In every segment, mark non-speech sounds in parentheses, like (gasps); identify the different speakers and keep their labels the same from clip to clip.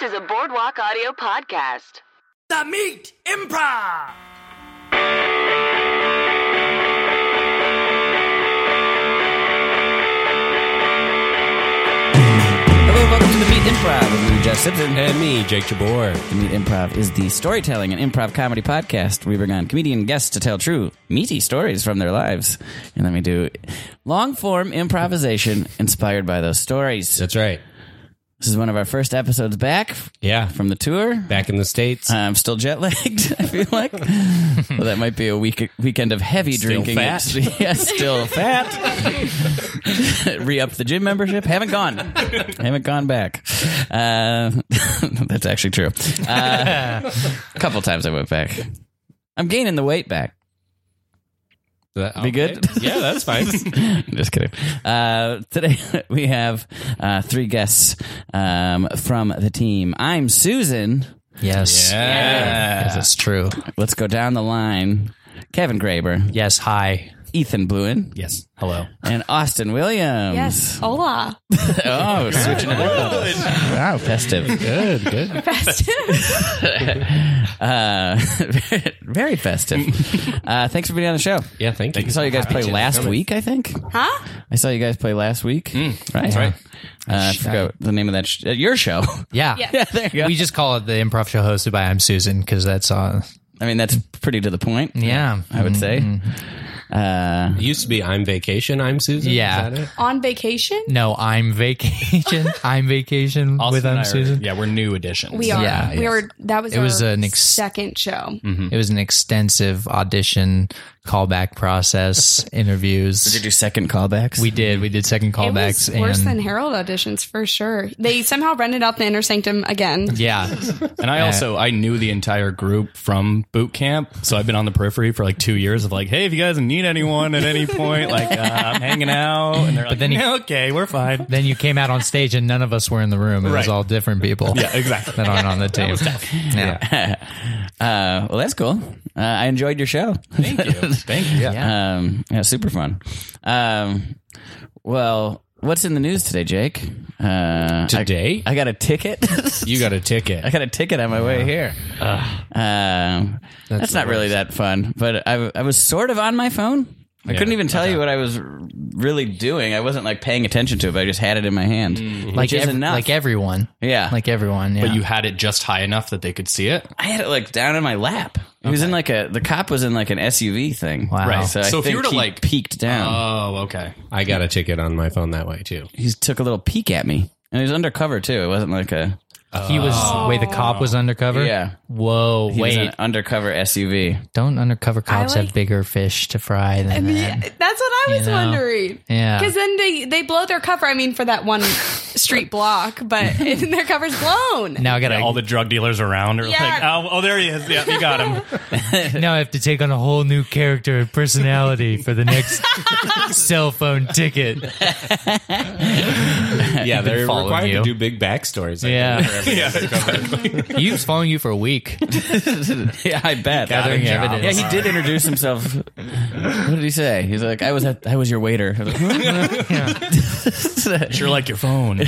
Speaker 1: to the Boardwalk Audio Podcast.
Speaker 2: The Meat Improv.
Speaker 3: Hello, welcome to the Meat Improv. with me, Jeff Simpson.
Speaker 4: And me, Jake Jabor.
Speaker 3: The Meat Improv is the storytelling and improv comedy podcast. We bring on comedian guests to tell true, meaty stories from their lives, and then we do long form improvisation inspired by those stories.
Speaker 4: That's right.
Speaker 3: This is one of our first episodes back f-
Speaker 4: Yeah.
Speaker 3: from the tour.
Speaker 4: back in the States.
Speaker 5: Uh,
Speaker 3: I'm still jet lagged. (laughs) I feel like well, that might be a week weekend of heavy
Speaker 4: Still
Speaker 3: drinking.
Speaker 4: fat.
Speaker 3: (laughs) yeah,
Speaker 4: (laughs)
Speaker 3: still fat. (laughs) Re up the gym membership. Haven't gone. Haven't gone back. Uh, (laughs) that's actually true. Uh, a couple times I went back. I'm gaining the weight back. (laughs)
Speaker 4: That-
Speaker 3: Be good?
Speaker 4: okay. Yeah,
Speaker 5: (laughs)
Speaker 4: that's fine.
Speaker 3: Just kidding. Uh, today (laughs) we have uh, three guests um, from the team. I'm Susan.
Speaker 5: Yes.
Speaker 4: Yeah.
Speaker 5: Yes, that's true.
Speaker 3: Let's go down the line. Kevin Graber,
Speaker 5: Yes. Hi.
Speaker 3: Ethan Bluen,
Speaker 4: yes.
Speaker 5: Hello.
Speaker 3: and Austin Williams.
Speaker 6: Yes. Hola.
Speaker 3: Oh, switching it up. Wow, festive.
Speaker 4: Good,
Speaker 6: (laughs)
Speaker 4: good.
Speaker 3: (laughs) Uh, (laughs) very festive. Uh, thanks for being on the show.
Speaker 4: Yeah, thank you.
Speaker 3: I saw you guys play
Speaker 4: Happy to
Speaker 3: last
Speaker 4: come in.
Speaker 3: week, I think.
Speaker 6: Huh?
Speaker 3: I saw you guys play last week. right? That's
Speaker 4: right.
Speaker 3: Uh, I forgot the name of that. Sh- uh, your show.
Speaker 5: Yeah.
Speaker 6: Yeah.
Speaker 3: there you go.
Speaker 5: We just call it the improv show hosted by I'm Susan because that's on.
Speaker 3: I mean, that's pretty to the point.
Speaker 5: Yeah.
Speaker 3: I would say. Uh,
Speaker 4: It used to be I'm vacation, I'm Susan.
Speaker 5: Yeah.
Speaker 4: Is that it?
Speaker 6: On vacation?
Speaker 5: No, I'm (laughs) vacation. I'm vacation with I'm Susan.
Speaker 7: Yeah, we're new additions.
Speaker 6: We are.
Speaker 5: Yeah,
Speaker 6: we
Speaker 5: yes.
Speaker 6: are. That was.
Speaker 5: It
Speaker 6: our
Speaker 5: was an ex- Mm-hmm.
Speaker 6: second show.
Speaker 5: It was an extensive audition callback process,
Speaker 3: did you
Speaker 5: interviews.
Speaker 3: do second callbacks?
Speaker 5: We did. We did second
Speaker 6: It
Speaker 5: callbacks
Speaker 6: was worse
Speaker 5: and
Speaker 6: than Herald auditions for sure. They somehow rented out the inner sanctum again. (laughs)
Speaker 5: yeah,
Speaker 7: And I also I knew the entire group from boot camp, so I've been on the periphery for like two years of like, hey, if you guys need anyone
Speaker 6: (laughs)
Speaker 7: at any point, like uh, I'm hanging out, and they're like,
Speaker 5: then you-
Speaker 7: "Yeah, okay, we're fine.
Speaker 5: then you came out on stage and none of us were in the room. It was
Speaker 7: Right.
Speaker 5: all different people.
Speaker 7: Yeah, exactly.
Speaker 5: That aren't on the team. Yeah.
Speaker 3: Uh, well, that's cool. Uh, I enjoyed your show.
Speaker 7: Thank you, thank you. Yeah.
Speaker 3: Um, yeah, super fun. Um, well, what's in the news today, Jake? Uh,
Speaker 4: Today?
Speaker 7: (laughs)
Speaker 3: I, I got a ticket. (laughs)
Speaker 4: You got a ticket.
Speaker 3: I got a ticket on my way here. Um, that's not really that fun, but I, I was sort of on my phone. I couldn't even tell you what I was r- really doing. I wasn't like paying attention to it, but I just had it in my hand,
Speaker 5: Like
Speaker 7: Mm.
Speaker 3: which is
Speaker 5: ev-
Speaker 3: enough.
Speaker 5: like everyone.
Speaker 3: yeah,
Speaker 5: Like everyone. Yeah.
Speaker 7: But you had it just high enough that they could see it.
Speaker 3: I had it like down in my lap. It was in like a the cop was in like an SUV thing.
Speaker 5: Wow. Right.
Speaker 3: So, I
Speaker 7: So if you
Speaker 3: think
Speaker 7: were to,
Speaker 3: he
Speaker 7: like-
Speaker 3: peeked down,
Speaker 7: Oh, okay.
Speaker 4: I got a ticket on my phone that way,
Speaker 5: (laughs)
Speaker 4: too.
Speaker 3: he took a little peek at me, and he was undercover too. It wasn't like a
Speaker 5: He was wait. The cop was undercover.
Speaker 3: Yeah.
Speaker 5: Whoa.
Speaker 3: he was
Speaker 5: wait.
Speaker 3: an undercover SUV.
Speaker 5: Don't undercover cops
Speaker 6: I like-
Speaker 5: have bigger fish to fry than
Speaker 6: Yeah,
Speaker 5: that?
Speaker 6: that's what I
Speaker 5: You
Speaker 6: was
Speaker 5: know.
Speaker 6: wondering.
Speaker 5: Yeah.
Speaker 6: Because then they they blow their cover. I mean, for
Speaker 5: (laughs)
Speaker 6: that one street block, but (laughs) their cover's blown.
Speaker 5: Now I gotta.
Speaker 7: All the drug dealers around are
Speaker 6: Yeah.
Speaker 7: like, oh, oh, there he is. Yeah, you got (laughs) him.
Speaker 5: now I have to take on a whole new character and personality for the next cell phone ticket.
Speaker 4: Yeah, they're
Speaker 5: following
Speaker 4: required
Speaker 5: you.
Speaker 4: to do big backstories. I
Speaker 5: Yeah.
Speaker 4: think, (laughs) for every undercover.
Speaker 5: He was following you for a week,
Speaker 3: (laughs) yeah, I bet.
Speaker 5: gathering evidence.
Speaker 3: Yeah, he did introduce himself. (laughs) what did he say? He's like, "I was at, I was your waiter." I was like, "Huh?" (laughs)
Speaker 7: Sure, like your (laughs) phone.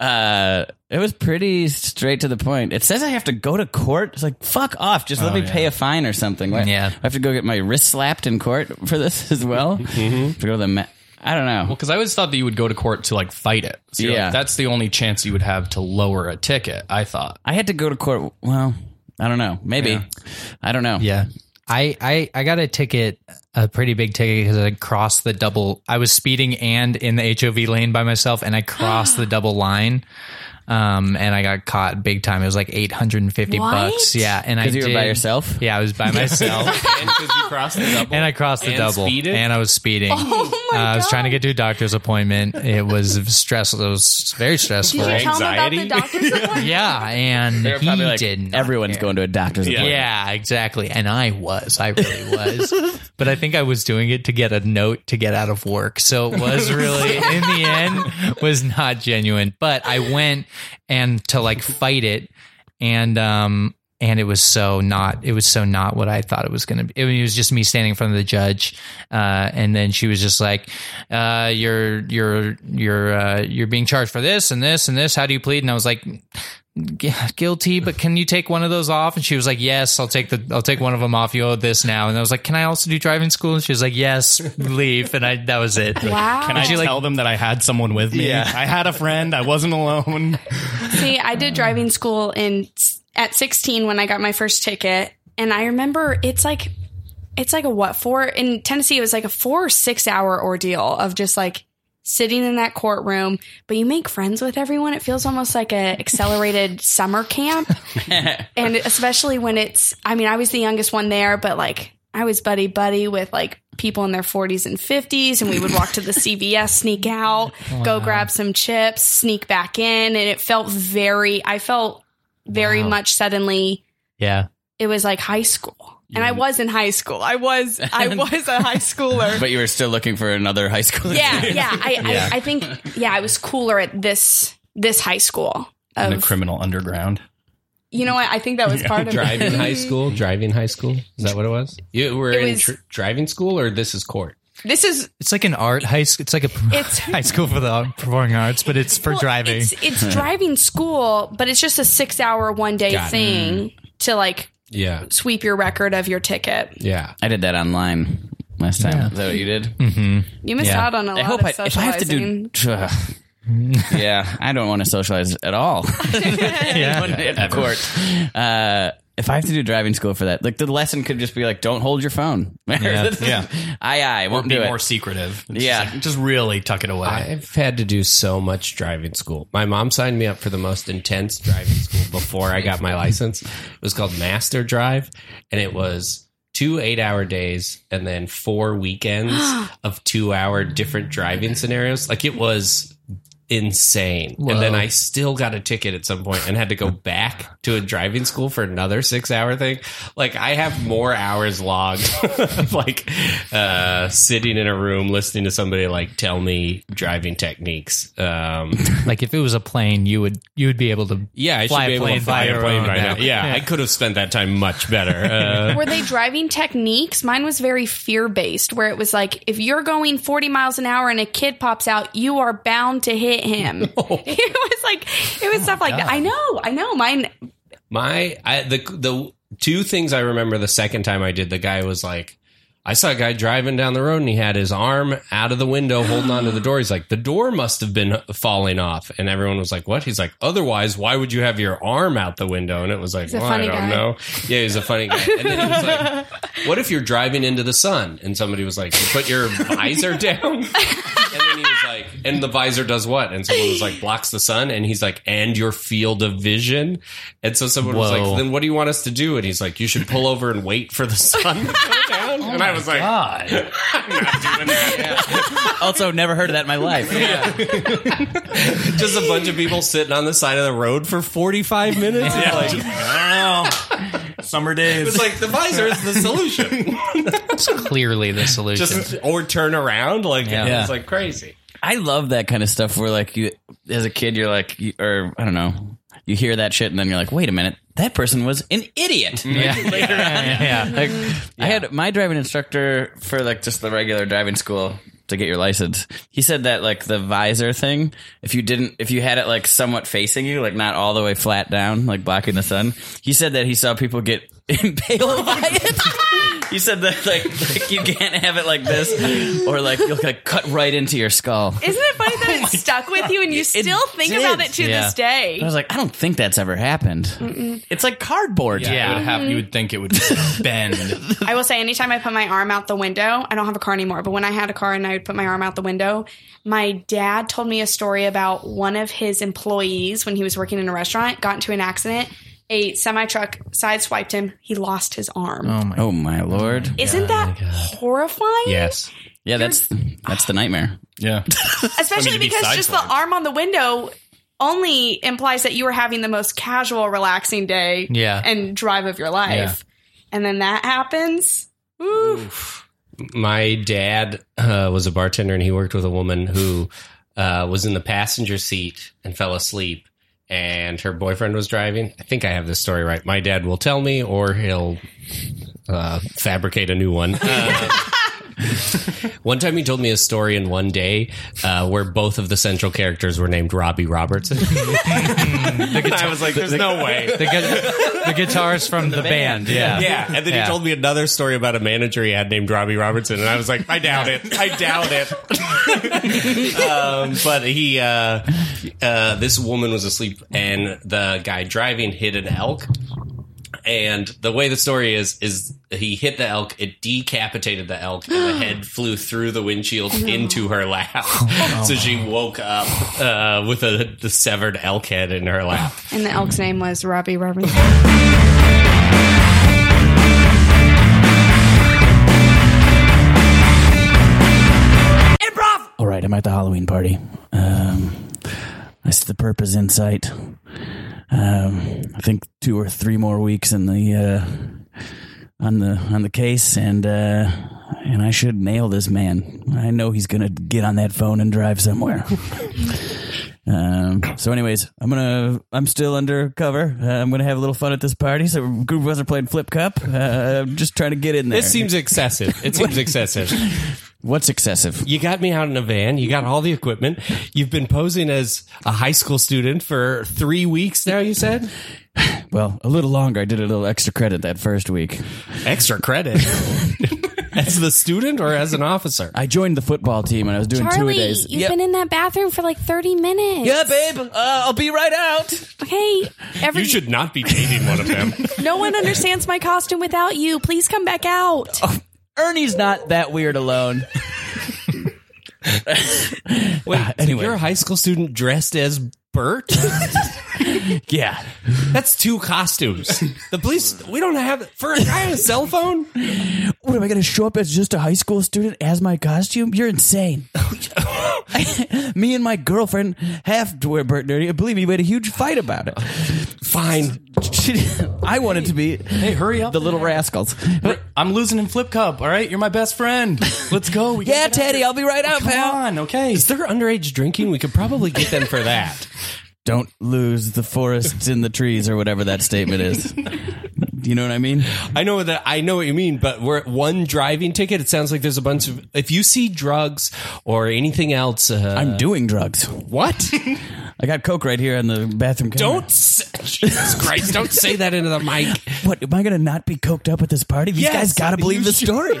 Speaker 3: uh, it was pretty straight to the point. It says I have to go to court. It's like, fuck off. Just let me pay a fine or something. Like,
Speaker 5: Yeah.
Speaker 3: I have to go get my wrist slapped in court for this (laughs) as well. To go to the, ma- I don't know.
Speaker 7: Because I always thought that you would go to court to like fight it. So you're like,
Speaker 3: Yeah.
Speaker 7: that's the only chance you would have to lower a ticket. I thought.
Speaker 3: I had to go to court. Well, I don't know. Maybe. I don't know.
Speaker 5: Yeah. I, I, I got a ticket, a pretty big ticket because I crossed the double. I was speeding and in the HOV lane by myself, and I crossed
Speaker 6: (gasps)
Speaker 5: the double line. Um, and I got caught big time. It was like 850
Speaker 6: What?
Speaker 5: bucks. Yeah. And I
Speaker 3: Because you were by
Speaker 5: did-
Speaker 3: yourself?
Speaker 5: Yeah. I was
Speaker 6: (laughs)
Speaker 5: by myself.
Speaker 4: and 'cause you crossed the double.
Speaker 5: and I crossed the
Speaker 4: And
Speaker 5: double,
Speaker 4: speeded?
Speaker 5: and I was speeding.
Speaker 6: Oh my
Speaker 5: Uh, I was
Speaker 6: God.
Speaker 5: trying to get to a doctor's appointment. It was stressful. It was very
Speaker 6: Did you
Speaker 5: stressful.
Speaker 6: tell them about the
Speaker 5: (laughs)
Speaker 4: anxiety?
Speaker 6: doctor's appointment?
Speaker 5: Yeah, and
Speaker 3: They're
Speaker 5: he
Speaker 3: probably like,
Speaker 5: didn't.
Speaker 3: everyone's going to a doctor's
Speaker 7: Yeah.
Speaker 3: appointment.
Speaker 5: Yeah, exactly. And I was, I really was. but I think I was doing it to get a note to get out of work. So it was really, in the end, was not genuine. But I went and to like fight it, and um, and it was so not, it was so not what I thought it was going to be. I mean, it was just me standing in front of the judge, uh, and then she was just like, uh, "You're, you're, you're, uh, you're being charged for this and this and this. How do you plead?" And I was like. gu- (laughs) guilty, but can you take one of those off? And she was like, yes, I'll take the, I'll take one of them off. You owe this now. And I was like, can I also do driving school? And she was like, yes, leave. And I, that was it.
Speaker 6: Wow.
Speaker 7: Can I
Speaker 5: like-
Speaker 7: tell them that I had someone with me?
Speaker 5: Yeah.
Speaker 7: I had a friend. I wasn't alone.
Speaker 6: See, I did driving school in at 16 when I got my first ticket, and I remember it's like it's like a what four in Tennessee. It was like a four or six hour ordeal of just like sitting in that courtroom. But you make friends with everyone. It feels almost like a accelerated summer camp, and especially when it's. I mean, I was the youngest one there, but like I was buddy buddy with like people in their 40s and 50s and we would walk to the CVS sneak out go grab some chips sneak back in and it felt very I felt very much suddenly
Speaker 5: Yeah.
Speaker 6: it was like high school. And I was in high school. I was I was a high schooler.
Speaker 3: But you were still looking for another high school. (laughs)
Speaker 6: yeah, yeah. I, I, I think yeah, I was cooler at this this high school.
Speaker 7: In the
Speaker 6: Of-
Speaker 7: criminal underground.
Speaker 6: you know what? I think that was part of it.
Speaker 4: driving (laughs) high school. Driving high school. Is that what it was? You were
Speaker 6: It
Speaker 4: in
Speaker 6: was-
Speaker 4: tr- driving school, or this is court?
Speaker 6: This is
Speaker 5: It's like an art high school. It's like a (laughs)
Speaker 3: (sighs)
Speaker 6: It's-
Speaker 5: high school for the performing arts, but it's for
Speaker 6: well,
Speaker 5: driving.
Speaker 6: It's,
Speaker 4: (laughs)
Speaker 6: it's driving school, but it's just a six hour one day
Speaker 4: Got it.
Speaker 6: thing to like
Speaker 4: Yeah.
Speaker 6: sweep your record of your ticket.
Speaker 4: Yeah.
Speaker 3: I did that online last time. Is that what you did?
Speaker 7: Mm-hmm.
Speaker 6: You missed
Speaker 5: Yeah.
Speaker 6: out on a
Speaker 3: I
Speaker 6: lot
Speaker 3: hope
Speaker 6: of
Speaker 3: I, if I
Speaker 6: socializing.
Speaker 3: have to do. Ugh. (laughs) yeah, I don't want to socialize at all.
Speaker 7: (laughs)
Speaker 3: at court. Uh, if I have to do driving school for that, like the lesson could just be like, don't hold your phone. (laughs) Yeah,
Speaker 7: Yeah.
Speaker 3: aye, aye, won't
Speaker 7: Be
Speaker 3: do it.
Speaker 7: more secretive. It's
Speaker 3: Yeah.
Speaker 7: (laughs) Just, like, just really tuck it away.
Speaker 4: I've had to do so much driving school. My mom signed me up for the most intense driving school before I got my license. It was called Master Drive, and it was two eight hour days and then four weekends of two hour different driving scenarios. Like it was insane. And then I still got a ticket at some point and had to
Speaker 5: (laughs)
Speaker 4: go back to a driving school for another six hour thing. Like I have more hours logged (laughs) of like uh, sitting in a room listening to somebody like tell me driving techniques. Um,
Speaker 5: (laughs) like if it was a plane, you would you would be able to.
Speaker 4: yeah, I
Speaker 5: Fly
Speaker 4: should
Speaker 5: a
Speaker 4: be able to
Speaker 5: plane
Speaker 4: fly
Speaker 5: by
Speaker 4: a
Speaker 5: your
Speaker 4: plane
Speaker 5: own
Speaker 4: right now.
Speaker 5: back.
Speaker 4: Yeah, I could have spent that time much better. Uh,
Speaker 6: Were they driving techniques? Mine was very fear based, where it was like, if you're going 40 miles an hour and a kid pops out, you are bound to hit him. (laughs) It was like, it was stuff like that. I know, I know. Mine,
Speaker 4: My I, the the two things I remember the second time I did, the guy was like, I saw a guy driving down the road and he had his arm out of the window holding onto the door. He's like, the door must have been falling off, and everyone was like, what? He's like, otherwise, why would you have your arm out the window? And it was like,
Speaker 6: a
Speaker 4: well, I
Speaker 6: funny
Speaker 4: don't
Speaker 6: guy.
Speaker 4: know. Yeah, he's a funny guy. And then he was
Speaker 6: (laughs)
Speaker 4: like, what if you're driving into the sun? And somebody was like, you put your
Speaker 6: (laughs)
Speaker 4: visor down. And then he was like, and the visor does what? And someone was like, blocks the sun. And he's like, and your field of vision. And so someone was
Speaker 5: Whoa.
Speaker 4: like, then what do you want us to do? And he's like, you should pull over and wait for the (laughs) sun to go down. and I was like,
Speaker 7: God.
Speaker 3: also, never heard of that in my
Speaker 7: (laughs)
Speaker 3: life.
Speaker 4: just a bunch of people sitting on the side of the road for 45 minutes. Yeah. Like,
Speaker 7: Summer days.
Speaker 4: it's like the visor is the solution.
Speaker 5: It's clearly
Speaker 7: (laughs)
Speaker 5: the solution.
Speaker 4: just or turn around. Like,
Speaker 5: Yeah.
Speaker 4: it's like crazy.
Speaker 3: I love that kind of stuff where, like, you as a kid, you're like, you, or I don't know, you hear that shit, and then you're like, wait a minute, that person was an (laughs) idiot.
Speaker 5: yeah. yeah. yeah.
Speaker 3: Like, I had my driving instructor for like just the regular driving school to get your license. He said that like the visor thing, if you didn't, if you had it like somewhat facing you, like not all the way flat down, like blocking the sun, he said that he saw people get (laughs) impaled by it. he said that like, like, you can't have it like this, or like you'll like cut right into your skull.
Speaker 6: isn't it funny that it stuck with you and you still think
Speaker 3: did.
Speaker 6: about it to
Speaker 5: Yeah.
Speaker 6: this
Speaker 3: I
Speaker 6: day?
Speaker 3: was like, I don't think that's ever happened. It's like cardboard.
Speaker 7: yeah. It would have, you would think it would (laughs) bend.
Speaker 6: I will say, anytime I put my arm out the window, I don't have a car anymore, but when I had a car and I would put my arm out the window, my dad told me a story about one of his employees when he was working in a restaurant got into an accident. A semi truck sideswiped him. He lost his arm.
Speaker 3: Oh my lord.
Speaker 6: Isn't that horrifying?
Speaker 4: Yes.
Speaker 3: Yeah, that's that's the nightmare.
Speaker 7: Yeah.
Speaker 6: Especially
Speaker 7: to be
Speaker 6: because just the
Speaker 7: sideswiped.
Speaker 6: arm on the window only implies that you were having the most casual, relaxing day
Speaker 5: Yeah.
Speaker 6: and drive of your life. And then that happens. Ooh.
Speaker 4: my dad uh, was a bartender and he worked with a woman who uh, was in the passenger seat and fell asleep and her boyfriend was driving i think i have this story right my dad will tell me or he'll uh, (laughs) fabricate a new one Uh, One time he told me a story in one day uh, where both of the central characters were named Robbie Robertson. (laughs) and I was like, there's no way.
Speaker 5: The, gu- the guitarist from the, band. Yeah.
Speaker 4: Yeah. And then
Speaker 5: Yeah.
Speaker 4: he told me another story about a manager he had named Robbie Robertson. And I was like, I doubt it. I doubt (laughs) it. um, but he, uh, uh, this woman was asleep and the guy driving hit an elk. And the way the story is, is he hit the elk, it decapitated the elk, and the (gasps) head flew through the windshield into her (laughs) lap. so she woke up uh, with a, the severed elk head in her lap.
Speaker 6: And the elk's name was Robbie Robinson.
Speaker 2: Improv!
Speaker 3: All right, I'm at the Halloween party. Um, that's the purpose in sight. Um, I think two or three more weeks in the uh, on the on the case, and uh, and I should nail this man. I know he's gonna get on that phone and drive somewhere.
Speaker 4: (laughs)
Speaker 3: Um, so, anyways, I'm gonna I'm still undercover. Uh, I'm gonna have a little fun at this party. So, group of us are playing flip cup. Uh, I'm just trying to get in there.
Speaker 4: It seems excessive. It (laughs) seems excessive.
Speaker 3: what's excessive?
Speaker 4: you got me out in a van. You got all the equipment. You've been posing as a high school student for three weeks now. You said
Speaker 3: Well, a little longer. I did a little extra credit that first week.
Speaker 4: extra credit (laughs) as the student or as an officer.
Speaker 3: I joined the football team and I was doing
Speaker 6: Charlie,
Speaker 3: two a days.
Speaker 6: you've been in that bathroom for like 30 minutes.
Speaker 3: yeah, babe. Uh, I'll be right out.
Speaker 6: Hey, every,
Speaker 4: not be dating one of them.
Speaker 6: no one understands my costume without you. Please come back out.
Speaker 3: Ernie's not that weird alone.
Speaker 4: (laughs) Wait,
Speaker 3: Uh,
Speaker 4: anyway,
Speaker 3: anyway.
Speaker 4: you're a high school student dressed as (laughs) Bert.
Speaker 3: yeah.
Speaker 4: That's two costumes. The police. We don't have for a guy on a cell phone.
Speaker 3: (laughs) What am I going to show up as just a high school student as my costume? You're insane. (laughs) Me and my girlfriend have to wear Bert Nerdy. and Believe me, we had a huge fight about it.
Speaker 4: Fine.
Speaker 3: She- I wanted to be
Speaker 7: Hey, hurry up.
Speaker 3: the little rascals. But
Speaker 7: I'm losing in Flip Cup. All right, you're my best friend. Let's go. We
Speaker 3: yeah,
Speaker 7: gotta get
Speaker 3: Teddy, I'll be right out,
Speaker 7: out.
Speaker 3: pal.
Speaker 7: Come on, okay.
Speaker 4: Is there underage drinking? We could probably get them for that.
Speaker 3: Don't lose the forests in the trees or whatever that statement
Speaker 7: (laughs)
Speaker 3: is. you know what I mean?
Speaker 4: I know that I know what you mean, but we're one driving ticket. It sounds like there's a bunch of. If you see drugs or anything else, uh,
Speaker 3: I'm doing drugs.
Speaker 4: what?
Speaker 3: I got coke right here in the bathroom counter.
Speaker 4: (laughs) don't s- Jesus Christ! Don't say that into the mic.
Speaker 3: What am I going to not be coked up at this party? These
Speaker 4: Yes,
Speaker 3: guys got to believe the
Speaker 4: you should. (laughs)
Speaker 3: story.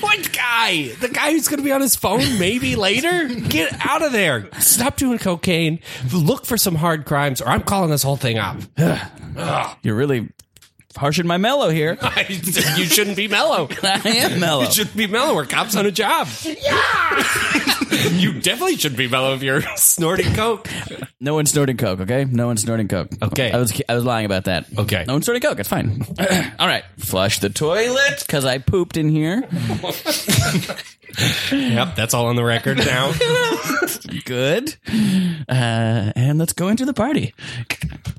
Speaker 4: What guy? The guy who's going to be on his phone maybe later? Get out of there! Stop doing cocaine. Look for some hard crimes, or I'm calling this whole thing up. (laughs)
Speaker 3: You're really harshing my mellow here.
Speaker 4: you shouldn't be mellow.
Speaker 3: (laughs) I am mellow.
Speaker 4: You shouldn't be mellow. We're cops on a job. Yeah. (laughs) you definitely shouldn't be mellow if you're snorting coke.
Speaker 3: No one's snorting coke, okay? No one's snorting coke.
Speaker 4: Okay.
Speaker 3: I was I was lying about that.
Speaker 4: Okay.
Speaker 3: No one's snorting coke. It's
Speaker 4: (clears throat)
Speaker 3: fine. All right. Flush the toilet because I pooped in here.
Speaker 4: Yep, that's all on the record now.
Speaker 3: Good. Uh, and let's go into the party.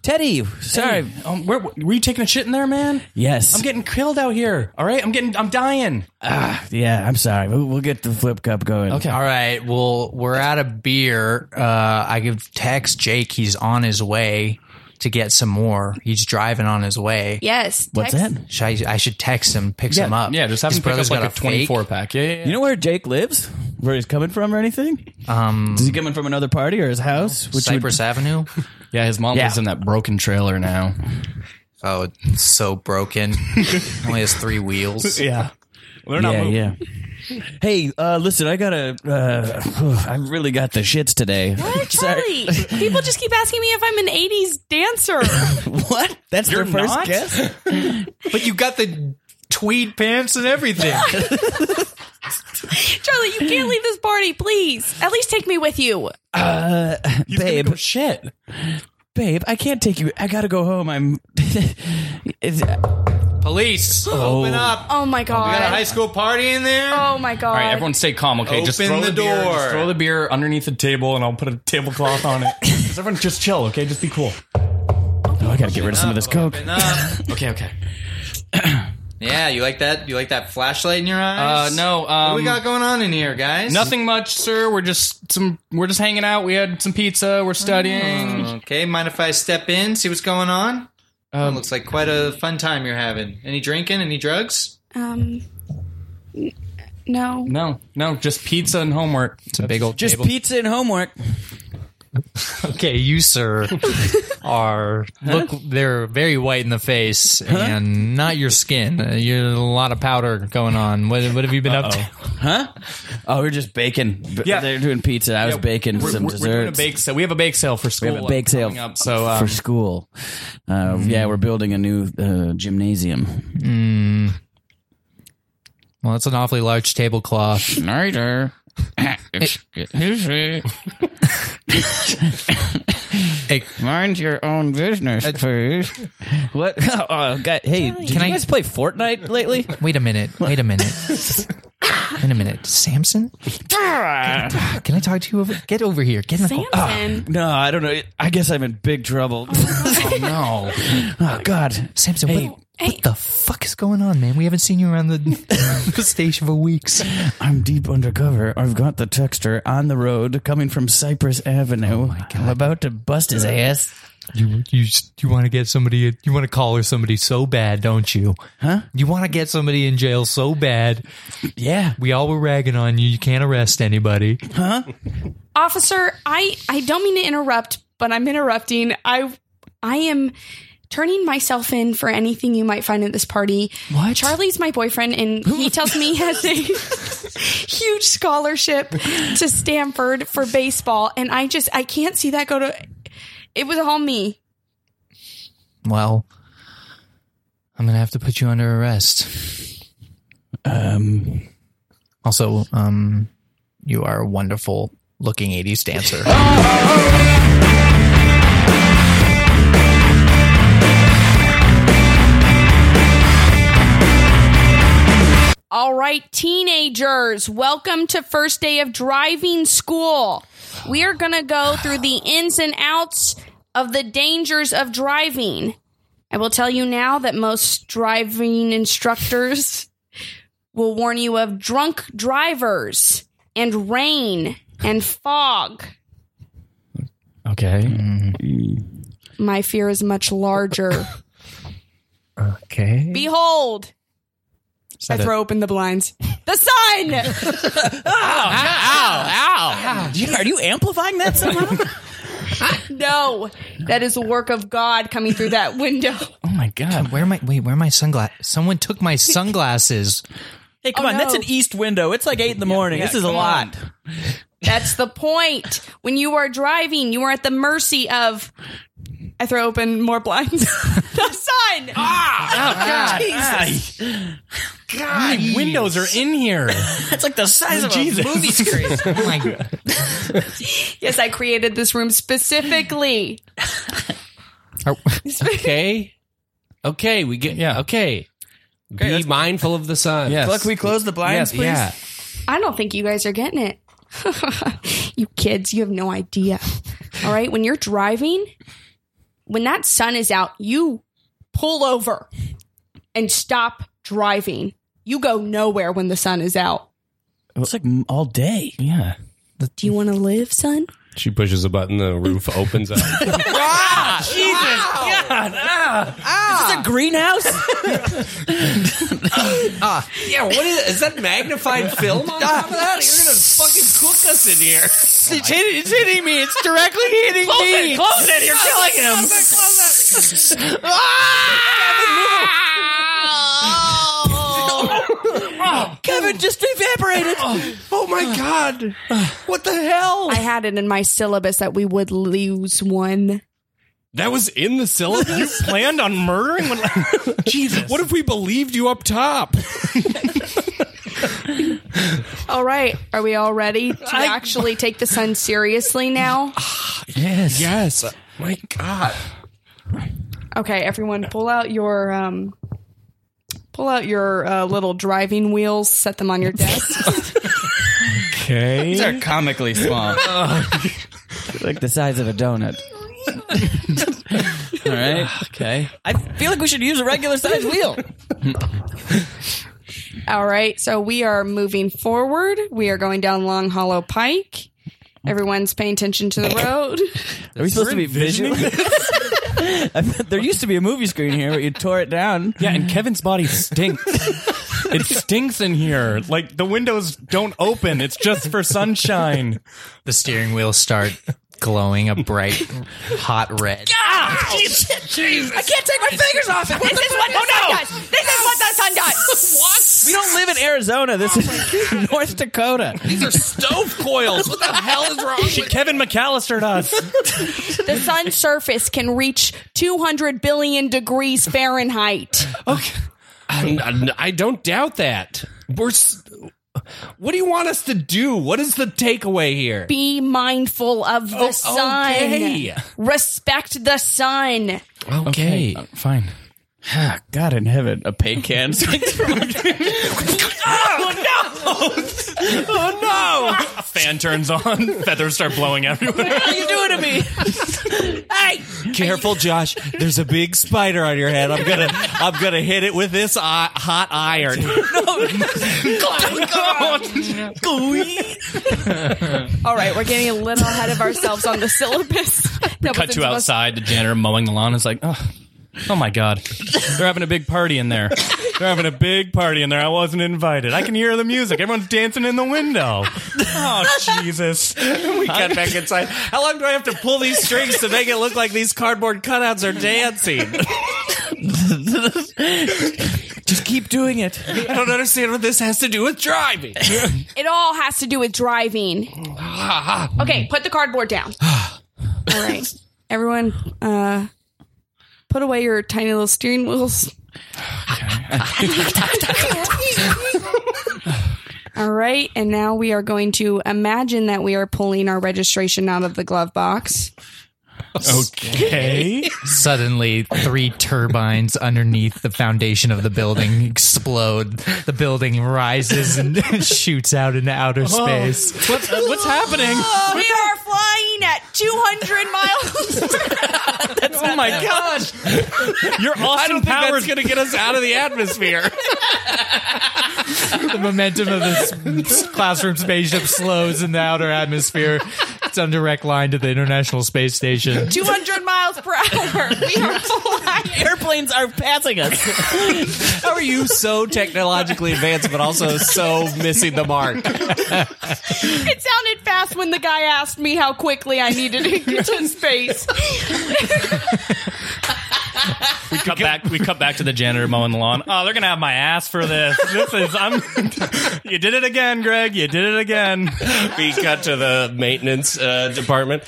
Speaker 3: Teddy, sorry.
Speaker 7: Um, where, were you taking a shit in there, man?
Speaker 3: Yes.
Speaker 7: I'm getting killed out here. All right, I'm getting, I'm dying.
Speaker 3: yeah, I'm sorry. We'll, we'll get the flip cup going. Okay.
Speaker 5: All right. Well, we're out of beer. Uh, I could text Jake. He's on his way to get some more. He's driving on his way.
Speaker 6: Yes.
Speaker 3: What's
Speaker 6: text-
Speaker 3: that?
Speaker 5: Should I, I should text him, picks him up.
Speaker 7: Yeah, just have
Speaker 5: His
Speaker 7: him pick
Speaker 5: brother's
Speaker 7: up like
Speaker 5: got
Speaker 7: a, 24
Speaker 5: fake.
Speaker 7: pack. Yeah, yeah,
Speaker 3: You
Speaker 7: yeah.
Speaker 3: know where Jake lives? Where he's coming from or anything? Um, Is he coming from another party or his house? Which would-
Speaker 7: (laughs)
Speaker 5: Cypress Avenue.
Speaker 7: yeah his mom
Speaker 3: Yeah.
Speaker 7: lives in that broken trailer now.
Speaker 5: Oh, it's so
Speaker 7: (laughs)
Speaker 5: broken. Only has three wheels.
Speaker 7: Yeah. They're not
Speaker 3: yeah,
Speaker 7: moving.
Speaker 3: yeah. Hey, uh, listen, I gotta. Uh, (sighs) I really got the shits today.
Speaker 6: Hey, Charlie, people just keep asking me if I'm an 80s dancer.
Speaker 3: (laughs) What? That's your
Speaker 7: You're
Speaker 3: first
Speaker 7: not?
Speaker 3: guess?
Speaker 5: But you got the tweed pants and everything.
Speaker 6: Charlie, you can't leave this party, please. At least take me with you.
Speaker 3: babe,
Speaker 7: Shit.
Speaker 3: babe, I can't take you. I gotta go home. I'm. (laughs) oh, It's-
Speaker 5: Police, open up.
Speaker 6: Oh my
Speaker 5: We got a high
Speaker 6: god.
Speaker 5: school party in there.
Speaker 6: Oh my god.
Speaker 7: All right, everyone stay calm, okay? just
Speaker 5: Open
Speaker 7: throw
Speaker 5: the
Speaker 7: the, beer.
Speaker 5: door.
Speaker 7: Just throw the beer underneath the table and I'll put a tablecloth on
Speaker 4: (laughs)
Speaker 7: it. Just everyone just chill, okay? Just be cool.
Speaker 3: oh, I gotta get rid of some of this coke.
Speaker 5: Open up.
Speaker 7: Okay, okay.
Speaker 5: yeah, you like that? You like that flashlight in your
Speaker 7: Uh,
Speaker 5: eyes?
Speaker 7: no,
Speaker 5: What
Speaker 7: um,
Speaker 5: do we got going on in here, guys?
Speaker 7: nothing much, sir. We're just some we're just hanging out. We had some pizza. We're studying.
Speaker 5: Okay, mind if I step in, see what's going on? Oh,
Speaker 7: Um,
Speaker 5: looks like quite a fun time you're having. Any drinking? Any drugs?
Speaker 6: Um, No.
Speaker 7: No, no, just pizza and homework.
Speaker 5: It's a big old
Speaker 3: Just
Speaker 5: table.
Speaker 3: pizza and homework.
Speaker 5: okay, you sir are look. They're very white in the face and not your skin. Uh, You're a lot of powder going on. What, what have you been up to?
Speaker 3: Oh, we're just baking. B-
Speaker 7: Yeah.
Speaker 3: they're doing pizza. I was baking
Speaker 7: We're,
Speaker 3: some
Speaker 7: we're- we're doing a
Speaker 3: desserts
Speaker 7: bake sale. We have a bake sale for school.
Speaker 3: have a bake sale
Speaker 7: coming Up, so um,
Speaker 3: for school. Uh, Yeah, we're building a new uh, gymnasium.
Speaker 5: Well, it's an awfully large tablecloth.
Speaker 3: (laughs) Schneider.
Speaker 5: Hey,
Speaker 3: Mind your own business, please. What? (laughs) Oh, God. Hey, did you
Speaker 5: I-
Speaker 3: guys play Fortnite lately?
Speaker 5: wait a minute. Wait a minute. Wait a minute, Samson.
Speaker 7: Ah.
Speaker 5: Can I talk to you? Over? Get over here. Get in the Oh,
Speaker 6: Samson.
Speaker 5: cor-
Speaker 3: (laughs) no, I don't know. I guess I'm in big trouble. (laughs)
Speaker 5: Oh, no,
Speaker 3: oh, God.
Speaker 5: Samson.
Speaker 3: Hey.
Speaker 5: What,
Speaker 6: Hey.
Speaker 5: what the fuck is going on, man? We haven't seen you around the, (laughs) the station for weeks.
Speaker 3: I'm deep undercover. I've got the texter on the road coming from Cypress Avenue. I'm about to bust his ass.
Speaker 5: You you you want to get somebody you want to collar somebody so bad, don't you? Huh? You want to get somebody in jail so bad.
Speaker 3: Yeah.
Speaker 5: We all were ragging on you. You can't arrest anybody.
Speaker 6: Officer, I I don't mean to interrupt, but I'm interrupting. I I am turning myself in for anything you might find at this party.
Speaker 5: What?
Speaker 6: Charlie's my boyfriend and he tells me he has a (laughs) huge scholarship to Stanford for baseball and I just I can't see that go to it was all me.
Speaker 5: Well, I'm gonna have to put you under arrest. Um.
Speaker 7: Um,
Speaker 5: Also, um, you are a wonderful looking '80s
Speaker 7: (laughs)
Speaker 5: dancer.
Speaker 6: All right, teenagers, welcome to first day of driving school. We are going to go through the ins and outs of the dangers of driving. I will tell you now that most driving instructors (laughs) will warn you of drunk drivers and rain and fog.
Speaker 7: okay,
Speaker 6: My fear is much larger.
Speaker 5: okay.
Speaker 6: Behold, I throw open the blinds. The sun!
Speaker 3: (laughs) Are you amplifying that somehow?
Speaker 6: (laughs) no, that is the work of God coming through that window.
Speaker 7: oh my god,
Speaker 5: Where are my wait? Where are my sunglasses? Someone took my sunglasses.
Speaker 3: hey, come
Speaker 6: Oh,
Speaker 3: on. That's
Speaker 6: no.
Speaker 3: an east window. It's like 8 in the morning. this is a
Speaker 7: come
Speaker 3: lot.
Speaker 6: That's the point. When you are driving, you are at the mercy of. I throw open more blinds. (laughs) the sun.
Speaker 3: Ah. Jesus.
Speaker 7: How many windows are in here.
Speaker 3: That's like the size of a movie screen.
Speaker 5: Oh my
Speaker 6: Yes, I created this room specifically.
Speaker 4: Okay. (laughs) Okay, we get yeah. Okay, be mindful of the sun.
Speaker 7: Yes.
Speaker 3: Look, we close the blinds,
Speaker 7: Yes,
Speaker 3: please.
Speaker 7: yeah.
Speaker 6: I don't think you guys are getting it. (laughs) you kids, you have no idea. All right, when you're driving, when that sun is out, you pull over and stop driving. You go nowhere when the sun is out.
Speaker 3: It's like m- all day.
Speaker 7: Yeah.
Speaker 6: Do you want to live, son?
Speaker 4: She pushes a button, the roof opens up.
Speaker 3: It's a greenhouse.
Speaker 4: yeah, what is, is that magnified film on top of that? You're gonna fucking cook us in here.
Speaker 3: it's, hitting, it's hitting me. It's directly hitting me.
Speaker 4: Close it! You're killing him.
Speaker 3: Kevin just evaporated.
Speaker 4: Oh my god! What the hell?
Speaker 6: I had it in my syllabus that we would lose one.
Speaker 4: That was in the syllabus. (laughs)
Speaker 7: You planned on murdering one. Jesus.
Speaker 4: what if we believed you up top?
Speaker 6: All right. Are we all ready to actually take the sun seriously (laughs) now?
Speaker 7: Yes.
Speaker 4: Yes. My god.
Speaker 6: Okay, everyone, pull out your um pull out your uh, little driving wheels, set them on your (laughs) desk.
Speaker 7: Okay.
Speaker 3: These are comically (laughs) small. like the size of a (laughs) donut. All right. Okay. I feel like we should use a regular size wheel.
Speaker 6: all right. So we are moving forward. We are going down Long Hollow Pike. Everyone's paying attention to the road.
Speaker 3: Are we supposed to be visual? (laughs) there used to be a movie screen here, but you tore it down.
Speaker 7: Yeah, and Kevin's body stinks. It stinks in here. Like the windows don't open. It's just for sunshine.
Speaker 5: The steering wheel start glowing a
Speaker 7: (laughs)
Speaker 5: bright, hot red.
Speaker 2: I can't take my fingers off it. What
Speaker 6: This is what the sun does. (laughs) This is what the sun does.
Speaker 3: (laughs) We don't live in Arizona. This (laughs) is North Dakota.
Speaker 8: These are stove coils. What the hell is wrong with
Speaker 7: Kevin McAllister does.
Speaker 6: The sun's surface can reach 200 billion degrees Fahrenheit.
Speaker 4: I'm- I'm- I don't doubt that. We're. s- What do you want us to do? What is the takeaway here?
Speaker 6: Be mindful of the sun.
Speaker 4: okay.
Speaker 6: Respect the sun.
Speaker 4: Okay.
Speaker 7: Uh, fine. Ah, God in heaven, a
Speaker 3: (laughs)
Speaker 7: pay can. oh no! Oh no! A fan
Speaker 4: (laughs)
Speaker 7: turns on, feathers start blowing everywhere.
Speaker 3: What are you doing to me? (laughs)
Speaker 4: Careful, Josh. There's a big spider on your head. I'm gonna, I'm gonna hit it with this uh, hot
Speaker 3: (laughs)
Speaker 4: iron. (laughs)
Speaker 6: All right, we're getting a little ahead of ourselves on the syllabus. (laughs) That
Speaker 7: Cut
Speaker 6: wasn't
Speaker 7: to
Speaker 6: supposed-
Speaker 7: outside. The janitor mowing the lawn is like, oh, oh my God, they're having a big party in there. They're having a big party in there. I wasn't invited. I can hear the music. Everyone's dancing in the window.
Speaker 4: (laughs)
Speaker 7: Oh Jesus!
Speaker 4: we cut back inside. How long do I have to pull these strings to make it look like these cardboard cutouts are dancing?
Speaker 3: Just keep doing it.
Speaker 4: I don't understand what this has to do with driving.
Speaker 6: It all has to do with driving. Okay, put the cardboard down. All right, everyone, uh, put away your tiny little steering wheels. all right, and now we are going to imagine that we are pulling our registration out of the glove box.
Speaker 7: Okay.
Speaker 5: Suddenly, three turbines underneath the foundation of the building explode. The building rises and (laughs) shoots out into
Speaker 4: Oh.
Speaker 5: outer space.
Speaker 7: What's, uh, what's happening?
Speaker 6: We are flying at 200 miles
Speaker 4: (laughs)
Speaker 7: Oh my gosh! Your Austin Powers
Speaker 4: gonna get us out of the atmosphere.
Speaker 5: The momentum of this classroom spaceship slows in the outer atmosphere. It's on direct line to the International Space Station.
Speaker 6: 200 miles per hour. We are flying.
Speaker 3: Airplanes are passing us.
Speaker 4: How are you so technologically advanced, but also so missing the mark?
Speaker 6: It sounded fast when the guy asked me how quickly I needed to get to space.
Speaker 7: We cut back. We cut back to the janitor mowing the lawn. Oh, they're gonna have my ass for this. This is. I'm. (laughs) you did it again, Greg. You did it again.
Speaker 4: we cut to the maintenance uh, department.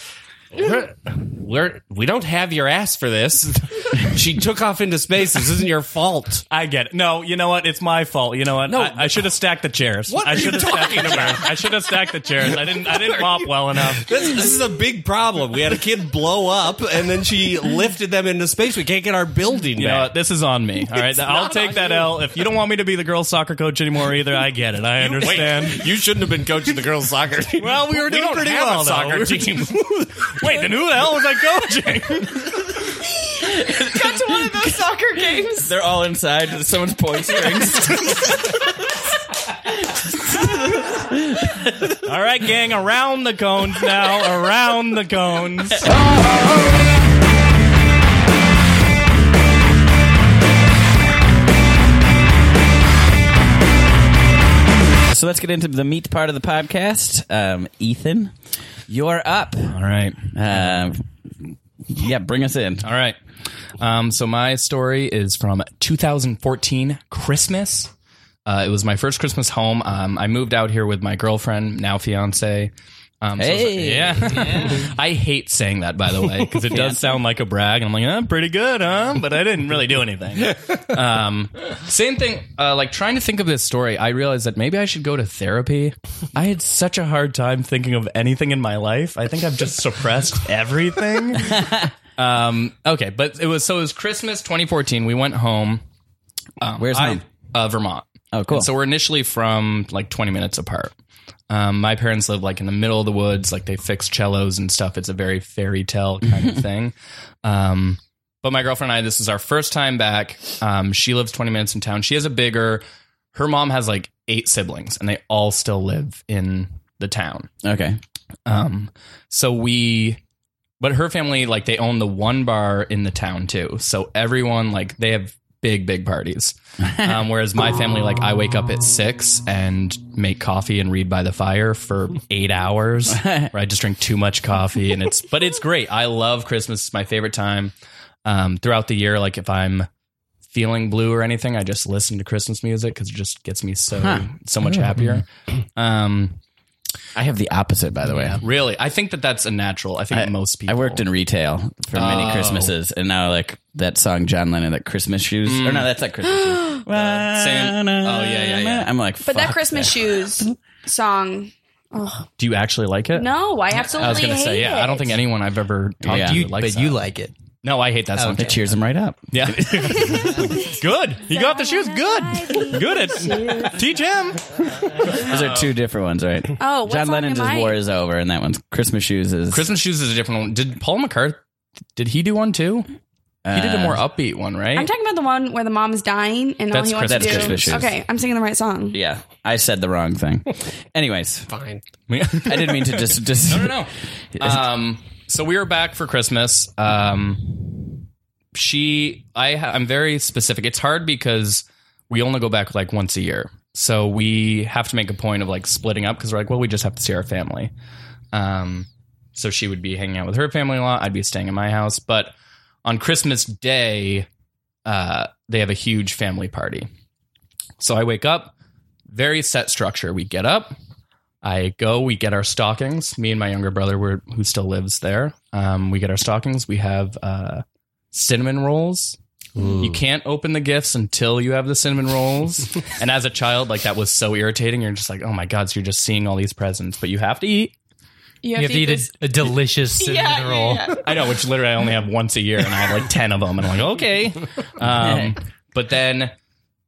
Speaker 4: We're, we're we don't have your ass for this. she took off into space. This isn't your fault.
Speaker 7: I get it. No, you know what? It's my fault. You know what? No, I, I should have stacked the chairs. What I should have talking stacked about? I should have stacked the chairs. I didn't. I didn't mop well enough.
Speaker 4: This, this is a big problem. We had a kid blow up, and then she lifted them into space. We can't get our building
Speaker 7: You know
Speaker 4: back.
Speaker 7: what? This is on me. All right, I'll take that L. If you don't want me to be the girls' soccer coach anymore, either, I get it. I understand.
Speaker 4: you shouldn't have been coaching the girls'
Speaker 7: (laughs)
Speaker 4: soccer team.
Speaker 7: Well, we were doing
Speaker 4: don't
Speaker 7: pretty
Speaker 4: have a
Speaker 7: well.
Speaker 4: soccer
Speaker 7: though. We were-
Speaker 4: team.
Speaker 7: (laughs) Wait, then who the hell was
Speaker 4: (laughs)
Speaker 7: I coaching?
Speaker 6: Got to one of those soccer games.
Speaker 3: They're all inside. Someone's pulling strings.
Speaker 7: All right, gang, around the cones now. Around the cones.
Speaker 3: so let's get into the meat part of the podcast. Um, Ethan, you're up.
Speaker 7: All right.
Speaker 3: Um, yeah, bring us in.
Speaker 7: All right. Um, so my story is from 2014 Christmas. Uh, it was my first Christmas home. Um, I moved out here with my girlfriend, now fiance. Um, so-
Speaker 3: Hey.
Speaker 7: yeah. (laughs) I hate saying that, by the way, because it does sound like a brag. And I'm like, I'm pretty good, huh? But I didn't really do anything. Um, same thing. Uh, like trying to think of this story, I realized that maybe I should go to therapy. I had such a hard time thinking of anything in my life. I think I've just suppressed everything. Um, okay, but it was so it was Christmas 2014. We went home. Um,
Speaker 3: Where's
Speaker 7: I-
Speaker 3: home?
Speaker 7: Uh, Vermont.
Speaker 3: Oh, cool.
Speaker 7: And so we're initially from like 20 minutes apart. Um, my parents live like in the middle of the woods. Like they fix cellos and stuff. It's a very
Speaker 3: (laughs)
Speaker 7: fairy tale kind of thing. Um, but my girlfriend and I, this is our first time back. Um, she lives 20 minutes in town. She has a bigger. Her mom has like eight siblings, and they all still live in the town.
Speaker 3: Okay.
Speaker 7: Um, so we, but her family, like they own the one bar in the town too. So everyone, like they have big,
Speaker 3: (laughs)
Speaker 7: big parties. Um, whereas my family, like, I wake up at six and make coffee and read by the fire for eight hours,
Speaker 3: (laughs)
Speaker 7: where I just drink too much coffee. And it's, but it's great. I love Christmas. It's my favorite time. Um, throughout the year, like, if I'm feeling blue or anything, I just listen to Christmas music because it just gets me so, so much happier.
Speaker 3: Mm-hmm.
Speaker 7: Um,
Speaker 3: I have the opposite, by the way.
Speaker 7: Really, I think that that's a natural. I think most people.
Speaker 3: I Oh. worked in retail for many Christmases, and now like that song John Lennon, that Christmas shoes, or no, that's not Christmas shoes.
Speaker 7: same- oh, yeah, yeah, yeah.
Speaker 3: I'm like,
Speaker 6: But that
Speaker 3: fuck
Speaker 6: Christmas shoes song.
Speaker 7: Do you actually like it?
Speaker 6: No, I absolutely
Speaker 7: I was gonna
Speaker 6: hate
Speaker 7: say yeah.
Speaker 6: it.
Speaker 7: I don't think anyone I've ever talked
Speaker 3: Yeah.
Speaker 7: to
Speaker 5: You-
Speaker 7: likes
Speaker 5: but you
Speaker 7: that.
Speaker 5: like it.
Speaker 7: No, I hate that song.
Speaker 3: It cheers them right up.
Speaker 7: Yeah, (laughs) good. You got the shoes. Good, good at teach him.
Speaker 3: Those are two different ones, right?
Speaker 6: Oh, what
Speaker 3: John
Speaker 6: song
Speaker 3: Lennon's
Speaker 6: am I-
Speaker 3: "War Is Over," and that one's Christmas shoes is
Speaker 7: Christmas shoes is a different one. Did Paul McCartney? Did he do one too? He
Speaker 3: uh,
Speaker 7: did a more upbeat one, right?
Speaker 6: I'm talking about the one where the mom's dying and
Speaker 7: That's
Speaker 6: all he wants
Speaker 7: Christmas
Speaker 6: to do.
Speaker 3: Christmas shoes.
Speaker 6: Okay, I'm singing the right song.
Speaker 3: Yeah, I said the wrong
Speaker 7: (laughs)
Speaker 3: thing. Anyways,
Speaker 4: Fine.
Speaker 3: I didn't mean to just just.
Speaker 7: I don't know. Um, so we were back for Christmas. Um, she, I, ha- I'm very specific. It's hard because we only go back like once a year, so we have to make a point of like splitting up because we're like, well, we just have to see our family. Um, so she would be hanging out with her family a lot. I'd be staying in my house, but on Christmas Day, uh, they have a huge family party. So I wake up, very set structure. We get up, I go, we get our stockings. Me and my younger brother, were, who still lives there, um, we get our stockings. We have uh, cinnamon rolls. You can't open the gifts until you have the cinnamon rolls. and as a child, like that was so irritating. You're just like, oh my God, so you're just seeing all these presents, but you have to eat.
Speaker 5: You have to eat
Speaker 6: this-
Speaker 5: a, a delicious (laughs) cinnamon
Speaker 6: Yeah,
Speaker 5: roll.
Speaker 6: yeah, yeah.
Speaker 7: I know, which literally I only have once a year, and I have like ten of them, and I'm
Speaker 5: (laughs)
Speaker 7: like, okay. Um, but then,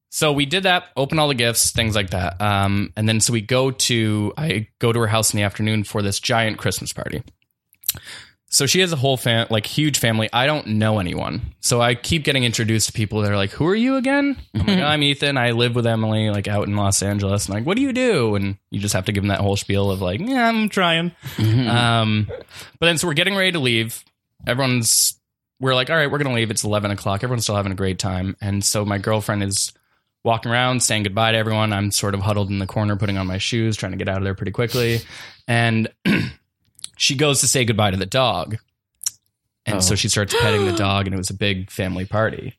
Speaker 7: so we did that, open all the gifts, things like that, um, and then so we go to I go to her house in the afternoon for this giant Christmas party. So she has a whole fam, like huge family. I don't know anyone, so I keep getting introduced to people that are like, "Who are you again?" I'm
Speaker 5: (laughs)
Speaker 7: like, "I'm Ethan. I live with Emily, like out in Los Angeles." And like, "What do you do?" And you just have to give them that whole spiel of like, "Yeah, I'm trying." Um, but then so we're getting ready to leave. Everyone's we're like, all right, we're gonna leave. It's eleven o'clock. Everyone's still having a great time. And so my girlfriend is walking around saying goodbye to everyone. I'm sort of huddled in the corner, putting on my shoes, trying to get out of there pretty quickly. And (clears throat) she goes to say goodbye to the dog. And so she starts petting the dog, and it was a big family party.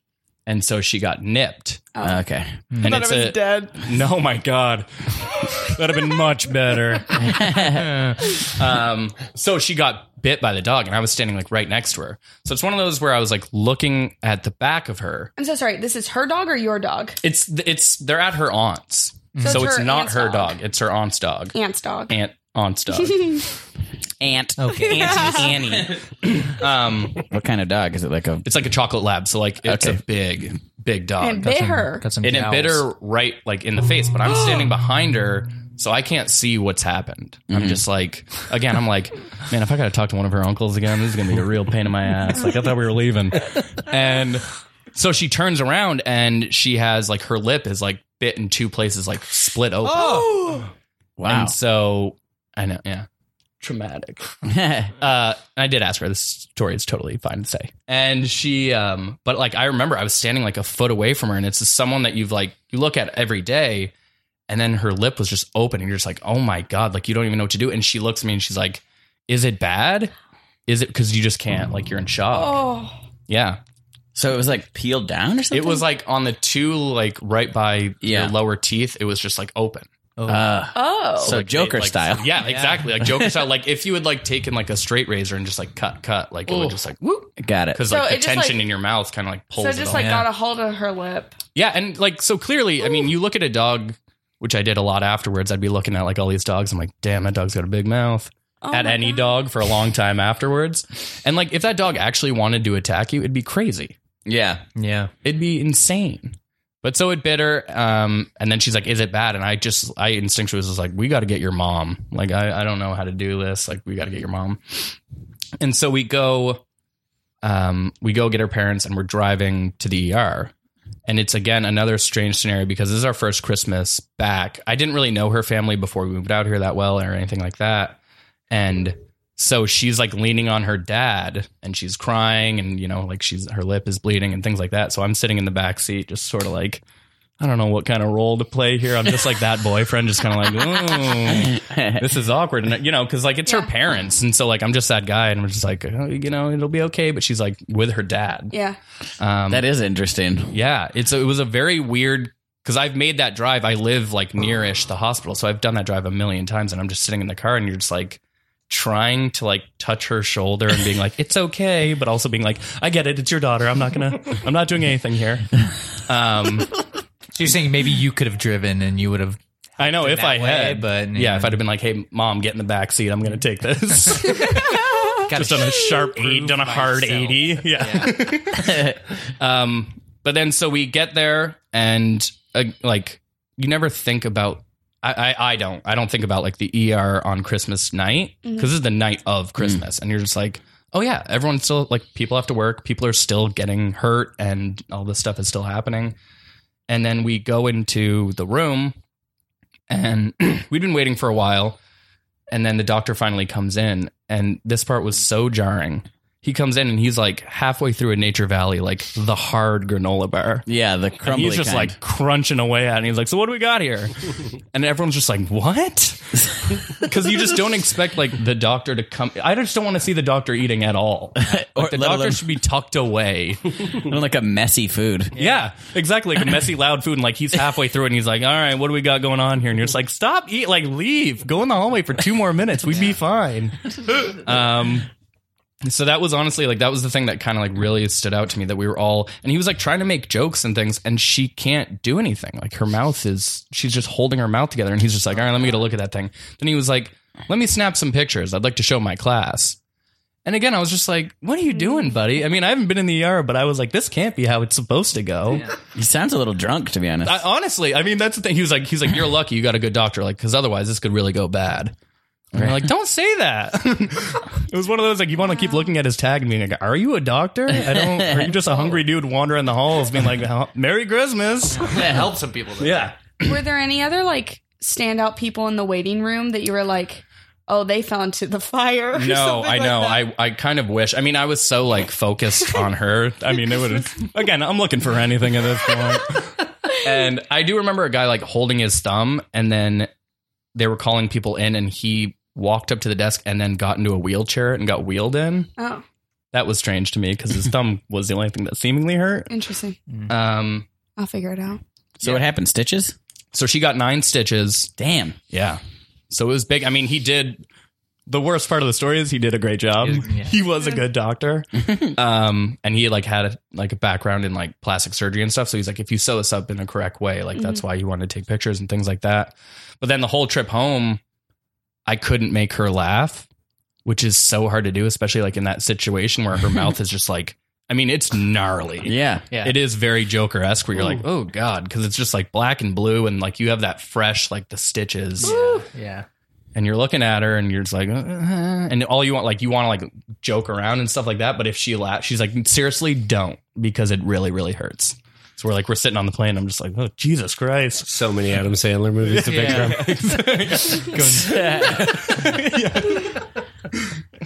Speaker 7: And so she got nipped.
Speaker 3: (laughs) okay,
Speaker 7: And it's a, dead. No, my God. That'd have been much better. um, so she got bit by the dog, and I was standing like right next to her. So it's one of those where I was like looking at the back of her.
Speaker 6: I'm so sorry. This is her dog or your dog?
Speaker 7: It's it's they're at her aunt's, Mm. so,
Speaker 6: it's
Speaker 7: it's
Speaker 6: her
Speaker 7: not
Speaker 6: aunt's
Speaker 7: her
Speaker 6: dog.
Speaker 7: dog. It's her aunt's dog,
Speaker 6: Ant's dog.
Speaker 7: aunt aunt's dog.
Speaker 3: (laughs) Aunt.
Speaker 5: Okay.
Speaker 3: Auntie Annie.
Speaker 7: um,
Speaker 3: What kind of dog is it? Like a
Speaker 7: it's like a chocolate lab, so like it's
Speaker 3: Okay.
Speaker 7: a big big dog.
Speaker 6: and bit her.
Speaker 5: Got some
Speaker 7: and it
Speaker 5: jowls.
Speaker 7: bit her right like in the face but i'm standing behind her so i can't see what's happened i'm just like again i'm like man if i gotta talk to one of her uncles again this is gonna be a real pain in my ass like i thought we were leaving and so she turns around and she has like her lip is like bit in two places like split open
Speaker 3: wow.
Speaker 7: and so i know yeah traumatic (laughs) uh, I did ask her. This story is totally fine to say. And she, um, but like I remember, I was standing like a foot away from her, and it's just someone that you've like you look at every day, and then her lip was just open, and you're just like, oh my god, like you don't even know what to do. And she looks at me, and she's like, "Is it bad? Is it because you just can't? Like you're in shock?
Speaker 6: Oh,
Speaker 7: Yeah.
Speaker 3: so it was like peeled down or something.
Speaker 7: It was like on the two, like right by
Speaker 3: Yeah.
Speaker 7: your lower teeth. It was just like open.
Speaker 6: oh.
Speaker 3: so
Speaker 7: like, they,
Speaker 3: Joker
Speaker 7: like,
Speaker 3: style.
Speaker 7: (laughs) Yeah, exactly. Like Joker style. Like if you had like taken like a straight razor and just like cut, cut, like it would just like whoop.
Speaker 3: Got it.
Speaker 7: because
Speaker 6: So
Speaker 7: like the
Speaker 6: it just,
Speaker 7: tension
Speaker 6: like-
Speaker 7: in your mouth kind of like pulls
Speaker 6: so
Speaker 7: it
Speaker 6: just
Speaker 7: all.
Speaker 6: like
Speaker 7: yeah.
Speaker 6: got a hold of her lip.
Speaker 7: yeah, and like so clearly, I mean, you look at a dog, which I did a lot afterwards. I'd be looking at like all these dogs. I'm like, damn, that dog's got a big mouth.
Speaker 6: Oh
Speaker 7: at any dog for a long time afterwards, and like if that dog actually wanted to attack you, it'd be crazy.
Speaker 3: Yeah. (laughs)
Speaker 5: Yeah.
Speaker 7: It'd be insane. But so it bit her, um, and then she's like, "Is it bad?" And I just, I instinctually was just like, "We got to get your mom." Like, I, I don't know how to do this. Like, we got to get your mom. And so we go, um, we go get her parents, and we're driving to the ER. And it's again another strange scenario because this is our first Christmas back. I didn't really know her family before we moved out here that well or anything like that. And So she's like leaning on her dad and she's crying and you know like she's her lip is bleeding and things like that. So I'm sitting in the back seat just sort of like I don't know what kind of role to play here. I'm just like that boyfriend just kind of like, "Ooh, (laughs) this is awkward." And you know, cuz like it's her parents and so like I'm just that guy and I'm just like, oh, you know, it'll be okay, but she's like with her dad. (clears throat)
Speaker 6: Yeah.
Speaker 7: Um,
Speaker 3: That is interesting.
Speaker 7: Yeah, it's it was a very weird because I've made that drive. I live like nearish the hospital, so I've done that drive a million times, and I'm just sitting in the car, and you're just like trying to like touch her shoulder and being like it's okay but also being like i get it it's your daughter i'm not gonna i'm not doing anything here
Speaker 5: (laughs)
Speaker 7: um
Speaker 5: So you're saying maybe you could have driven and you would have.
Speaker 7: i know if
Speaker 5: that
Speaker 7: i
Speaker 5: way,
Speaker 7: had
Speaker 5: but,
Speaker 7: yeah if i'd have been like hey mom get in the back seat i'm gonna
Speaker 5: (laughs)
Speaker 7: take this
Speaker 5: Got
Speaker 7: just on a sharp eight, done a hard
Speaker 5: myself.
Speaker 7: eighty. Yeah. um, but then so we get there, and uh, like you never think about. I, I I don't. I don't think about like the ER on Christmas night because this is the night of Christmas, and you're just like, oh yeah, everyone's still like people have to work, people are still getting hurt, and all this stuff is still happening. And then we go into the room, and (clears throat) we'd been waiting for a while and then the doctor finally comes in and this part was so jarring he comes in and he's like halfway through a nature valley like the hard granola bar
Speaker 3: Yeah, the
Speaker 7: and
Speaker 3: crumbly.
Speaker 7: he's just
Speaker 3: kind.
Speaker 7: like crunching away at it. And he's like, So what do we got here?
Speaker 3: (laughs)
Speaker 7: And everyone's just like, What? Because you just don't expect like the doctor to come. I just don't want to see the doctor eating at all. Like,
Speaker 3: (laughs) Or
Speaker 7: the
Speaker 3: let
Speaker 7: doctor
Speaker 3: alone-
Speaker 7: should be tucked away.
Speaker 3: (laughs) like a messy food.
Speaker 7: Yeah, exactly. Like messy, loud food, and like he's halfway through, it and he's like, "All right, what do we got going on here?" And you're just like, "Stop, eat, like leave, go in the hallway for two more minutes, we'd be fine." Um, so that was honestly like that was the thing that kind of like really stood out to me that we were all, and he was like trying to make jokes and things, and she can't do anything. Like her mouth is, she's just holding her mouth together, and he's just like, "All right, let me get a look at that thing." Then he was like, "Let me snap some pictures. I'd like to show my class." And again, I was just like, "What are you doing, buddy?" I mean, I haven't been in the ER, but I was like, "This can't be how it's supposed to go."
Speaker 3: He sounds a little drunk, to be honest.
Speaker 7: I, oh, honestly, I mean, that's the thing. He was like, "He's like, you're lucky you got a good doctor, like, because otherwise this could really go bad." And I'm like, "Don't say that." (laughs) it was one of those like you want to keep looking at his tag and being like, "Are you a doctor? I don't. Are you just a hungry dude wandering the halls being like, "Huh, Merry Christmas?"
Speaker 5: That helps some people.
Speaker 7: Yeah.
Speaker 6: Were there any other like standout people in the waiting room that you were like, oh, they fell into the fire? or
Speaker 7: No,
Speaker 6: something
Speaker 7: I
Speaker 6: like
Speaker 7: know.
Speaker 6: that?
Speaker 7: I, I kind of wish. I mean, I was so like focused on her. I mean, it would again. I'm looking for anything at this point.
Speaker 6: (laughs)
Speaker 7: And I do remember a guy like holding his thumb, and then they were calling people in, and he walked up to the desk and then got into a wheelchair and got wheeled in.
Speaker 6: Oh,
Speaker 7: That was strange to me because his thumb was the only thing that
Speaker 6: (laughs)
Speaker 7: seemingly hurt.
Speaker 6: interesting.
Speaker 7: Um,
Speaker 6: I'll figure it out.
Speaker 3: so what happened? Stitches?
Speaker 7: so she got nine stitches.
Speaker 3: Damn.
Speaker 7: Yeah. So it was big. I mean, he did. The worst part of the story is he did a great job. (laughs)
Speaker 5: Yeah.
Speaker 7: He was a good doctor, um, and he like had a, like a background in like plastic surgery and stuff. So he's like, if you sew us up in the correct way, like that's why you want to take pictures and things like that. But then the whole trip home, I couldn't make her laugh, which is so hard to do, especially like in that situation where her mouth is just like, I mean, it's gnarly.
Speaker 3: Yeah.
Speaker 5: Yeah.
Speaker 7: It is very Joker esque where you're like, oh God, because it's just like black and blue and like you have that fresh, like the stitches.
Speaker 5: Yeah.
Speaker 7: And you're looking at her and you're just like, uh, uh, uh, and all you want, like, you want to like joke around and stuff like that. But if she laughs, she's like, seriously, don't because it really, really hurts. So we're like, we're sitting on the plane. I'm just like, oh, Jesus Christ.
Speaker 4: So many Adam Sandler movies to pick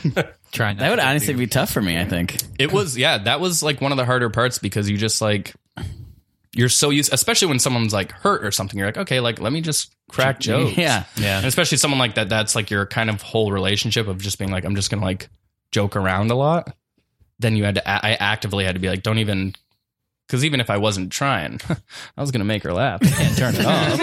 Speaker 4: from.
Speaker 5: Trying
Speaker 3: That would honestly be tough for me, I think.
Speaker 7: It was, yeah, that was like one of the harder parts because you just like, you're so used, especially when someone's like hurt or something. You're like, okay, like, let me just crack jokes.
Speaker 3: Yeah.
Speaker 5: Yeah.
Speaker 7: And especially someone like that, that's like your kind of whole relationship of just being like, I'm just going to like joke around a lot. Then you had to, a- I actively had to be like, don't even, because even if I wasn't trying, (laughs) I was going to make her laugh. I can't turn it off.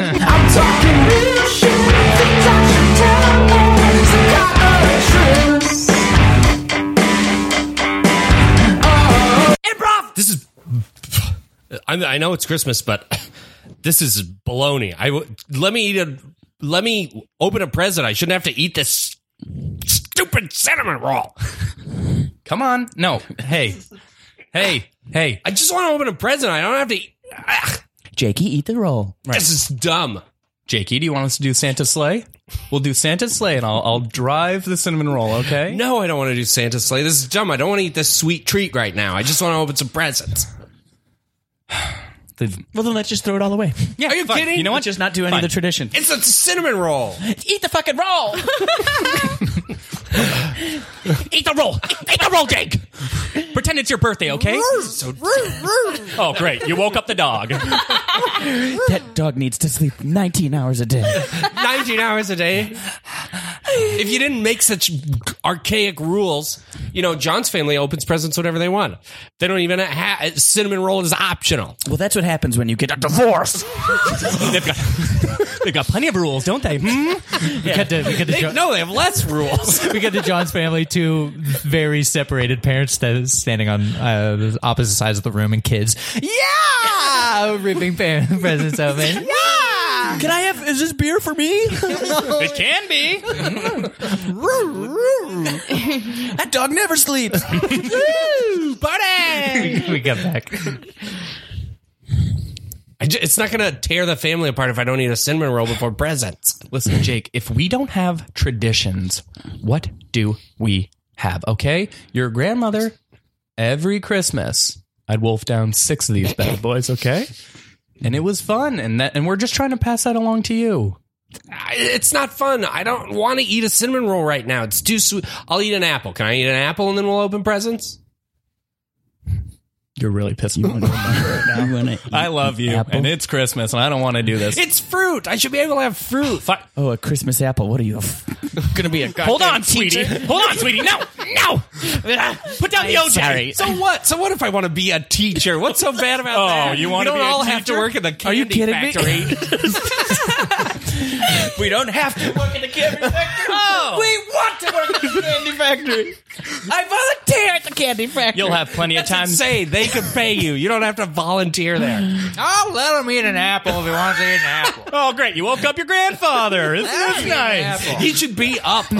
Speaker 4: this is I, I know it's christmas but this is baloney i w- let me eat a let me open a present i shouldn't have to eat this stupid cinnamon roll
Speaker 7: Come on. No. Hey. Hey. Hey.
Speaker 4: i just want to open a present i don't have to eat. Ah,
Speaker 3: Jakey, eat the roll.
Speaker 4: this is dumb
Speaker 7: Jakey, do you want us to do Santa Sleigh? We'll do Santa Sleigh and I'll, I'll (laughs) drive the cinnamon roll, okay?
Speaker 4: no i don't want to do santa sleigh this is dumb i don't want to eat this sweet treat right now i just want to open some presents
Speaker 7: The-
Speaker 3: Well, then let's just throw it all away.
Speaker 7: yeah, Are you
Speaker 4: kidding?
Speaker 7: You know what?
Speaker 3: Just not do any of the tradition. (laughs)
Speaker 4: it's a cinnamon roll
Speaker 3: Eat the fucking roll.
Speaker 7: Eat the roll. Eat the roll, Jake. Pretend it's your birthday, okay? oh, great. You woke up the dog.
Speaker 3: That dog needs to sleep 19 hours a day.
Speaker 4: 19 hours a day. If you didn't make such archaic rules, you know, John's family opens presents whenever they want. They don't even have cinnamon roll is optional.
Speaker 3: Well, that's what happens when you get a divorce.
Speaker 7: They've got, they've got plenty of rules, don't they? Hmm?
Speaker 5: We got to, we got to
Speaker 4: They,
Speaker 5: Jo-
Speaker 4: no, they have less rules.
Speaker 5: we got to John's family, two very separated parents that is standing on uh, the opposite sides of the room, and kids. Yeah, ripping pa- (laughs) presents open.
Speaker 3: Can I have? Is this beer for
Speaker 5: (laughs)
Speaker 3: me?
Speaker 7: It can be.
Speaker 3: That dog never
Speaker 5: (laughs)
Speaker 3: sleeps. (laughs)
Speaker 5: we got back.
Speaker 4: (laughs) I ju- it's not going to tear the family apart if I don't eat a cinnamon roll before presents.
Speaker 7: Listen, Jake, if we don't have traditions, what do we have? Okay? Your grandmother, every Christmas, I'd wolf down six of these bad boys, okay? And it was fun, and that, and we're just trying to pass that along to you.
Speaker 4: I- It's not fun. I don't want to eat a cinnamon roll right now. It's too sweet. I'll eat an apple. Can I eat an apple and then we'll open presents?
Speaker 7: You're really
Speaker 3: (laughs)
Speaker 7: pissing me off. I love you,
Speaker 3: Apple?
Speaker 7: and it's Christmas, and I don't want to do this.
Speaker 4: It's fruit. I should be able to have fruit.
Speaker 7: Fi-
Speaker 3: Oh, a Christmas apple. What are you?
Speaker 4: going to
Speaker 3: (laughs)
Speaker 4: be a
Speaker 7: Hold on, sweetie. Hold on, sweetie. No, no.
Speaker 4: (laughs)
Speaker 7: Put down the OJ.
Speaker 3: sorry.
Speaker 4: So what? So what if I want to be a teacher? What's so bad about
Speaker 7: Oh,
Speaker 4: that?
Speaker 7: you wanna
Speaker 4: We
Speaker 7: be
Speaker 4: don't
Speaker 7: a
Speaker 4: all have to
Speaker 7: teacher?
Speaker 4: work in the candy
Speaker 3: Are you kidding me? (laughs)
Speaker 4: factory.
Speaker 3: We don't have to work in the candy factory. We want to work in the candy factory. I volunteer at the candy factory.
Speaker 7: You'll have plenty of time.
Speaker 4: Say they could pay you. You don't have to volunteer there.
Speaker 5: I'll let him eat an apple if he wants to eat an apple.
Speaker 7: Oh, great. You woke up your grandfather. Isn't this nice?
Speaker 4: He should be up.
Speaker 5: (laughs)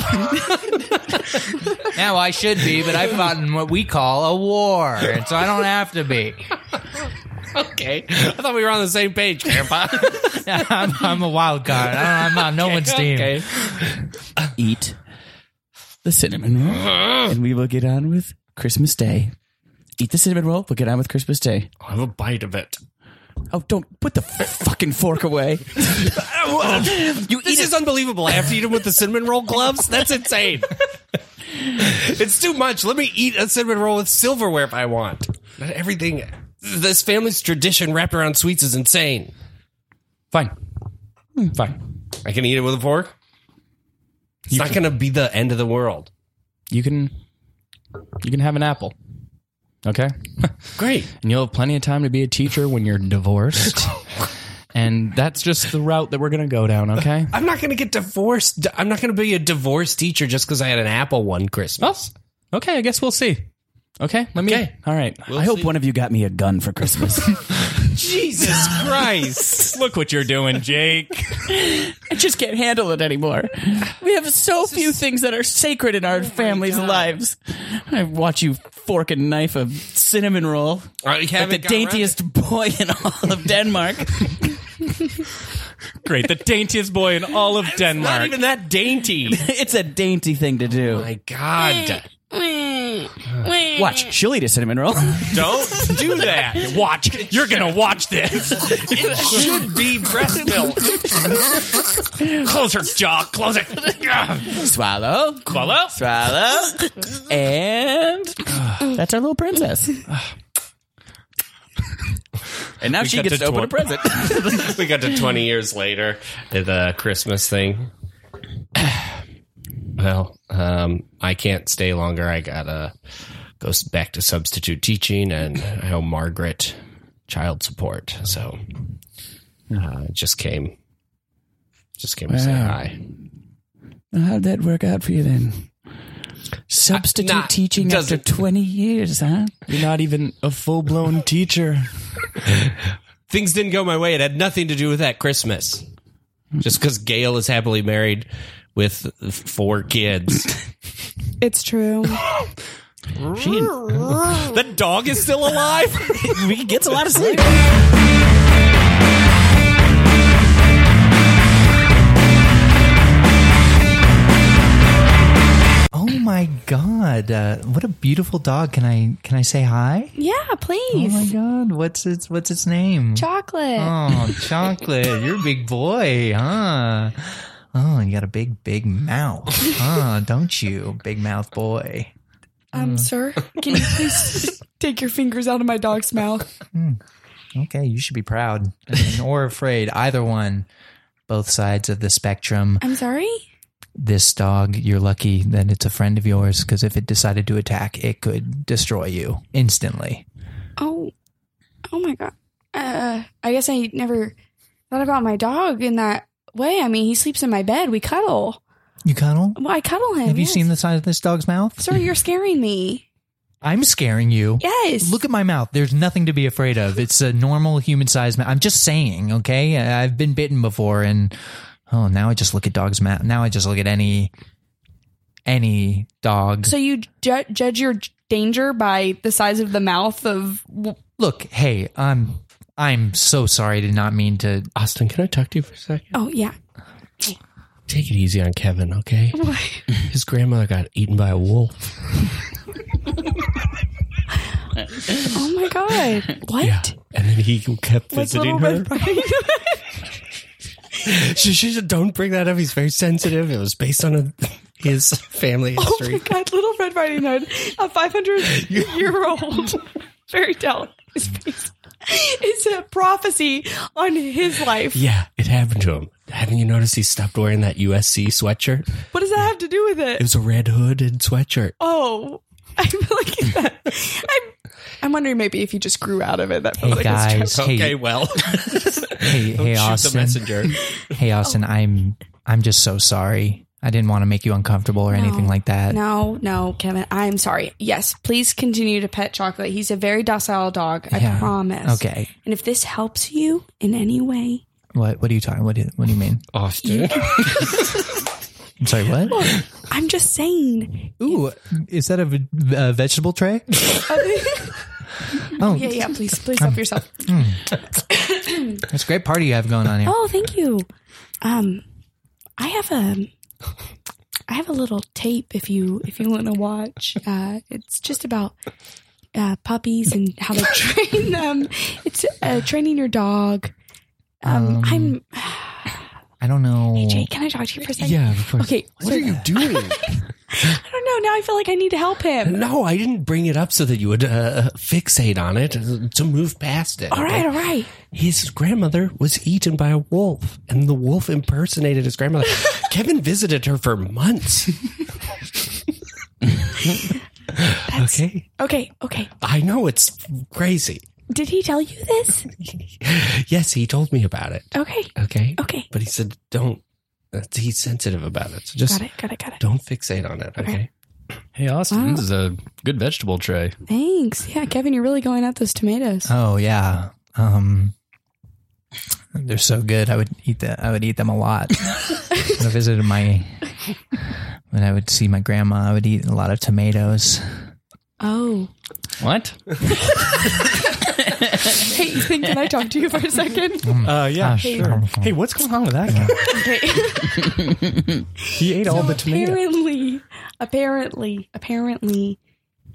Speaker 5: Now I should be, but I fought in what we call a war, and so I don't have to be.
Speaker 4: okay. I thought we were on the same page, Grandpa.
Speaker 5: (laughs) I'm, I'm a wild card. I don't, I'm (laughs) on no one's team.
Speaker 4: okay.
Speaker 3: Eat the cinnamon roll, and we will get on with Christmas Day. Eat the cinnamon roll. We'll get on with Christmas Day.
Speaker 4: Have a bite of it.
Speaker 3: Oh, don't put the f- fucking fork away.
Speaker 4: (laughs) You this is unbelievable. I have to eat them with the cinnamon roll gloves. That's insane. (laughs) it's too much. Let me eat a cinnamon roll with silverware if I want. Not everything. This family's tradition wrapped around sweets is insane.
Speaker 7: Fine. Hmm, Fine.
Speaker 4: I can eat it with a fork. It's not going to be the end of the world.
Speaker 7: You can you can have an apple. Okay?
Speaker 4: Great.
Speaker 7: And you'll have plenty of time to be a teacher when
Speaker 4: (laughs)
Speaker 7: you're divorced. and that's just the route that we're going to go
Speaker 4: (laughs)
Speaker 7: down, okay?
Speaker 4: I'm not going to get divorced. I'm not going to be a divorced teacher just because I had an apple one Christmas.
Speaker 7: Well, okay, I guess we'll see. Okay, let me.
Speaker 4: Okay.
Speaker 7: All right.
Speaker 3: I hope one of you got me a gun for
Speaker 7: (laughs)
Speaker 3: Christmas.
Speaker 4: Jesus Christ.
Speaker 7: Look what you're doing, Jake.
Speaker 3: I just can't handle it anymore. We have so few things that are sacred in our
Speaker 7: Oh
Speaker 3: family's lives. I watch you fork and knife a cinnamon roll,
Speaker 4: Oh,
Speaker 3: like the daintiest boy in all
Speaker 7: (laughs)
Speaker 3: of Denmark.
Speaker 7: Great. The daintiest boy in all
Speaker 4: (laughs)
Speaker 7: of
Speaker 4: Not
Speaker 7: Denmark.
Speaker 4: even that dainty.
Speaker 3: it's a dainty thing to do.
Speaker 4: My God.
Speaker 3: Watch, she'll eat a cinnamon
Speaker 7: (laughs)
Speaker 3: roll.
Speaker 4: Don't do that.
Speaker 7: Watch. You're going to watch this.
Speaker 4: It should be breast milk.
Speaker 7: Close her jaw. Close it.
Speaker 3: Swallow,
Speaker 7: Swallow.
Speaker 3: swallow, and that's our little princess. And now she
Speaker 7: got
Speaker 3: gets
Speaker 7: to
Speaker 3: to open a
Speaker 7: tw-
Speaker 3: present.
Speaker 4: we got to 20 years later the christmas thing well um, i can't stay longer i gotta go s- back to substitute teaching and i owe margaret child support so uh, just came just came to say
Speaker 3: Wow.
Speaker 4: hi
Speaker 3: How'd that work out for you then? Substitute
Speaker 4: Nah,
Speaker 3: teaching after
Speaker 4: doesn't-
Speaker 3: 20 years, huh?
Speaker 7: You're not even a full blown teacher.
Speaker 4: things didn't go my way it had nothing to do with that christmas just because gail is happily married with four kids
Speaker 6: (laughs) It's true. (laughs)
Speaker 4: the dog is still alive
Speaker 3: He gets a lot of sleep.
Speaker 5: Oh my god! Uh, what a beautiful dog. Can I can I say hi?
Speaker 6: (laughs) yeah,
Speaker 5: Oh
Speaker 6: please.
Speaker 5: my god! What's its what's its name? Mm.
Speaker 6: Chocolate.
Speaker 5: Oh, chocolate! You're a big boy, huh? Oh, you got a big, big mouth. Huh, don't you, big mouth boy?
Speaker 6: Um, sir, can you please take your fingers out of my dog's mouth?
Speaker 5: Okay, you should be proud I mean, or afraid. Either one, both sides of the spectrum.
Speaker 6: I'm sorry.
Speaker 5: This dog, you're lucky that it's a friend of yours because if it decided to attack, it could destroy you instantly.
Speaker 6: Oh, oh my god. Uh, I guess I never thought about my dog in that way. I mean, he sleeps in my bed. We cuddle.
Speaker 5: You cuddle?
Speaker 6: Well, I cuddle
Speaker 9: Uh,
Speaker 6: him.
Speaker 5: Have you
Speaker 6: yes.
Speaker 5: seen the size of this dog's mouth?
Speaker 6: Sir, you're scaring me.
Speaker 5: I'm scaring you.
Speaker 6: Yes.
Speaker 5: Look at my mouth. There's nothing to be afraid of. It's a normal human size mouth. I'm just saying, okay? I- I've been bitten before and oh, now I just look at dogs' mouth. Now I just look at any any dog.
Speaker 6: So you ju- judge your danger by the size of the mouth of. (laughs)
Speaker 5: look, hey, I'm I'm so sorry I did not mean
Speaker 6: (laughs)
Speaker 5: to
Speaker 4: Austin, can I talk to you for a second?
Speaker 6: Oh yeah.
Speaker 4: Take it easy on Kevin, okay? (laughs) His grandmother got eaten by a wolf.
Speaker 6: Oh my god. What?
Speaker 4: And then he kept
Speaker 6: What's
Speaker 4: visiting
Speaker 6: Little
Speaker 4: her.
Speaker 6: Red Riding (laughs) Hood?
Speaker 4: She, she said, don't bring that up. He's very sensitive. It was based on a, his family
Speaker 6: (laughs) Oh
Speaker 4: history.
Speaker 6: my god, Little Red Riding Hood, a 500 year old fairy tale. is based- It's a prophecy on his life.
Speaker 4: yeah, it happened to him. Haven't you noticed he stopped wearing that USC sweatshirt?
Speaker 6: What does that have to do with
Speaker 4: It
Speaker 6: it?
Speaker 4: was a red hooded sweatshirt.
Speaker 6: Oh, I feel like that. I'm, I'm wondering maybe if he just grew out of it. That felt
Speaker 5: Hey
Speaker 6: like it was
Speaker 5: guys, hey,
Speaker 4: well.
Speaker 5: hey, hey Austin. Hey
Speaker 6: Oh.
Speaker 5: Austin, I'm I'm just so sorry. I didn't want to make you uncomfortable or anything like that.
Speaker 6: No, no, Kevin. I'm sorry. Yes, please continue to pet chocolate. He's a very docile dog. I
Speaker 5: Yeah.
Speaker 6: promise.
Speaker 5: Okay.
Speaker 6: And if this helps you in any way,
Speaker 5: What what are you talking? What do you, what do you mean?
Speaker 6: Oh.
Speaker 4: Austin.
Speaker 5: I'm sorry, what?
Speaker 6: I'm just saying.
Speaker 5: Ooh, is that a, v- a vegetable tray? oh,
Speaker 6: Yeah, yeah. Please, please help yourself.
Speaker 5: it's a great party you have going on here.
Speaker 6: Oh, thank you. Um, I have a, I have a little tape if you if you want to watch. Uh, it's just about uh, puppies and how to (laughs) train them. It's uh, training your dog. Um, I'm.
Speaker 5: I don't know.
Speaker 6: Jay, can I talk to you for a second?
Speaker 4: (laughs) yeah, of course.
Speaker 6: Okay.
Speaker 4: What are you doing?
Speaker 6: (laughs) I don't know. Now I feel like I need to help him.
Speaker 4: no, I didn't bring it up so that you would uh, fixate on it uh, to move past it.
Speaker 6: All right. All right.
Speaker 4: His grandmother was eaten by a wolf, and the wolf impersonated
Speaker 6: (laughs)
Speaker 4: his grandmother. Kevin visited her for months. (laughs) okay.
Speaker 6: Okay. Okay.
Speaker 4: I know it's crazy.
Speaker 6: Did he tell you this?
Speaker 4: (laughs) Yes, he told me about it.
Speaker 6: Okay.
Speaker 4: Okay.
Speaker 6: Okay.
Speaker 4: But he said, don't, that's, he's sensitive about it. So just
Speaker 6: Got it. Got it. Got it.
Speaker 4: don't fixate on it. Okay.
Speaker 7: Hey, Austin, this is a good vegetable tray.
Speaker 6: Thanks. Yeah, Kevin, you're really going at those tomatoes.
Speaker 5: Oh yeah. Um, they're so good. I would eat that. I would eat them a
Speaker 6: (laughs)
Speaker 5: lot. when I visited my, when I would see my grandma, I would eat a lot of tomatoes.
Speaker 6: Oh.
Speaker 7: What?
Speaker 6: Hey, Ethan, (laughs) can I talk to you for a (laughs) second?
Speaker 4: Uh,
Speaker 7: Ah,
Speaker 4: yeah,
Speaker 5: sure.
Speaker 4: Hey, what's going on with that
Speaker 6: (laughs)
Speaker 4: guy? (laughs) he ate all the tomatoes.
Speaker 6: apparently, apparently, apparently,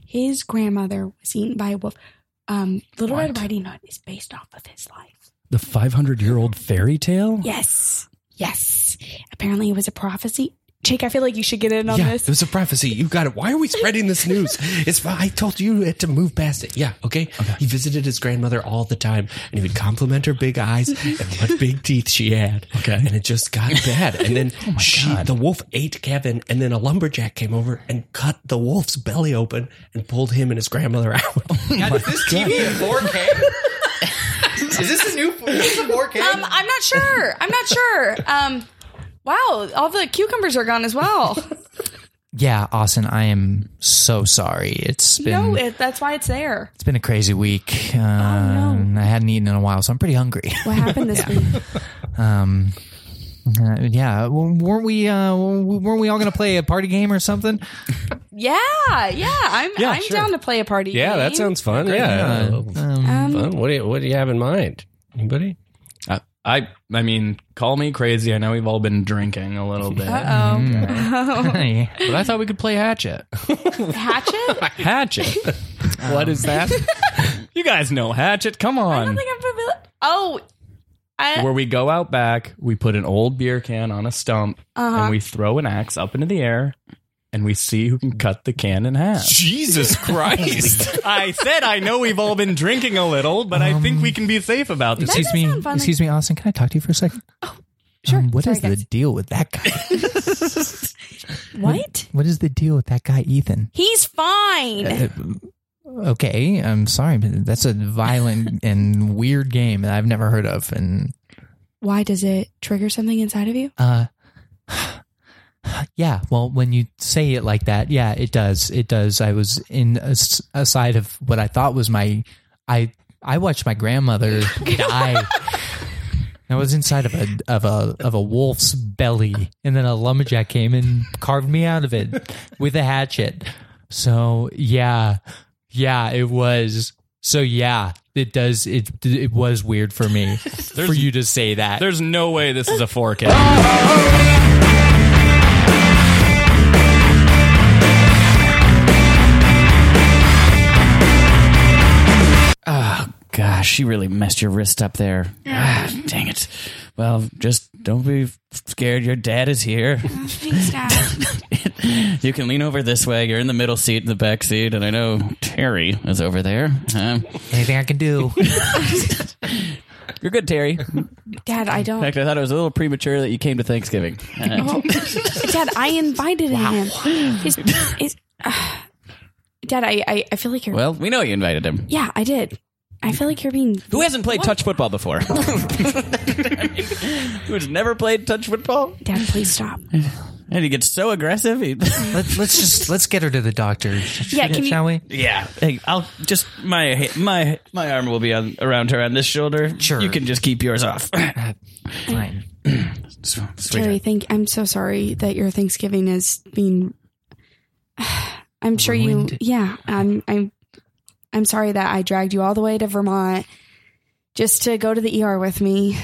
Speaker 6: his grandmother was eaten by a wolf. Um, Little Red Riding Hood is based off of his life.
Speaker 7: The 500 year old fairy tale?
Speaker 6: Yes, yes. Apparently, it was a prophecy. Jake, I feel like you should get in on
Speaker 4: Yeah, it
Speaker 6: this.
Speaker 4: was a prophecy. You got it. Why are we spreading this (laughs) news? It's fi- I told you to move past it. Yeah, okay? He visited his grandmother all the time, and he would compliment her big eyes and what big teeth she had. Okay, Oh and it just got bad. And (laughs) then she, the wolf ate Kevin, and then a lumberjack came over and cut the wolf's belly open and pulled him and his grandmother (laughs) out.
Speaker 6: Um, I'm not sure. I'm not sure. Um, wow, all the cucumbers are gone as well.
Speaker 5: Yeah, Austin, I am so sorry. (laughs) It's been
Speaker 6: no, it, that's why it's there.
Speaker 5: it's been a crazy week. Um, I hadn't eaten in a while, so I'm pretty hungry.
Speaker 6: What happened
Speaker 4: (laughs)
Speaker 6: this week?
Speaker 5: Um, (laughs) uh, yeah, well, weren't we? Uh, weren't we all going to play a party game or something?
Speaker 6: Yeah, yeah. I'm I'm down to play a party. game.
Speaker 4: fun. Yeah. Um, fun. What do you What do you have in mind? Anybody?
Speaker 7: I, I, I mean, call me crazy. I know we've all been drinking a (laughs) little bit.
Speaker 6: Oh,
Speaker 4: (laughs)
Speaker 5: Hey.
Speaker 7: But I thought we could play Hatchet.
Speaker 6: hatchet? I
Speaker 7: Hatchet? (laughs) what is that? you guys know Hatchet. Come on.
Speaker 6: don't think I'm familiar. Oh, I-
Speaker 7: where we go out back, we put an old beer can on a stump, and we throw an axe up into the air, and we see who can cut the can in half. (laughs)
Speaker 10: Jesus Christ.
Speaker 7: I said I know we've all been drinking a little, but I think we can be safe about this.
Speaker 5: Excuse me, excuse me, Austin. Can I talk to you for a second? Oh, sure. What is the deal with that guy? (laughs)
Speaker 6: What?
Speaker 5: what is the deal with that guy, Ethan? Uh,
Speaker 6: He's fine.
Speaker 5: Okay, I'm sorry, but that's a violent and weird game that I've never heard of, and
Speaker 6: Why does it trigger something inside of you?
Speaker 5: Uh, yeah. Well, when you say it like that, yeah, it does. It does. I was in a, s- a side of what I thought was my. I I watched my grandmother die. I was inside of a of a of a wolf's belly, and then a lumberjack came and carved me out of it with a hatchet. So yeah, yeah, it was. So yeah, it does. It it was weird for me for you to say that.
Speaker 7: There's no way this is a forecast.
Speaker 3: Gosh, she really messed your wrist up there. Ah, dang it. Well, just don't be scared. Your dad is here.
Speaker 6: Oh, Thanks, Dad.
Speaker 3: (laughs) you can lean over this way. You're in the middle seat, the back seat, and I know Terry is over there. Um,
Speaker 5: Anything I can do.
Speaker 3: (laughs) you're good, Terry. In
Speaker 6: Dad, I
Speaker 4: (laughs)
Speaker 6: don't.
Speaker 3: fact, I thought it was a little premature that you came to Thanksgiving. Uh,
Speaker 6: Dad, I invited him.
Speaker 4: (laughs)
Speaker 6: He's, he's, ah. Dad, I, I, I feel like you're.
Speaker 3: well, we know you invited him.
Speaker 6: yeah, I did. I feel like you're being.
Speaker 3: Who hasn't played touch football
Speaker 6: (laughs)
Speaker 3: before? (laughs) Who's never played touch football?
Speaker 6: Dad, please stop.
Speaker 3: And he gets so aggressive. He, (laughs)
Speaker 5: Let, let's just let's get her to the doctor.
Speaker 6: Yeah, can you-
Speaker 5: shall we?
Speaker 3: yeah, hey, I'll just my my my arm will be on, around her on this shoulder.
Speaker 5: Sure.
Speaker 3: you can just keep yours off.
Speaker 5: Fine.
Speaker 3: (clears throat)
Speaker 6: Terry, thank. I'm so sorry that your Thanksgiving is being. (sighs) I'm sure
Speaker 5: Ruined.
Speaker 6: you. Yeah, I'm. I'm. I'm sorry that I dragged you all the way to Vermont just to go to the ER with me.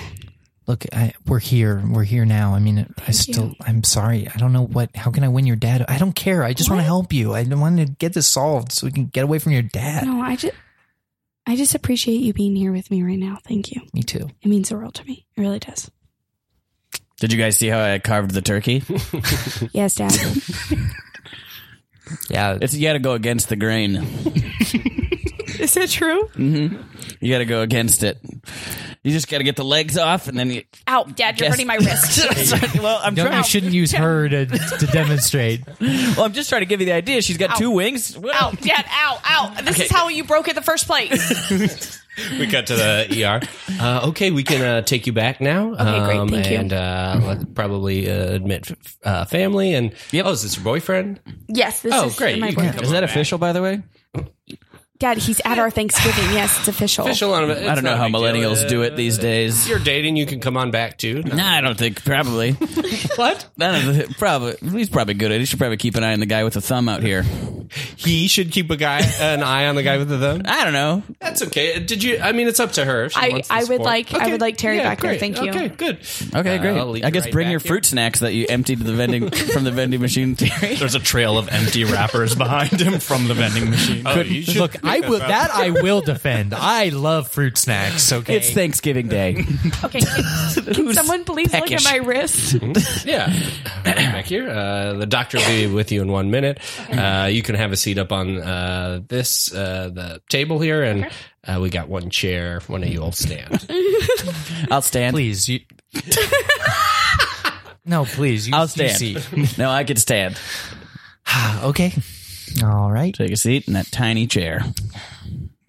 Speaker 5: Look, I, we're here. We're here now. I mean, I still. I'm sorry. I don't know what. How can I win your dad? I don't care. I just want to help you. I want to get this solved so we can get away from your dad.
Speaker 6: No, I just. I just appreciate you being here with me right now. Thank you.
Speaker 5: Me too.
Speaker 6: It means the world to me. It really does.
Speaker 3: Did you guys see how I carved the turkey?
Speaker 6: Yes, Dad.
Speaker 5: Yeah.
Speaker 3: It's you got to go against the grain.
Speaker 6: (laughs)
Speaker 3: Mm-hmm.
Speaker 6: is that true?
Speaker 3: You got to go against it. You just got to get the legs off, and then you. (laughs)
Speaker 9: Ow, Dad, you're
Speaker 3: Yes.
Speaker 9: hurting my wrist.
Speaker 6: (laughs)
Speaker 3: well, I'm
Speaker 5: no, you
Speaker 3: trying.
Speaker 5: shouldn't use her to, to demonstrate.
Speaker 3: Well, I'm just trying to give you the idea. She's got two wings.
Speaker 9: ow, Dad, ow, ow. This is how you broke it the first place.
Speaker 4: we cut to the ER. Uh, okay, we can uh, take you back now. Um,
Speaker 9: Okay, great. Thank you.
Speaker 4: and uh, let's probably uh, admit f- uh, family. And oh, is this your boyfriend?
Speaker 9: Yes, this
Speaker 4: Oh,
Speaker 9: is
Speaker 4: great.
Speaker 9: my
Speaker 4: You can
Speaker 9: boyfriend.
Speaker 4: come
Speaker 3: Is that
Speaker 4: on back.
Speaker 3: official, by the way?
Speaker 6: Dad, he's at our Thanksgiving. Yes, it's official.
Speaker 4: Official on
Speaker 3: I don't know how millennials do it these
Speaker 4: If
Speaker 3: days.
Speaker 4: you're dating, you can come on back
Speaker 5: (laughs)
Speaker 4: too. No.
Speaker 3: Nah, I don't think probably. what? probably he's probably good at. it. He should probably keep an eye on the guy with the thumb out here.
Speaker 4: He should keep a guy an eye on the guy with the thumb.
Speaker 3: I don't know.
Speaker 4: That's okay. Did you? I mean, it's up to her. if she
Speaker 6: I-
Speaker 4: wants the
Speaker 6: I would
Speaker 4: support.
Speaker 6: like- I would like Terry back there.
Speaker 4: great.
Speaker 6: Thank you.
Speaker 4: Okay, good.
Speaker 3: Okay,
Speaker 4: Uh,
Speaker 3: great.
Speaker 4: I'll leave
Speaker 3: I
Speaker 4: you
Speaker 3: guess
Speaker 4: right
Speaker 3: bring your
Speaker 4: back
Speaker 3: fruit snacks that you emptied to the vending from the vending
Speaker 4: (laughs)
Speaker 3: machine. Terry.
Speaker 7: There's a trail of empty wrappers behind him from the vending machine.
Speaker 4: here. Oh, you should
Speaker 5: Look, I will. That I will defend. I love fruit snacks. Okay.
Speaker 3: It's Thanksgiving Day.
Speaker 9: (laughs)
Speaker 3: (laughs)
Speaker 9: Okay, can, can someone please
Speaker 3: peckish?
Speaker 9: look at
Speaker 4: (laughs)
Speaker 9: my wrist?
Speaker 4: Yeah. (clears throat) Right back here. Uh, the doctor will be with you in one minute. Uh, you can have a seat up on uh, this, uh, the table here, and uh, we got one chair. One of you will stand.
Speaker 5: (laughs)
Speaker 3: I'll stand.
Speaker 5: please you. no, please. You,
Speaker 3: I'll
Speaker 5: you see.
Speaker 3: stand. no, I could stand.
Speaker 5: (sighs) Okay. All right.
Speaker 3: Take a seat in that tiny chair.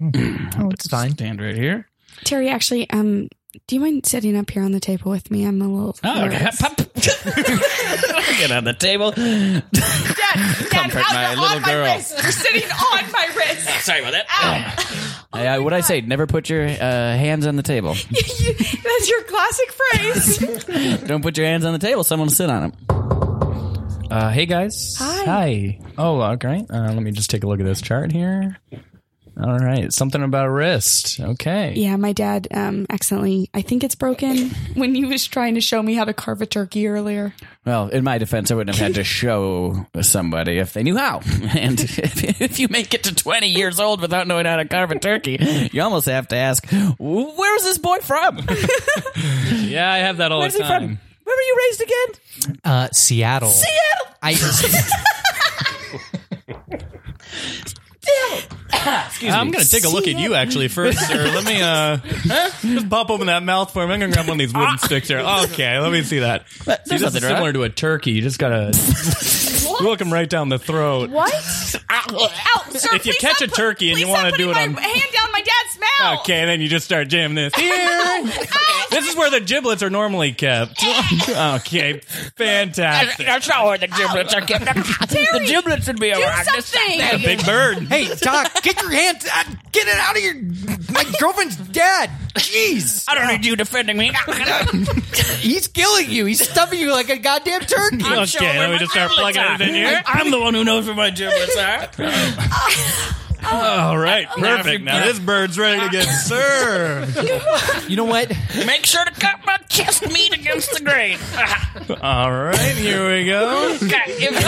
Speaker 5: Oh, it's fine.
Speaker 3: Stand right here.
Speaker 6: Terry, actually, um, do you mind sitting up here on the table with me? I'm a little.
Speaker 3: Oh, okay.
Speaker 6: nervous.
Speaker 3: Pop. Get on the table.
Speaker 9: Dad, Dad,
Speaker 3: Comfort
Speaker 9: ow,
Speaker 3: my
Speaker 9: on
Speaker 3: little
Speaker 9: my
Speaker 3: girl.
Speaker 9: wrist. You're sitting on my
Speaker 6: (laughs)
Speaker 9: wrist.
Speaker 3: Sorry about that.
Speaker 9: Oh
Speaker 3: uh, what I say? Never put your uh, hands on the
Speaker 9: (laughs)
Speaker 3: table.
Speaker 9: That's your classic phrase.
Speaker 3: Don't put your hands on the table. Someone will sit on them.
Speaker 7: Uh, hey guys.
Speaker 6: Hi.
Speaker 7: Hi. Oh, okay. Uh, let me just take a look at this chart here. All right. Something about wrist. Okay.
Speaker 6: Yeah, my dad um, accidentally, I think it's broken when he was trying to show me how to carve a turkey earlier.
Speaker 3: Well, in my defense, I wouldn't have had to show somebody if they knew how. (laughs) And if, if you make it to 20 years old without knowing how to carve a turkey, you almost have to ask, where was this boy from?
Speaker 7: Yeah, I have that all
Speaker 3: Where's
Speaker 7: the
Speaker 3: he
Speaker 7: time.
Speaker 3: from? Where were you raised again?
Speaker 5: Uh, Seattle.
Speaker 3: Seattle.
Speaker 5: I,
Speaker 7: I'm gonna take a look at you actually first, sir. Let
Speaker 3: (laughs)
Speaker 7: me uh, (laughs) huh? just pop open that mouth for him. I'm gonna grab one of these wooden sticks here. Okay, let me see that. See, this is
Speaker 3: Ah. nothing wrong.
Speaker 7: similar to a turkey. You just gotta look him right down the throat.
Speaker 9: What? Ow, sir,
Speaker 7: If you
Speaker 9: please
Speaker 7: catch
Speaker 9: stop
Speaker 7: a turkey and
Speaker 9: put-
Speaker 7: you
Speaker 9: please stop
Speaker 7: wanna do
Speaker 9: putting
Speaker 7: it
Speaker 9: my
Speaker 7: on-
Speaker 9: hand down my dad's mouth. Oh,
Speaker 7: Okay, and then you just start jamming this. Here. this is where the giblets are
Speaker 3: (laughs)
Speaker 7: normally kept. okay, fantastic.
Speaker 10: That's not where the giblets are kept. the giblets would be around.
Speaker 9: Do something.
Speaker 7: Big bird.
Speaker 5: hey, Doc, get your hand. Uh, get it out of your. My girlfriend's dad. Jeez.
Speaker 10: I don't need you defending
Speaker 3: (laughs)
Speaker 10: me.
Speaker 5: He's killing you. He's stuffing you like a goddamn turkey.
Speaker 10: I'm
Speaker 7: Okay,
Speaker 10: showing
Speaker 7: let me
Speaker 10: where my
Speaker 7: just start
Speaker 10: giblets
Speaker 7: plugging
Speaker 10: are.
Speaker 7: it in here.
Speaker 10: I'm the one who knows where my giblets (laughs) are.
Speaker 7: All right,
Speaker 10: Oh,
Speaker 7: perfect. Now this bird's ready to get served.
Speaker 5: You know what?
Speaker 10: Make sure to cut my chest meat against the grain.
Speaker 7: (laughs) All right, here we go. (laughs)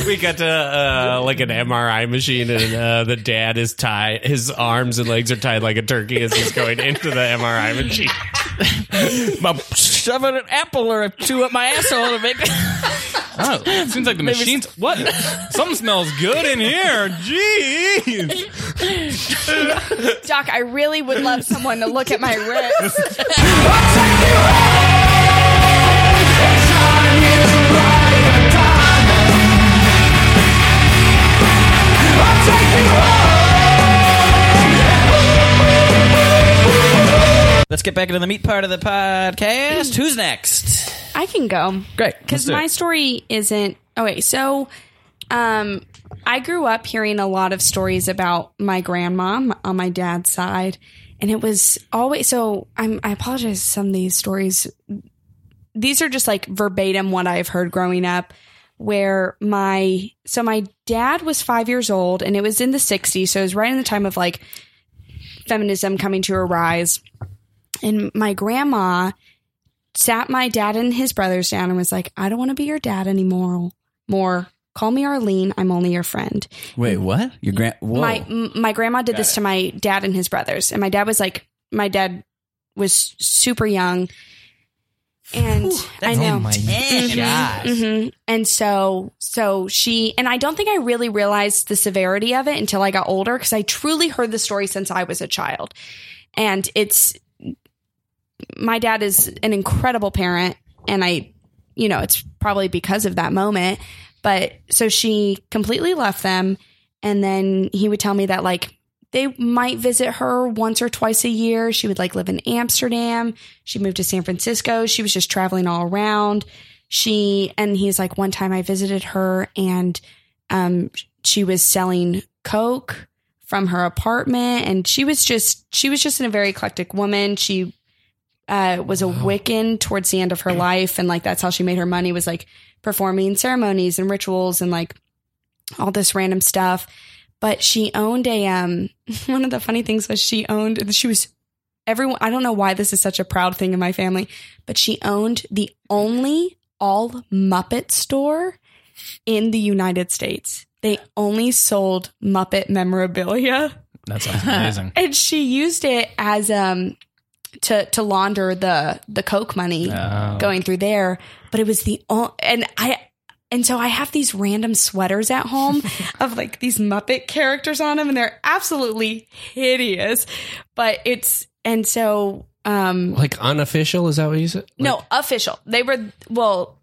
Speaker 4: we got to uh, like an MRI machine, and uh, the dad is tied. His arms and legs are tied like a turkey as he's going into the MRI
Speaker 7: (laughs)
Speaker 4: machine.
Speaker 3: I'm shoving an apple or two up my asshole to make
Speaker 7: Oh, seems like the machines. What? Something smells good in here. Jeez.
Speaker 9: Doc, I really would love someone to look at my wrist.
Speaker 3: Let's get back into the meat part of the podcast. Who's next?
Speaker 6: I can go.
Speaker 3: Great.
Speaker 6: Because my story isn't. Oh, wait. So um, I grew up hearing a lot of stories about my grandma m- on my dad's side. And it was always. So I'm, I apologize for some of these stories. These are just like verbatim what I've heard growing up. Where my. So my dad was five years old and it was in the 60s. So it was right in the time of like feminism coming to a rise. And my grandma sat my dad and his brothers down and was like, I don't want to be your dad anymore. More. Call me Arlene. I'm only your friend.
Speaker 3: Wait, what? Your grand? Whoa.
Speaker 6: My m- my grandma did this to my dad and his brothers, and my dad was like, my dad was super young, and I know.
Speaker 5: Oh my
Speaker 10: Mm-hmm.
Speaker 5: gosh.
Speaker 6: Mhm. And so, so she, and I don't think I really realized the severity of it until I got older because I truly heard the story since I was a child. And it's, my dad is an incredible parent. And I, you know, it's probably because of that moment. But so she completely left them. And then he would tell me that, like, they might visit her once or twice a year. She would like live in Amsterdam. She moved to San Francisco. She was just traveling all around. She and he's like one time I visited her and um she was selling coke from her apartment and she was just she was just in a very eclectic woman. She uh was a Wiccan towards the end of her life and like that's how she made her money was like performing ceremonies and rituals and like all this random stuff. But she owned a um (laughs) one of the funny things was she owned she was everyone I don't know why this is such a proud thing in my family, but she owned the only all Muppet store in the United States. They only sold Muppet
Speaker 4: (laughs)
Speaker 6: memorabilia
Speaker 7: That sounds amazing.
Speaker 6: and she used it as um to to launder the the coke money going through there but it was the only and i and so i have these random sweaters at
Speaker 4: (laughs)
Speaker 6: home of like these muppet characters on them and they're absolutely hideous but it's and so
Speaker 10: Mm-hmm.
Speaker 6: um
Speaker 4: Like unofficial, is that what you said?
Speaker 6: no official they were well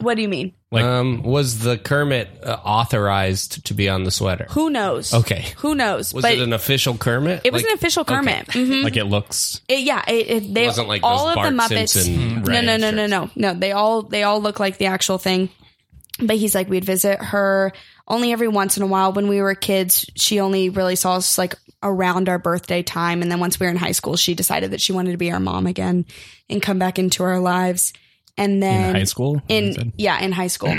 Speaker 6: what do you mean
Speaker 4: um, was the Kermit uh, authorized to be on the sweater?
Speaker 6: who knows
Speaker 4: Okay.
Speaker 6: who knows
Speaker 4: Was
Speaker 6: but
Speaker 4: it an official Kermit?
Speaker 6: it was
Speaker 4: Like,
Speaker 6: an official Kermit. Mhm.
Speaker 7: Like it looks.
Speaker 6: It- yeah, it, it, they
Speaker 4: It wasn't like
Speaker 6: all
Speaker 4: those
Speaker 6: of
Speaker 4: Bart
Speaker 6: the Muppets.
Speaker 4: Simpson
Speaker 6: no,
Speaker 4: red
Speaker 6: no, no, no, no, no. They all they all look like the actual thing. But he's like, we'd visit her only every once in a while. When we were kids, she only really saw us like around our birthday time, and then once we were in high school, she decided that she wanted to be our mom again and come back into our lives. And then
Speaker 7: high school? (clears throat)
Speaker 6: in yeah in high school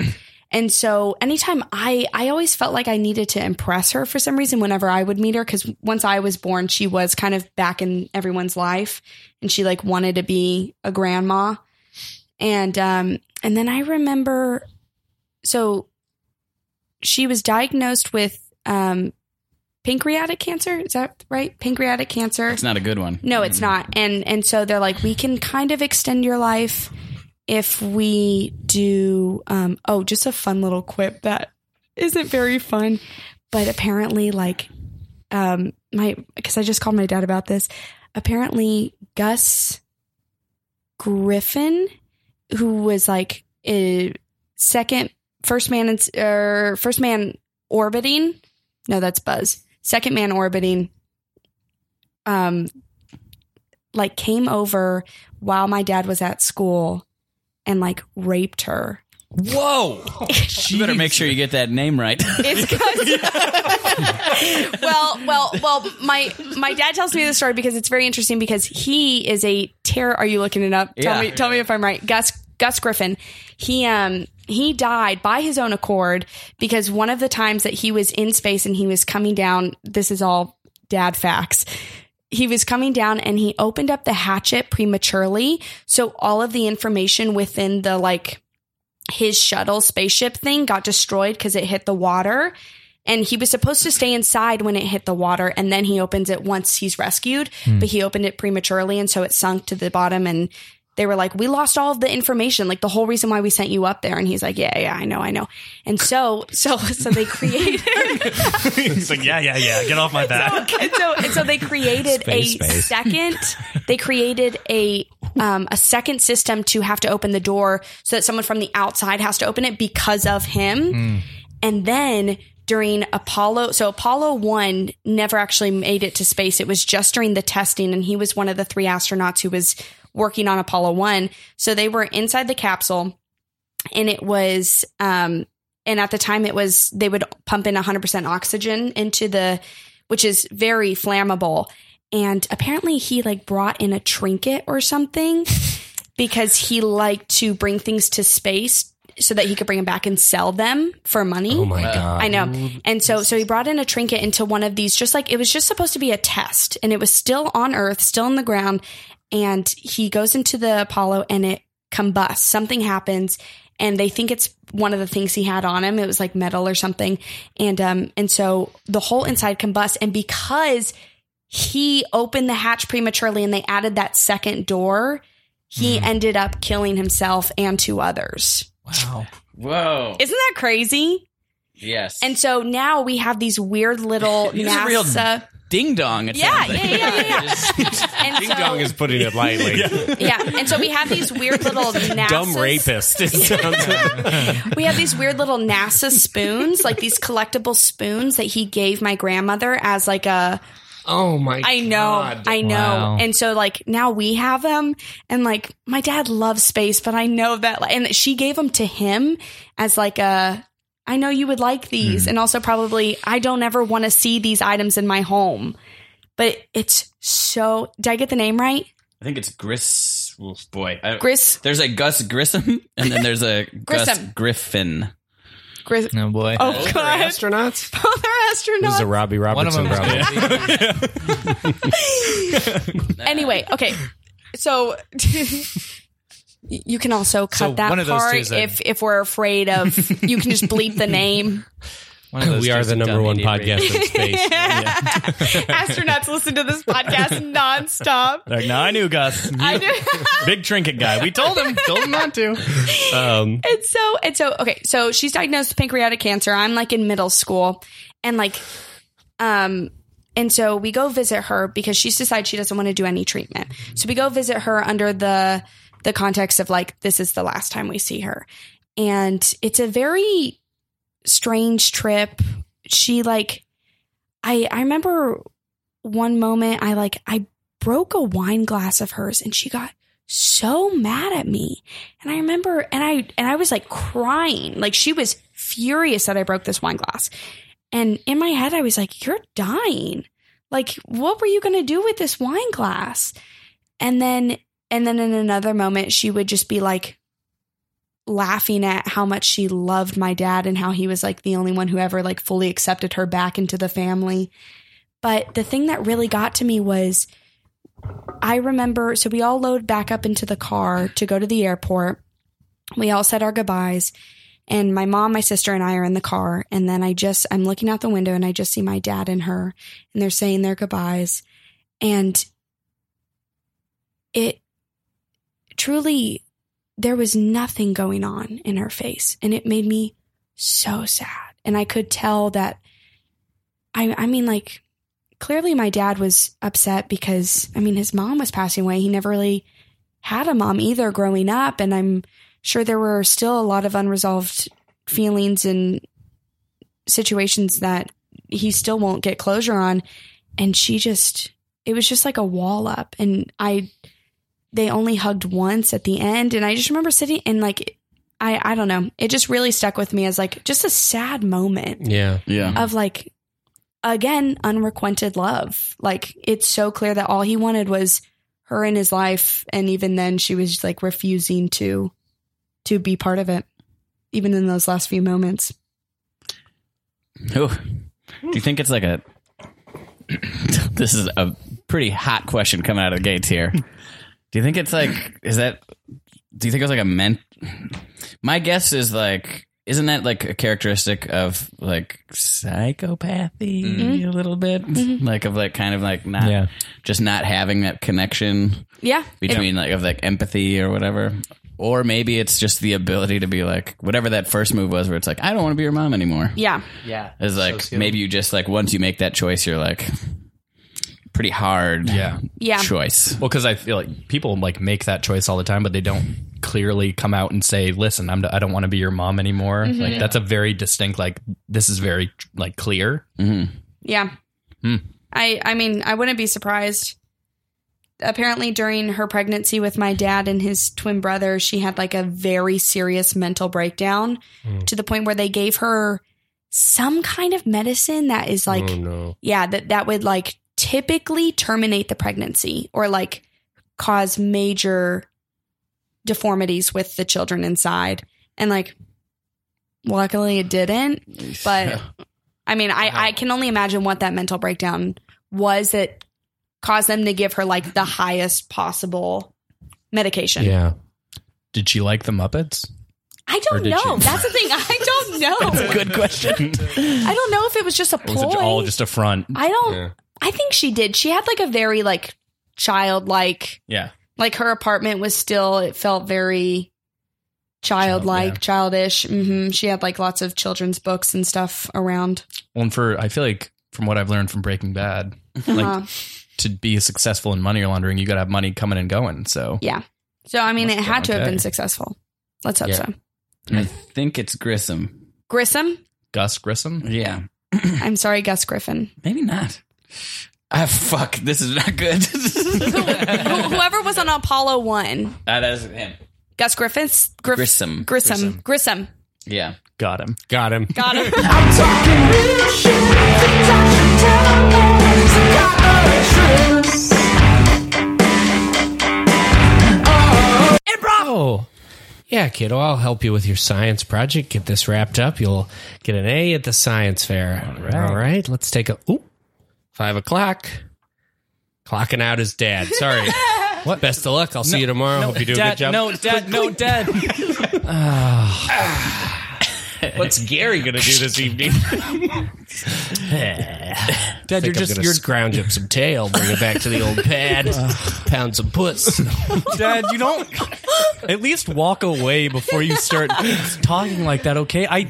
Speaker 6: And so anytime I I always felt like I needed to impress her for some reason whenever I would meet her cuz once I was born she was kind of back in everyone's life and she like wanted to be a grandma. And um and then I remember so she was diagnosed with um pancreatic cancer, is that right? Pancreatic cancer.
Speaker 3: It's not a good one.
Speaker 6: No, it's not. And and so they're like, we can kind of extend your life if we do. Um, oh, just a fun little quip that isn't very fun, but apparently, like, um, my because I just called my dad about this. Apparently, Gus Griffin, who was like a second first man in, or first man orbiting. No, that's Buzz. Second man orbiting. Um, like came over while my dad was at school and like raped her.
Speaker 3: Whoa! you better make sure you get that name right.
Speaker 6: It's because well, well, well. My my dad tells me this story because it's very interesting because he is a terror. Are you looking it up? Tell
Speaker 3: Yeah.
Speaker 6: me, tell me if I'm right. Gus Gus Griffin. He um he died by his own accord because one of the times that he was in space and he was coming down. This is all dad facts. He was coming down and he opened up the hatchet prematurely, so all of the information within the like his shuttle spaceship thing got destroyed because it hit the water and he was supposed to stay inside when it hit the water and then he opens it once he's rescued but he opened it prematurely and so it sunk to the bottom and they were like we lost all of the information like the whole reason why we sent you up there and he's like yeah yeah i know i know and so so so they (laughs) created
Speaker 11: He's like, yeah, yeah, yeah. Get off my
Speaker 6: (laughs)
Speaker 11: back.
Speaker 6: and so and so they created
Speaker 4: Space,
Speaker 6: a
Speaker 4: space.
Speaker 6: second they created a um, a second system to have to open the door so that someone from the outside has to open it because of him
Speaker 4: Hmm.
Speaker 6: and then during apollo so apollo 1 never actually made it to space it was just during the testing and he was one of the three astronauts who was working on apollo 1 so they were inside the capsule and it was um and at the time it was they would pump in 100% oxygen into the which is very flammable and apparently he like brought in a trinket or something because he liked to bring things to space so that he could bring them back and sell them for money
Speaker 4: Oh my god!
Speaker 6: I know. And so so he brought in a trinket into one of these just like it was just supposed to be a test and it was still on earth, still in the ground and he goes into the Apollo and it combusts. Something happens and they think it's one of the things he had on him. It was like metal or something. And um and so the whole inside combusts and because he opened the hatch prematurely and they added that second door, he ended up killing himself and two others. (laughs)
Speaker 3: Whoa!
Speaker 6: Isn't that crazy?
Speaker 3: yes.
Speaker 6: And so now we have these
Speaker 3: (laughs)
Speaker 6: weird little
Speaker 3: He's a real
Speaker 6: NASA.
Speaker 3: ding dong. It
Speaker 6: Yeah,
Speaker 3: sounds
Speaker 6: yeah,
Speaker 3: like.
Speaker 6: yeah,
Speaker 3: (laughs)
Speaker 6: yeah, yeah. and
Speaker 4: Ding
Speaker 6: so,
Speaker 4: Dong is putting it lightly.
Speaker 6: yeah, and so we have these
Speaker 3: (laughs)
Speaker 6: weird little NASA
Speaker 4: Dumb rapist. It sounds-
Speaker 6: We have these weird little NASA spoons, like these collectible spoons that he gave my grandmother as like a.
Speaker 4: oh my! (laughs)
Speaker 6: I know,
Speaker 4: God.
Speaker 6: I know,
Speaker 5: Wow.
Speaker 6: and so like now we have them, and like my dad loves space, but I know that, and she gave them to him as like a. I know you would like these,
Speaker 5: Hmm.
Speaker 6: and also probably I don't ever want to see these items in my home. but it's so. Did I get the name right?
Speaker 3: I think it's Gris. oh, boy, I-
Speaker 6: Gris,
Speaker 3: There's a Gus Grissom, (laughs) and then there's a Gus
Speaker 6: Grissom.
Speaker 3: Griffin.
Speaker 6: Gris.
Speaker 5: Oh boy.
Speaker 6: Oh God,
Speaker 4: astronauts.
Speaker 6: (laughs) both are
Speaker 4: This is
Speaker 6: astronauts.
Speaker 4: a Robbie
Speaker 5: One of
Speaker 4: Robertson
Speaker 5: them.
Speaker 4: problem.
Speaker 6: anyway, okay. So (laughs) you can also cut
Speaker 5: So
Speaker 6: that
Speaker 5: one of those
Speaker 6: part
Speaker 5: two's a-
Speaker 6: if if we're afraid of. You can just
Speaker 5: (laughs)
Speaker 6: bleep the name.
Speaker 5: One of those
Speaker 4: We are
Speaker 5: just
Speaker 4: the number
Speaker 5: dumb
Speaker 4: one
Speaker 5: idiot
Speaker 4: podcast
Speaker 5: radio-
Speaker 4: in (laughs) space.
Speaker 6: Astronauts listen to this podcast nonstop.
Speaker 11: Like, no, I knew Gus.
Speaker 6: I do. (laughs)
Speaker 11: Big trinket guy. We told him. Told him not to.
Speaker 4: Um,
Speaker 6: and so and so okay so she's diagnosed with pancreatic cancer i'm like in middle school and like um and so we go visit her because she's decided she doesn't want to do any treatment so we go visit her under the the context of like this is the last time we see her and it's a very strange trip she like i i remember one moment i like i broke a wine glass of hers and she got so mad at me and I remember, and I and I was like crying, like she was furious that I broke this wine glass. And in my head, I was like, "You're dying! Like, what were you going to do with this wine glass?" And then, and then in another moment, she would just be like, laughing at how much she loved my dad and how he was like the only one who ever like fully accepted her back into the family. But the thing that really got to me was I remember so we all load back up into the car to go to the airport. We all said our goodbyes and my mom, my sister and I are in the car and then I just I'm looking out the window and I just see my dad and her and they're saying their goodbyes and it truly there was nothing going on in her face and it made me so sad and i could tell that i i mean like clearly my dad was upset because i mean his mom was passing away he never really had a mom either growing up and i'm sure there were still a lot of unresolved feelings and situations that he still won't get closure on and she just it was just like a wall up and i they only hugged once at the end and i just remember sitting and like i i don't know it just really stuck with me as like just a sad moment
Speaker 4: Yeah.
Speaker 3: Yeah.
Speaker 6: of like again unrequited love like it's so clear that all he wanted was her in his life and even then she was like refusing to to be part of it even in those last few moments
Speaker 3: Ooh. Do you think it's like a? (coughs) this is a pretty hot question coming out of the gates here. Do you think it's like? Is that? Do you think it was like a ment? My guess is like. Isn't that like a characteristic of like psychopathy a little bit? Like of like kind of like not
Speaker 5: Yeah.
Speaker 3: just not having that connection
Speaker 6: yeah
Speaker 3: between like of like empathy or whatever. Or maybe it's just the ability to be like whatever that first move was where it's like, I don't want to be your mom anymore.
Speaker 6: yeah
Speaker 5: Yeah.
Speaker 3: It's like maybe you just like once you make that choice, you're like pretty hard.
Speaker 7: Yeah.
Speaker 6: yeah
Speaker 3: Choice.
Speaker 7: Well, because I feel like people like make that choice all the time, but they don't clearly come out and say, "Listen, I'm I don't want to be your mom anymore." Like that's a very distinct. Like this is very like clear.
Speaker 3: Mm-hmm.
Speaker 6: Yeah.
Speaker 4: Hmm.
Speaker 6: I I mean, I wouldn't be surprised. Apparently during her pregnancy with my dad and his twin brother, she had like a very serious mental breakdown
Speaker 4: Hmm.
Speaker 6: to the point where they gave her some kind of medicine that is like
Speaker 4: oh no.
Speaker 6: yeah, that that would like typically terminate the pregnancy or like cause major deformities with the children inside. And like luckily it didn't, but
Speaker 7: (laughs)
Speaker 6: I mean, I I can only imagine what that mental breakdown was that caused them to give her like the highest possible medication.
Speaker 4: Yeah.
Speaker 7: Did she like the Muppets?
Speaker 6: I don't
Speaker 4: did
Speaker 6: know.
Speaker 4: she?
Speaker 6: That's the thing. I
Speaker 7: (laughs)
Speaker 6: don't know.
Speaker 3: Good question.
Speaker 6: I don't know if it was just a
Speaker 7: Or
Speaker 6: ploy.
Speaker 7: was it all just a front?
Speaker 6: I don't.
Speaker 4: Yeah.
Speaker 6: I think she did. She had like a very like childlike.
Speaker 7: Yeah.
Speaker 6: Like her apartment was still. It felt very childlike, childish. hmm She had like lots of children's books and stuff around.
Speaker 7: Well, and for I feel like from what I've learned from Breaking Bad,
Speaker 6: Uh-huh.
Speaker 7: like to be successful in money laundering, you got to have money coming and going. So
Speaker 6: Yeah. So I mean, it had to have
Speaker 7: okay.
Speaker 6: been successful. Let's hope
Speaker 4: Yeah.
Speaker 6: so.
Speaker 3: I think it's Grissom.
Speaker 6: Grissom.
Speaker 7: Gus Grissom,
Speaker 3: Yeah.
Speaker 6: I'm sorry, Gus
Speaker 7: (laughs)
Speaker 6: Griffin.
Speaker 3: Maybe not. Ah, fuck. This is not good. (laughs)
Speaker 6: Wh- whoever was on Apollo One,
Speaker 3: Ah, that is him.
Speaker 6: Gus Griffiths. Griff-
Speaker 3: Grissom.
Speaker 6: Grissom. Grissom.
Speaker 3: Yeah.
Speaker 7: got him.
Speaker 4: Got him.
Speaker 6: Got
Speaker 7: (laughs)
Speaker 6: him.
Speaker 4: Oh. Yeah, kiddo, I'll help you with your science project. Get this wrapped up. You'll get an A at the science fair. All right. let's take a oop. Five o'clock. Clocking out is dad. Sorry. (laughs) what? Best of luck. I'll see you tomorrow. Hope you do a good job.
Speaker 7: dad, no, dad.
Speaker 4: What's Gary gonna do this (laughs) evening?
Speaker 7: Dad,
Speaker 4: You're just you're scrounge up some tail, bring it back to the old (laughs) pad, pound some (laughs) puss.
Speaker 7: Dad, you don't. At least walk away before
Speaker 4: (laughs)
Speaker 7: you start talking like that. Okay, I.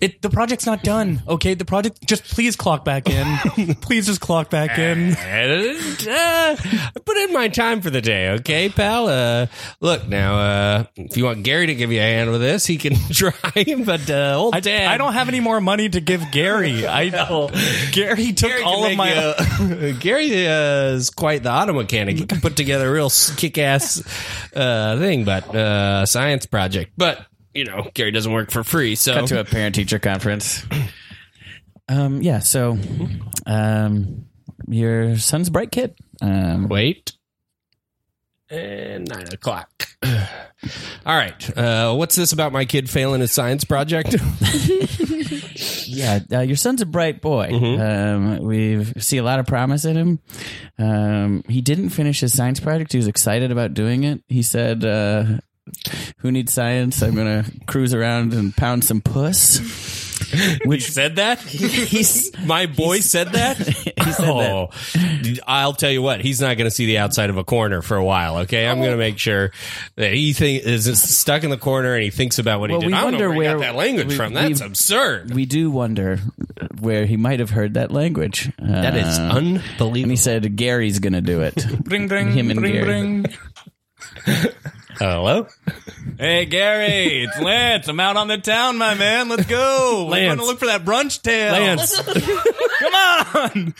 Speaker 7: It, the project's not done. Okay, the project. Just please clock back in. (laughs) please just clock back in.
Speaker 4: And, (laughs) uh, I put in my time for the day, okay, pal? Uh, look, now, uh, if you want Gary to give you a hand with this, he can (laughs) try, but uh, old
Speaker 7: I,
Speaker 4: dad.
Speaker 7: I don't have any more money to give
Speaker 3: (laughs)
Speaker 7: Gary. I Gary took
Speaker 4: Gary can
Speaker 7: all of
Speaker 4: make
Speaker 7: my.
Speaker 4: you- (laughs) Gary uh, is quite the auto mechanic. He can put together a real kick ass uh, thing, but uh, science project. But, you know, Gary doesn't work for free, so.
Speaker 3: Cut to a parent teacher conference. Um, yeah. So, um, your son's a bright kid. Um,
Speaker 4: Wait. (laughs) and eh, nine o'clock. (sighs) All right. Uh, what's this about my kid failing a science project? (laughs)
Speaker 3: Yeah, uh, your son's a bright boy.
Speaker 4: Mm-hmm.
Speaker 3: Um, we see a lot of promise in him. Um, he didn't finish his science project. He was excited about doing it. He said, uh, "Who needs science? I'm gonna cruise around and pound some puss." Which
Speaker 4: said that?
Speaker 3: (laughs) he's
Speaker 4: My boy said that?
Speaker 3: (laughs) He said
Speaker 4: oh, I'll tell you what, he's not going to see the outside of a corner for a while, okay? I'm going
Speaker 3: Oh.
Speaker 4: to make sure that he think, is stuck in the corner and he thinks about what
Speaker 3: Well,
Speaker 4: he
Speaker 3: we
Speaker 4: did. I don't
Speaker 3: wonder
Speaker 4: know where, he got
Speaker 3: where-
Speaker 4: that language
Speaker 3: we-
Speaker 4: from. That's
Speaker 3: we-
Speaker 4: absurd.
Speaker 3: we do wonder where he might have heard that language.
Speaker 4: that is
Speaker 3: Uh, and he
Speaker 4: unbelievable.
Speaker 3: said Gary's gonna do
Speaker 4: (laughs)
Speaker 3: it.
Speaker 7: Bring, bring,
Speaker 3: Him and Gary.
Speaker 4: Hello?
Speaker 7: Hey, Gary, it's Lance. I'm out on the town, my man. Let's go. We're going
Speaker 4: Lance.
Speaker 7: to look for that brunch tail.
Speaker 4: Lance,
Speaker 7: Come on.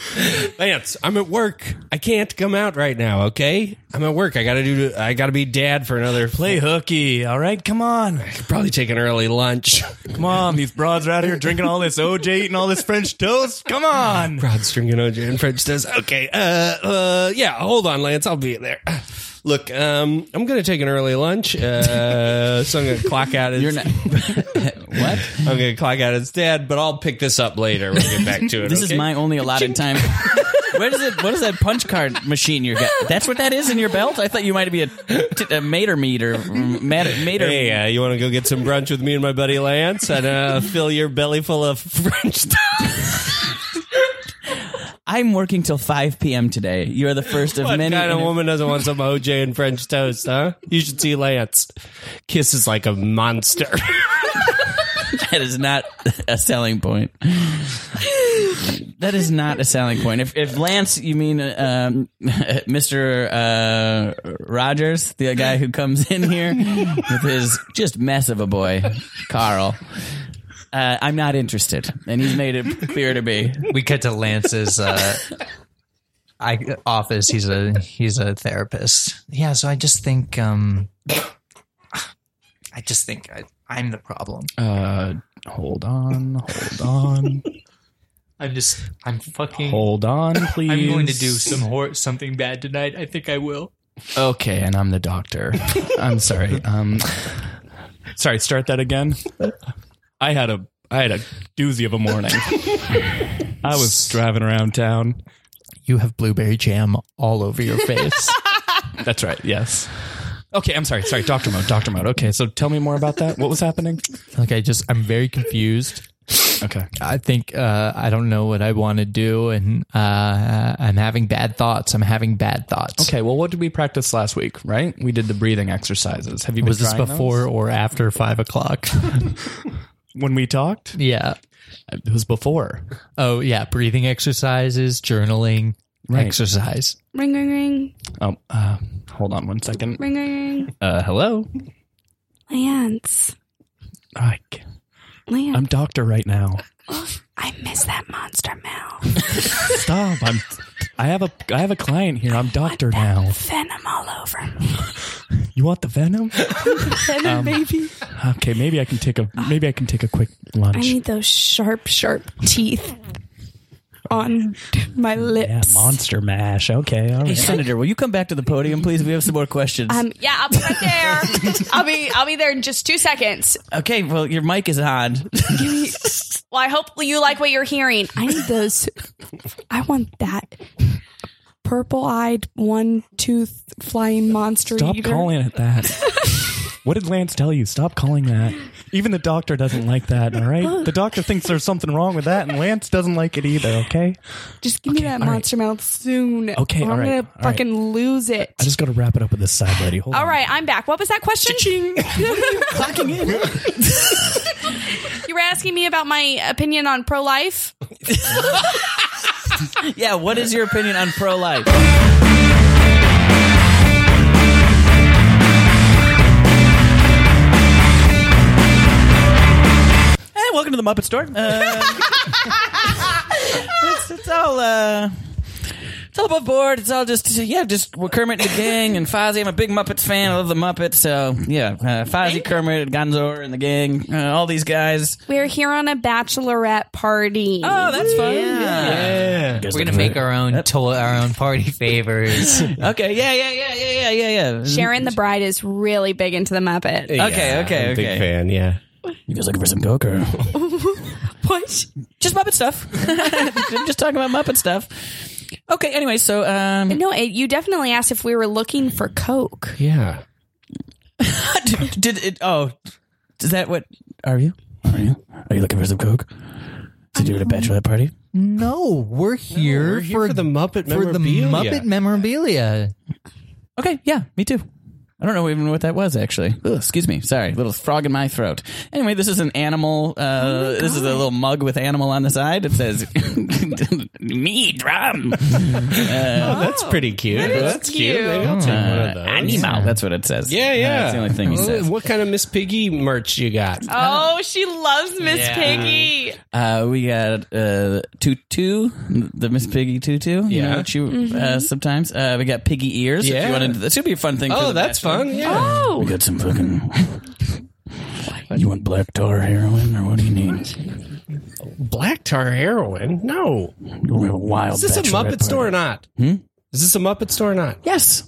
Speaker 4: Lance, I'm at work. I can't come out right now, okay? I'm at work. I got to do I got to be dad for another
Speaker 7: Play hooky. All right, come on.
Speaker 4: probably take an early lunch.
Speaker 7: Come on. These broads are out here drinking all this OJ, eating all this French toast. Come on.
Speaker 4: Rod String and OJ and French says, okay, uh, uh, yeah, hold on, Lance. I'll be there. Look, um, I'm going to take an early lunch. Uh, so I'm going to clock out as,
Speaker 3: You're not. (laughs) what?
Speaker 4: I'm going to clock out as dad, but I'll pick this up later. We'll get back to
Speaker 3: (laughs)
Speaker 4: it.
Speaker 3: This
Speaker 4: okay?
Speaker 3: is my only allotted time. (laughs) Where does it? What is that punch card machine you got? That's what that is in your belt. I thought you might be a, t- a mater meter, mater, mater.
Speaker 4: Hey, uh, you want to go get some brunch with me and my buddy Lance and uh, fill your belly full of (laughs) French
Speaker 3: I'm working till 5 p.m. today. You are the first of
Speaker 4: What
Speaker 3: many.
Speaker 4: kind of
Speaker 3: inter-
Speaker 4: woman doesn't want some OJ and French toast, huh? You should see Lance. Kiss is like a monster.
Speaker 3: That is not a selling point. that is not a selling point. If, if Lance, you mean uh, um, (laughs) Mr. Uh, Rogers, the guy who comes in here with his just mess of a boy, Carl. Uh, I'm not interested, and he's made it clear to me.
Speaker 5: we cut to Lance's uh, I, office. He's a he's a therapist. Yeah, so I just think um, I just think I, I'm the problem.
Speaker 7: Uh, hold on.
Speaker 5: (laughs)
Speaker 7: Hold on.
Speaker 5: I'm just I'm fucking.
Speaker 7: Hold on, please.
Speaker 5: I'm going to do some hor- something bad tonight. I think I will.
Speaker 7: Okay, and I'm
Speaker 5: (laughs)
Speaker 7: the doctor. I'm sorry. Um, sorry. Start that again. I had a I had a doozy of
Speaker 5: (laughs)
Speaker 7: a morning. I was driving around town.
Speaker 5: You have blueberry jam all over (laughs) your face.
Speaker 7: That's right. Yes. Okay, I'm sorry. Sorry, doctor mode. Doctor mode. Okay, so tell me more about that. What was happening?
Speaker 5: like I just I'm very confused.
Speaker 7: Okay.
Speaker 5: I think uh, I don't know what I want to do, and uh, I'm having bad thoughts. I'm having bad thoughts.
Speaker 7: Okay. Well, what did we practice last week? Right? We did the breathing exercises. Have you been
Speaker 5: Was this
Speaker 7: trying
Speaker 5: before
Speaker 7: those?
Speaker 5: or after five o'clock?
Speaker 7: when we talked?
Speaker 5: yeah.
Speaker 7: It was before.
Speaker 5: Oh yeah, breathing exercises, journaling,
Speaker 7: Right.
Speaker 5: exercise.
Speaker 6: Ring, ring, ring,
Speaker 7: Oh, uh, hold on one second.
Speaker 6: ring, ring, ring.
Speaker 7: Uh, hello.
Speaker 6: Lance,
Speaker 7: I,
Speaker 6: Lance,
Speaker 7: I'm doctor right now.
Speaker 6: (gasps) I miss that monster mouth.
Speaker 7: (laughs) Stop! I'm. I have a. I have a client here. I'm doctor now.
Speaker 6: Venom all over me.
Speaker 7: (laughs) You want the venom?
Speaker 6: (laughs)
Speaker 7: Um,
Speaker 6: Venom, baby.
Speaker 7: Okay, maybe I can take a. Maybe I can take a quick lunch.
Speaker 6: I need those sharp, sharp teeth on my lips.
Speaker 7: monster mash. Okay, all
Speaker 3: Hey, Senator, will you come back to the podium, please? We have some more questions.
Speaker 6: um, yeah, I'll be right there. I'll be I'll be there in just two seconds.
Speaker 3: okay, well, your mic is on.
Speaker 6: Well, I hope you like what you're hearing.
Speaker 9: I need those. I want that purple-eyed, one-tooth flying monster
Speaker 7: Stop
Speaker 9: eater.
Speaker 7: calling it that. (laughs) what did Lance tell you? Stop calling that. Even the doctor doesn't like that. All right, the doctor thinks there's something wrong with that, and Lance doesn't like it either. Okay,
Speaker 9: Just give me that
Speaker 7: all right.
Speaker 9: monster mouth soon.
Speaker 7: Okay,
Speaker 9: or I'm
Speaker 7: all right,
Speaker 9: gonna
Speaker 7: all right.
Speaker 9: fucking lose it.
Speaker 7: I just got to wrap it up with this side lady. Hold
Speaker 6: All
Speaker 7: on.
Speaker 6: right, I'm back. What was that question? (laughs) you were asking me about my opinion on pro life.
Speaker 3: yeah, what is your opinion on pro life? Hey, welcome to the (laughs) Muppet Store. Uh, it's, it's all uh, It's all above board. It's all just yeah, just we're Kermit and the gang and Fozzie. I'm a big Muppets fan. I love the Muppets. So yeah, uh, Fozzie, Kermit, Gonzo, and the gang. Uh, all these guys.
Speaker 6: We're here on a bachelorette party.
Speaker 3: Oh, that's fun. (laughs) Yeah.
Speaker 5: We're gonna make our own toy, our own party favors.
Speaker 3: Okay. Yeah. Yeah. Yeah. Yeah. Yeah. Yeah. Yeah.
Speaker 6: Sharon the Bride is really big into the Muppet.
Speaker 3: Okay. okay.
Speaker 4: Big
Speaker 3: okay.
Speaker 4: fan, yeah.
Speaker 3: You guys looking for some poker?
Speaker 6: What?
Speaker 3: (laughs) just Muppet stuff. (laughs) just talking about Muppet stuff. Okay. Anyway, so um,
Speaker 6: No, it, you definitely asked if we were looking for Coke.
Speaker 4: Yeah.
Speaker 3: (laughs) did it? Oh, is that what? Are you? Are you? Are you looking for some coke? To do at a bachelorette party?
Speaker 5: No, we're here,
Speaker 4: We're here for, the Muppet
Speaker 5: for the
Speaker 4: memorabilia.
Speaker 5: Muppet memorabilia.
Speaker 3: Okay, yeah, me too. I don't know even what that was actually. Ugh, excuse me, sorry, little frog in my throat. Anyway, this is an animal. Uh, this is a little mug with animal on the side. It says, (laughs) "Me
Speaker 4: (laughs)
Speaker 3: drum."
Speaker 4: Oh, that's pretty cute. that's cute. Maybe I'll take one of those.
Speaker 3: Uh, Animal. That's what it says.
Speaker 4: Yeah, yeah.
Speaker 3: Uh, that's the only thing he
Speaker 4: Well,
Speaker 3: says.
Speaker 4: What kind of Miss Piggy merch you got?
Speaker 6: Oh, she loves Miss
Speaker 5: Yeah.
Speaker 6: Piggy.
Speaker 3: Uh, we got uh, Tutu, the Miss Piggy Tutu. You
Speaker 4: Yeah.
Speaker 3: know, she,
Speaker 4: Mm-hmm.
Speaker 3: uh, sometimes. Uh, we got Piggy Ears. If
Speaker 4: Yeah.
Speaker 3: you wanted, that should be a fun Oh. thing. for
Speaker 4: oh,
Speaker 3: the
Speaker 4: that's
Speaker 3: bachelor.
Speaker 4: fun. Yeah.
Speaker 3: We got some fucking. You want black tar heroin, or what do you need?
Speaker 4: Black tar heroin? No.
Speaker 3: We have a wild.
Speaker 4: Is this a Muppet store or not? Hmm? Is this a Muppet store or not?
Speaker 3: Yes.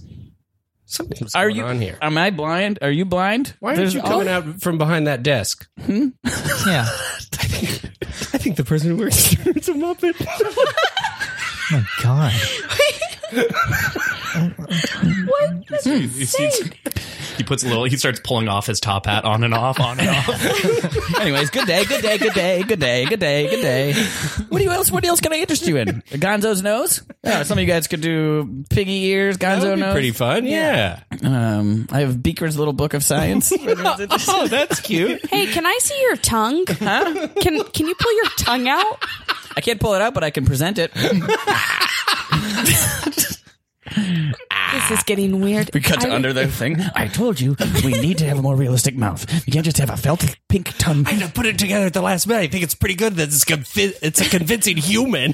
Speaker 4: Something's
Speaker 3: Are
Speaker 4: going
Speaker 3: you
Speaker 4: on here.
Speaker 3: Am I blind? Are you blind?
Speaker 4: Why aren't
Speaker 3: There's-
Speaker 4: you coming out from behind that desk?
Speaker 5: Yeah.
Speaker 4: (laughs) I think the person who works here is a (laughs) Muppet.
Speaker 5: Oh God.
Speaker 11: He, he puts a little. He starts pulling off his top hat on and off, on and off.
Speaker 3: (laughs) Anyways, good day, good day, good day, good day, good day, good day. What do you else? What else can I interest you in? Gonzo's nose. Yeah, some of you guys could do piggy ears. Gonzo
Speaker 4: That would be
Speaker 3: nose.
Speaker 4: pretty fun. Yeah.
Speaker 3: Um, I have Beaker's little book of science.
Speaker 4: oh, that's cute. (laughs)
Speaker 6: Hey, Uh, can I see your tongue? Huh? Can Can you pull your tongue
Speaker 3: (laughs)
Speaker 6: out?
Speaker 3: I can't pull it out, but I can present it.
Speaker 6: This is getting weird.
Speaker 3: (laughs) We cut to under the thing. I told you we need to have a more realistic mouth. You can't just have a felt pink tongue.
Speaker 4: I put it together at the last minute. I think it's pretty good that it's, convi- it's a convincing (laughs) human.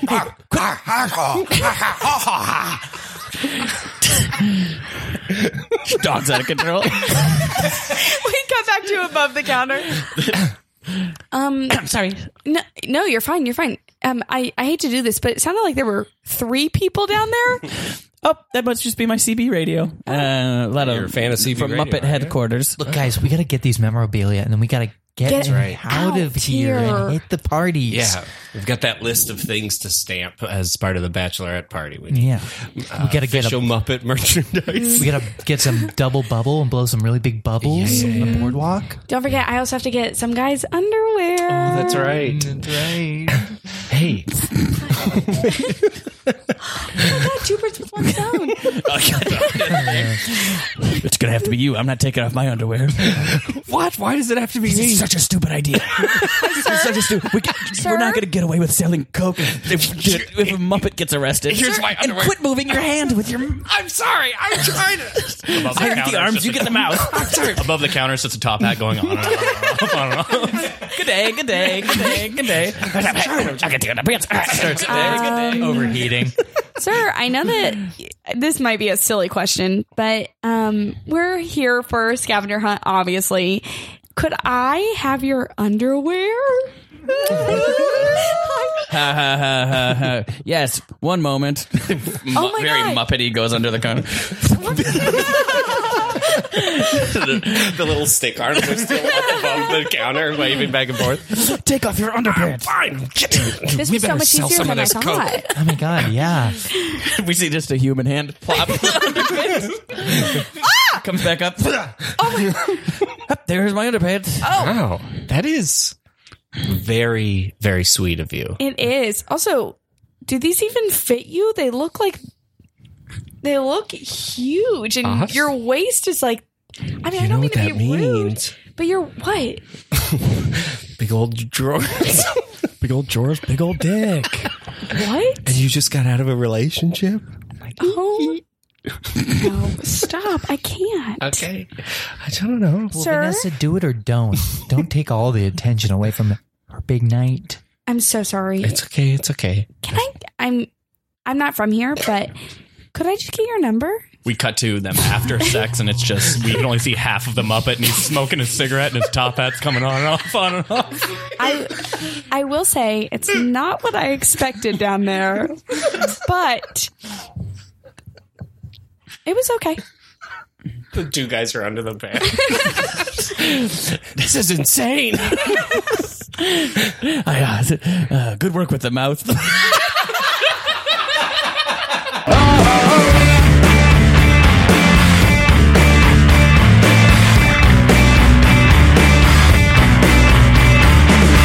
Speaker 3: Dog's out of control.
Speaker 6: we got back to above the counter. um, I'm sorry. No, no, you're fine. You're fine. Um, I, I hate to do this, but it sounded like there were three people down there.
Speaker 3: (laughs) oh, that must just be my CB radio. Uh, a lot
Speaker 4: Your
Speaker 3: of
Speaker 4: fantasy
Speaker 3: from
Speaker 4: radio,
Speaker 3: Muppet
Speaker 4: aren't you?
Speaker 3: headquarters.
Speaker 5: Look, guys, we gotta get these memorabilia, and then we gotta get,
Speaker 6: Get
Speaker 5: them
Speaker 6: right.
Speaker 5: out, of
Speaker 6: out
Speaker 5: here,
Speaker 6: here.
Speaker 5: and hit the parties.
Speaker 4: Yeah, we've got that list of things to stamp as part of the bachelorette party. We need
Speaker 5: Yeah. we gotta get
Speaker 4: official
Speaker 5: a,
Speaker 4: Muppet merchandise. (laughs)
Speaker 5: we gotta get some double bubble and blow some really big bubbles on the boardwalk.
Speaker 6: Don't forget, I also have to get some guy's underwear.
Speaker 5: Oh,
Speaker 4: That's right.
Speaker 5: That's right.
Speaker 4: Hey,
Speaker 6: God, two birds with one stone.
Speaker 3: It's gonna have to be you. I'm not taking off my (laughs) underwear.
Speaker 4: what? Why does it have to be me?
Speaker 3: Such a stupid (laughs) idea. This is such a stu- we, are not going to get away with selling coke if, if a Muppet gets arrested. Here's my underwear. And quit moving your hand with your.
Speaker 4: I'm sorry. I'm trying to.
Speaker 11: Above
Speaker 3: I have the arms. You get the mouth. (laughs)
Speaker 11: Above the counter, it's just a top hat going on and on and off, on and off.
Speaker 3: good day. Good day. Good day. Good day. I get the pants. Starts (laughs)
Speaker 5: Overheating.
Speaker 6: Sir, I know that this might be a silly question, but um, we're here for scavenger hunt, obviously. Could I have your (laughs) underwear?
Speaker 3: Ha, ha, ha, ha, ha. yes, one moment. Mu-
Speaker 6: Oh my
Speaker 3: very
Speaker 6: God.
Speaker 3: Muppety goes under the counter.
Speaker 4: The little stick arms are still up above the counter, waving back and forth.
Speaker 3: (laughs) Take off your (laughs) underpants.
Speaker 4: Fine.
Speaker 6: this was so much easier than I thought.
Speaker 5: Oh my god,
Speaker 3: (laughs)
Speaker 5: yeah.
Speaker 3: we see just a human hand (laughs) plop. (laughs) Comes back (laughs) up. Oh my! There's my underpants. (laughs)
Speaker 4: Wow, Oh. that is very, very sweet of you.
Speaker 6: It is. Also, do these even fit you? They look like they look huge and
Speaker 4: Us?
Speaker 6: your waist is like I mean, I don't mean to be rude, but you're what?
Speaker 4: Big old drawers. big old drawers. Big old dick.
Speaker 6: What?
Speaker 4: And you just got out of a relationship.
Speaker 6: Oh. no, stop. I can't.
Speaker 4: Okay. I don't know.
Speaker 5: Well,
Speaker 6: Sir?
Speaker 5: Vanessa, do it or don't. Don't take all the attention away from her big night.
Speaker 6: I'm so sorry.
Speaker 4: It's okay. It's okay.
Speaker 6: Can I I'm I'm not from here, but could I just get your number?
Speaker 11: We cut to them after sex, and it's just we can only see half of the Muppet, and he's smoking his cigarette, and his top hat's coming on and off, on and off.
Speaker 6: I I will say it's not what I expected down there, but it was okay.
Speaker 4: The two guys are under the bed.
Speaker 3: This is insane. (laughs) I, uh, uh, good work with the mouth. (laughs)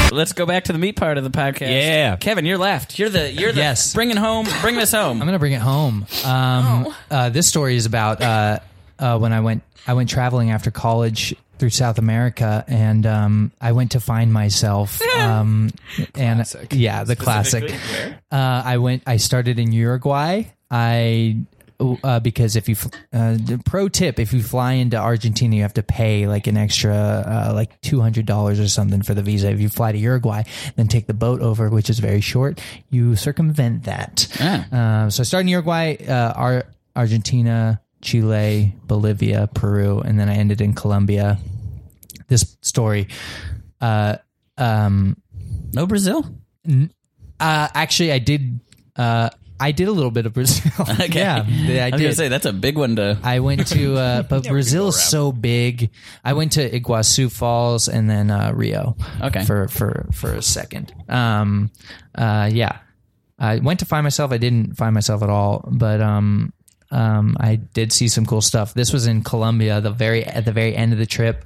Speaker 3: Let's go back to the meat part of the podcast.
Speaker 4: Yeah.
Speaker 3: Kevin, you're left. You're the you're the
Speaker 5: Yes.
Speaker 3: bringing home bring this home.
Speaker 5: I'm gonna bring it home. Um, uh, this story is about uh, uh, when I went I went traveling after college through South America, and um, I went to find myself. Um, and yeah, the classic. Uh, I went. I started in Uruguay. I. Uh, because if you, fl- uh, the pro tip, if you fly into Argentina, you have to pay like an extra, uh, like two hundred dollars or something for the visa. If you fly to Uruguay, then take the boat over, which is very short. You circumvent that. Um, so I started in Uruguay, uh, Ar- Argentina, Chile, Bolivia, Peru, and then I ended in Colombia. This story. Uh, um,
Speaker 3: no Brazil.
Speaker 5: uh, actually, I did. Uh, I did a little bit of Brazil.
Speaker 3: (laughs) Okay.
Speaker 5: Yeah, I
Speaker 3: I was gonna
Speaker 5: did.
Speaker 3: say that's a big one to (laughs)
Speaker 5: I went to, uh, but Brazil's so big. I went to Iguazu Falls and then uh, Rio.
Speaker 3: Okay.
Speaker 5: For for for a second. Um, uh, yeah. I went to find myself. I didn't find myself at all, but um, um, I did see some cool stuff. This was in Colombia. The very at the very end of the trip,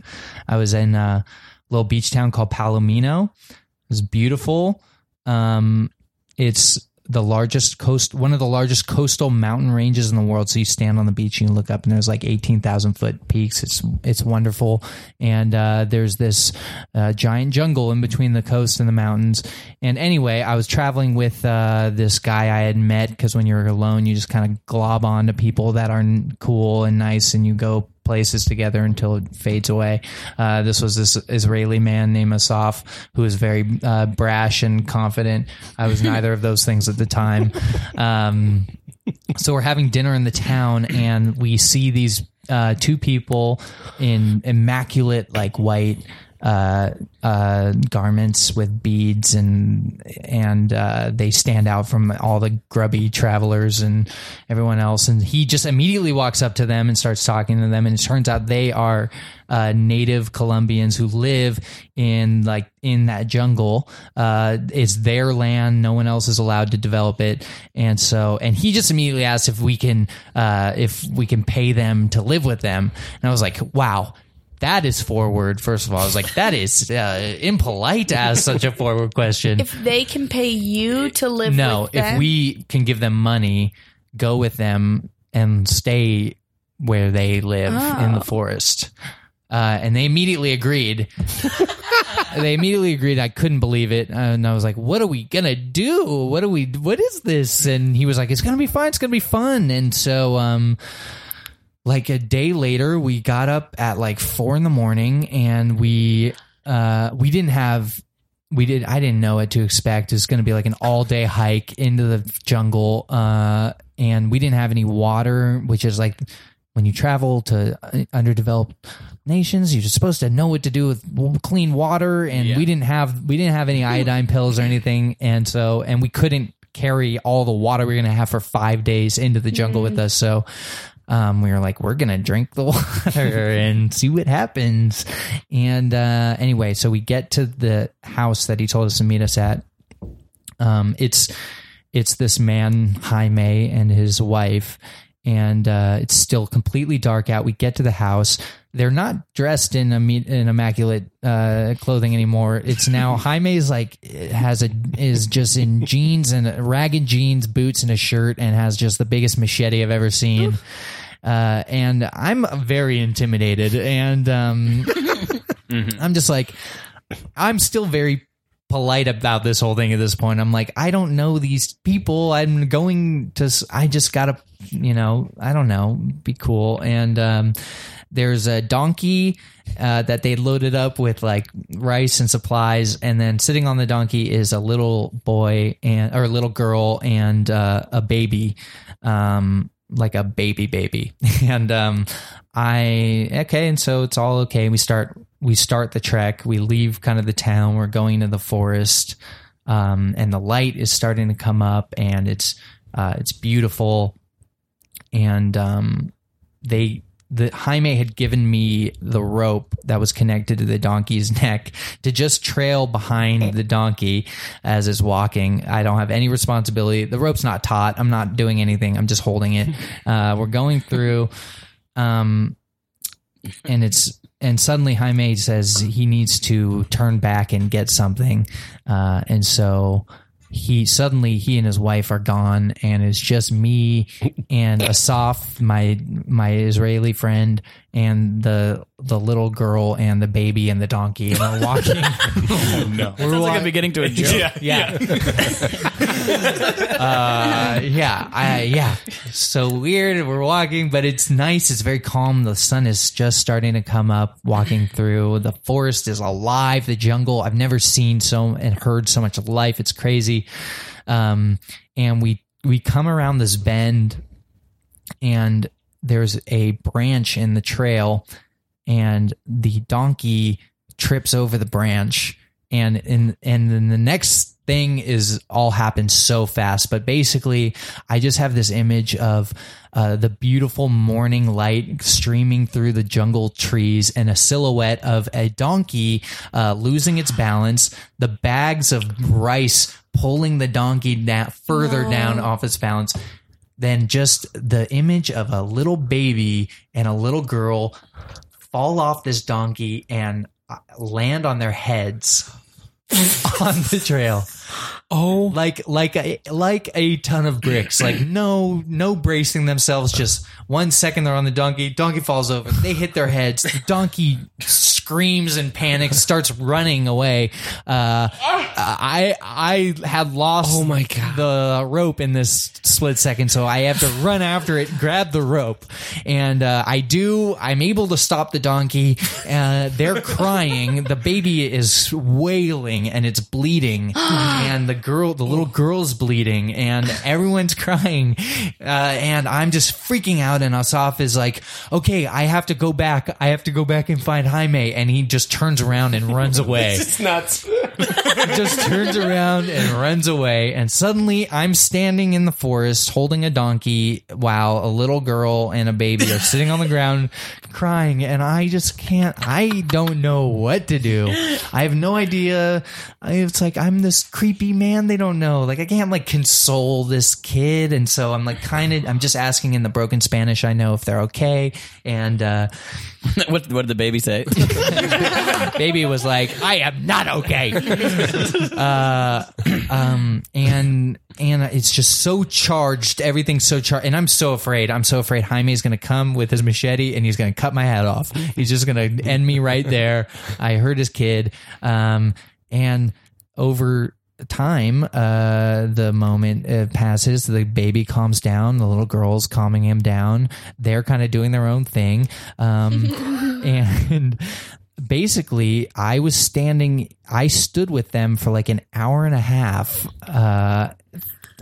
Speaker 5: I was in a little beach town called Palomino. It was beautiful. Um, it's the largest coast, one of the largest coastal mountain ranges in the world. So you stand on the beach and you look up, and there's like eighteen thousand foot peaks. It's it's wonderful, and uh, there's this uh, giant jungle in between the coast and the mountains. And anyway, I was traveling with uh, this guy I had met because when you're alone, you just kind of glob on to people that are n- cool and nice, and you go places together until it fades away. Uh, this was this Israeli man named Asaf, who was very uh, brash and confident. I was neither of those things at the time. Um, so we're having dinner in the town, and we see these uh, two people in immaculate, like white uh uh garments with beads and and uh they stand out from all the grubby travelers and everyone else and he just immediately walks up to them and starts talking to them and it turns out they are uh native colombians who live in like in that jungle uh it's their land no one else is allowed to develop it and so and he just immediately asked if we can uh if we can pay them to live with them and i was like wow that is forward. First of all, I was like, that is uh, impolite to ask such a forward question.
Speaker 9: If they can pay you to live
Speaker 5: no,
Speaker 9: with them,
Speaker 5: if we can give them money, go with them and stay where they live in the forest. Uh, and they immediately agreed. they immediately agreed. I couldn't believe it, Uh, and I was like, "What are we gonna do? What are we? What is this?" And he was like, "It's gonna be fine. It's gonna be fun." And so, um, like a day later, we got up at like four in the morning and we uh we didn't have we did I didn't know what to expect. It's gonna be like an all day hike into the jungle. Uh and we didn't have any water, which is like when you travel to uh, underdeveloped nations, you're just supposed to know what to do with w- clean water. And we didn't have we didn't have any iodine pills or anything, and so and we couldn't carry all the water we are gonna have for five days into the jungle with us. So um, we were like, we're gonna drink the (laughs) water and see what happens. And uh, anyway, so we get to the house that he told us to meet us at. Um, it's it's this man Jaime and his wife, and uh, it's still completely dark out. We get to the house. They're not dressed in, imme- in immaculate uh, clothing anymore. It's now Jaime's like has a is just in jeans and ragged jeans, boots and a shirt, and has just the biggest machete I've ever seen. Uh, and I'm very intimidated, and um, I'm just like, I'm still very polite about this whole thing at this point. I'm like, I don't know these people. I'm going to, s- I just gotta, you know, I don't know, be cool. And um, there's a donkey uh, that they loaded up with like rice and supplies. And then sitting on the donkey is a little boy and, or a little girl and uh, a baby. Um, like a baby baby (laughs) and um i okay and so it's all okay we start we start the trek we leave kind of the town we're going to the forest um and the light is starting to come up and it's uh it's beautiful and um they the Jaime had given me the rope that was connected to the donkey's (laughs) neck to just trail behind the donkey as it's walking. I don't have any responsibility. The rope's not taut. I'm not doing anything. I'm just
Speaker 3: (laughs)
Speaker 5: holding it. Uh, we're going through, um, and it's and suddenly Jaime says he needs to turn back and get something, uh, and so he suddenly he and his wife are gone and it's just me and Asaf my my Israeli friend and the the little girl and the baby and the donkey and we're walking
Speaker 11: no.
Speaker 5: we're
Speaker 3: Sounds like
Speaker 5: walking
Speaker 3: I'm beginning
Speaker 5: (laughs)
Speaker 3: to enjoy.
Speaker 11: Yeah.
Speaker 5: yeah (laughs) uh, yeah I, yeah so weird we're walking but it's nice it's very calm the sun is just starting to come up walking through the forest is alive the jungle I've never seen so and heard so much life it's crazy um, and we we come around this bend and there's a branch in the trail and the donkey trips over the branch and in and then the next thing is all happens so fast but basically i just have this image of uh, the beautiful morning light streaming through the jungle trees and a silhouette of a donkey uh, losing its balance the bags of rice pulling the donkey down further down off its balance than just the image of a little baby and a little girl fall off this donkey and uh, land on their heads (laughs) on the trail. Oh, like like a like a ton of bricks. Like (clears throat) no no bracing themselves. Just one second they're on the donkey. Donkey falls over. They hit their heads. The donkey screams in panic. Starts running away. Uh, I I had lost. Oh my god the rope in this split second, so I have to run after it, grab the rope, and uh, I do. I'm able to stop the donkey. Uh, they're crying. The baby is wailing and it's bleeding, and the girl, the little girl's bleeding, and everyone's crying, uh, and I'm just freaking out. And Asaf is like, "Okay, I have to go back. I have to go back and find Jaime," and he just turns around and runs away
Speaker 4: It's nuts.
Speaker 5: just turns around and runs away. And suddenly I'm standing in the forest holding a donkey while a little girl and a baby are sitting on the ground crying. And I just can't, I don't know what to do. I have no idea. I, it's like I'm this creepy man they don't know. Like I can't like console this kid. And so I'm like kind of, I'm just asking in the broken Spanish I know if they're okay. And, uh,
Speaker 3: what, what did the baby (laughs) say?
Speaker 5: baby was like, "I am not okay." uh, (clears throat) um, and and it's just so charged. Everything's so charged, and I'm so afraid. I'm so afraid Jaime's going to come with his machete and he's going to cut my head off. He's just going to end me right there. I hurt his kid, um, and over time uh the moment uh, passes the baby calms down the little girl's calming him down they're kind of doing their own thing um and basically i was standing i stood with them for like an hour and a half uh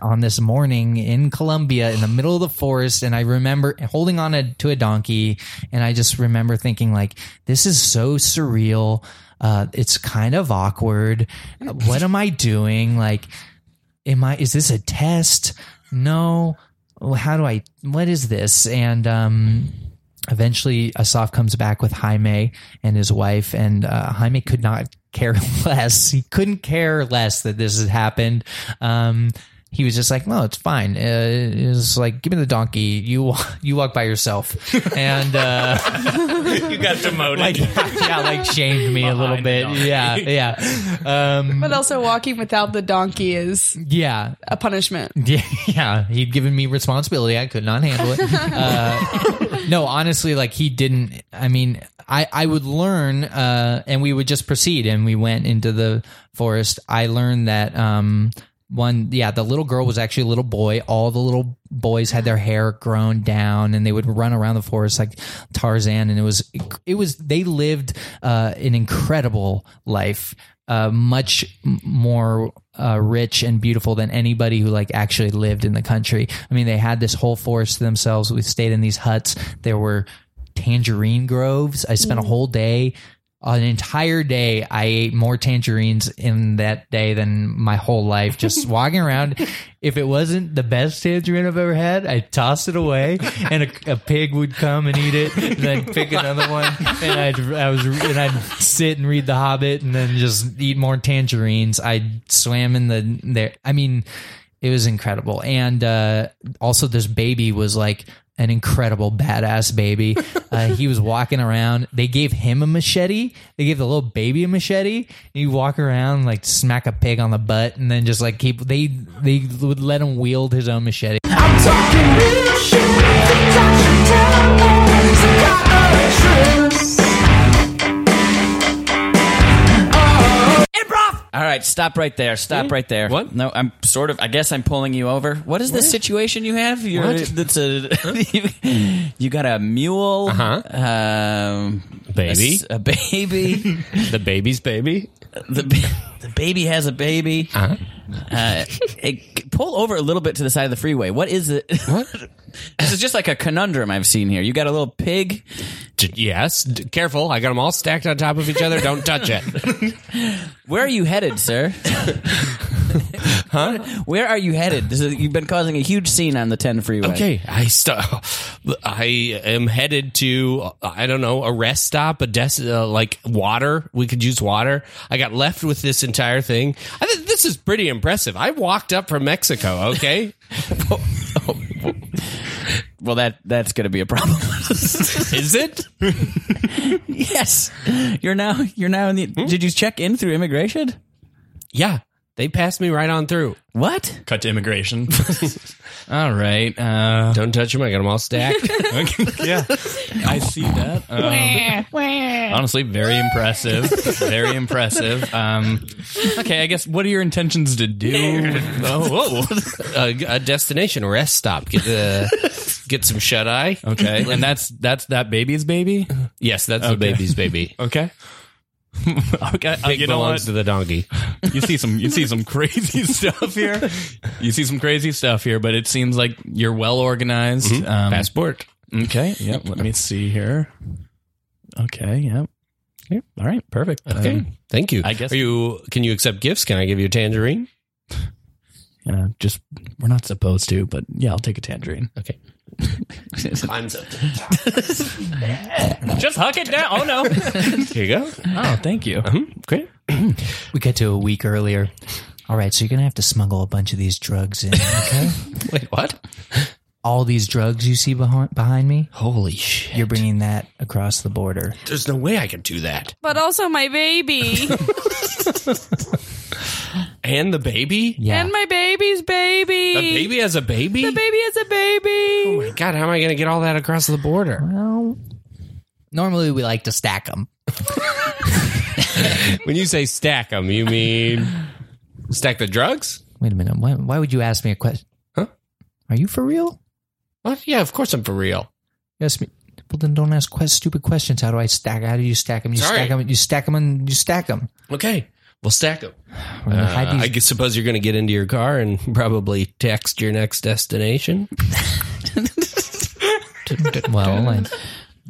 Speaker 5: on this morning in Colombia in the middle of the forest and I remember holding on a, to a donkey and I just remember thinking like this is so surreal uh it's kind of awkward what am I doing like am I is this a test no Well, how do I what is this and um Eventually, Asaf comes back with Jaime and his wife, and uh, Jaime (laughs) could not care less. He couldn't care less that this had happened. Um, he was just like, "No, it's fine." Uh, it was like, "Give me the donkey. You wa- (laughs) you walk by
Speaker 11: (laughs)
Speaker 5: yourself." And uh, (laughs)
Speaker 11: You got demoted.
Speaker 5: like, yeah, like shamed me a little
Speaker 11: Behind the
Speaker 5: bit.
Speaker 11: donkey.
Speaker 5: Yeah, yeah, um,
Speaker 6: But also, walking without the donkey is
Speaker 5: yeah.
Speaker 6: a punishment.
Speaker 5: (laughs) Yeah, yeah, he'd given me responsibility. I could not handle it. Uh, no, honestly, like he didn't. I mean, I I would learn, uh, and we would just proceed. And we went into the forest. I learned that um, one, yeah, the little girl was actually a little boy. All the little boys had their hair grown down, and they would run around the forest like Tarzan. And it was it was they lived uh, an incredible life uh, much m- more uh, rich and beautiful than anybody who like actually lived in the country. I mean, they had this whole forest to themselves. We stayed in these huts. There were tangerine groves. I spent a whole day, an entire day. I ate more tangerines in that day than my whole life. Just walking around. If it wasn't the best tangerine I've ever had, I tossed it away, and a, a pig would come and eat it. And I'd pick another one, and I'd I was and I'd sit and read The Hobbit, and then just eat more tangerines. I swam in the there. I mean, it was incredible. And uh, also, this baby was like an incredible badass baby. Uh, he was walking around. They gave him a machete. They gave the little baby a machete. And you walk around like smack a pig on the butt, and then just like keep. They they would let him wield his own machete.
Speaker 3: All right, stop right there. Stop right there.
Speaker 4: What?
Speaker 3: No, I'm sort of. I guess I'm pulling you over. What is this situation you have? You're,
Speaker 4: What?
Speaker 3: That's a. (laughs) you, you got a mule.
Speaker 4: Uh-huh.
Speaker 3: Um, a
Speaker 4: Baby.
Speaker 3: s- A,
Speaker 4: (laughs)
Speaker 3: baby.
Speaker 4: The baby's baby.
Speaker 3: the ba- the baby has a baby.
Speaker 4: Uh-huh.
Speaker 3: Uh, it, pull over a little bit to the side of the freeway. What is it? (laughs) What? this is just like a conundrum I've seen here. You got a little pig.
Speaker 4: D- yes. D- careful. I got them all stacked on top of each other. Don't
Speaker 11: (laughs)
Speaker 4: touch it.
Speaker 3: Where are you headed,
Speaker 4: (laughs)
Speaker 3: sir? huh? Where are you headed? This is, you've been causing a huge scene on the 10 freeway.
Speaker 4: Okay, I st- (laughs) I am headed to I don't know a rest stop, a des- uh, like water. We could use water. I got left with this entire thing. I th- this is pretty impressive. I walked up from Mexico.
Speaker 11: (laughs)
Speaker 4: Okay,
Speaker 3: Well, that that's going to be a problem.
Speaker 4: is it?
Speaker 3: yes, you're now you're now in the.
Speaker 7: Hmm?
Speaker 3: Did you check in through immigration?
Speaker 4: Yeah, they passed me right on through.
Speaker 3: What?
Speaker 11: Cut to immigration. (laughs) All right. Uh,
Speaker 4: Don't touch them. I got them
Speaker 11: (laughs)
Speaker 4: all stacked.
Speaker 11: yeah, I see
Speaker 4: (laughs)
Speaker 11: that. Um, honestly, very
Speaker 7: (laughs)
Speaker 11: impressive. Very impressive. Um, okay, I guess what are your intentions to (laughs) do?
Speaker 4: oh, whoa. (laughs) a, a destination rest stop.
Speaker 11: (laughs)
Speaker 4: Get uh, get some shut eye.
Speaker 11: Okay, and that's that's that baby's baby.
Speaker 4: Yes, that's the
Speaker 11: Okay.
Speaker 4: baby's baby.
Speaker 11: (laughs) Okay. okay, uh,
Speaker 4: Pig
Speaker 11: you know
Speaker 4: belongs
Speaker 11: what?
Speaker 4: to the donkey.
Speaker 11: You see some you see some crazy stuff here. You see some crazy stuff here, but it seems like you're well organized.
Speaker 5: Mm-hmm.
Speaker 11: Um,
Speaker 4: Passport.
Speaker 11: Okay. Yep. Let me see here. Okay. Yep. Yep. All right. Perfect.
Speaker 4: Okay.
Speaker 11: Um,
Speaker 4: Thank you.
Speaker 11: I guess-
Speaker 4: Are you can you accept gifts? Can I give you a tangerine?
Speaker 11: (laughs) you know, just we're not supposed to, but yeah, I'll take a tangerine.
Speaker 4: Okay.
Speaker 11: (laughs)
Speaker 4: Climbs up.
Speaker 11: Just huck it down. Oh no.
Speaker 4: (laughs) Here you go. Uh-huh.
Speaker 11: oh, thank you.
Speaker 4: Great.
Speaker 5: We got to a week earlier. All right, so you're gonna have to smuggle a bunch of these drugs in. Okay,
Speaker 4: Wait, what?
Speaker 5: (laughs) all these drugs you see behind behind me,
Speaker 4: Holy shit.
Speaker 5: you're bringing that across the border.
Speaker 4: There's no way I can do that.
Speaker 6: But also, my baby
Speaker 4: And the baby?
Speaker 5: Yeah,
Speaker 6: and my baby's baby.
Speaker 4: The baby has a baby?
Speaker 6: The baby is a baby.
Speaker 4: Oh my God, how am I going to get all that across the border?
Speaker 5: Well, normally we like to stack them.
Speaker 4: when you say stack them, you mean stack the drugs?
Speaker 5: Wait a minute. Why, why would you ask me a question?
Speaker 4: Huh?
Speaker 5: Are you for real?
Speaker 4: What? Yeah, of course I'm for real.
Speaker 5: Yes. Me. Well, then don't ask quest- stupid questions. How do I stack? How do you stack them? You
Speaker 4: Sorry.
Speaker 5: stack them. You stack them, and you stack them.
Speaker 7: (laughs)
Speaker 4: Okay, we'll stack them.
Speaker 7: Uh.
Speaker 5: We're gonna hide these-
Speaker 4: I guess- suppose you're going to get into your car and (laughs) probably text your next destination.
Speaker 7: (laughs)
Speaker 5: well, I,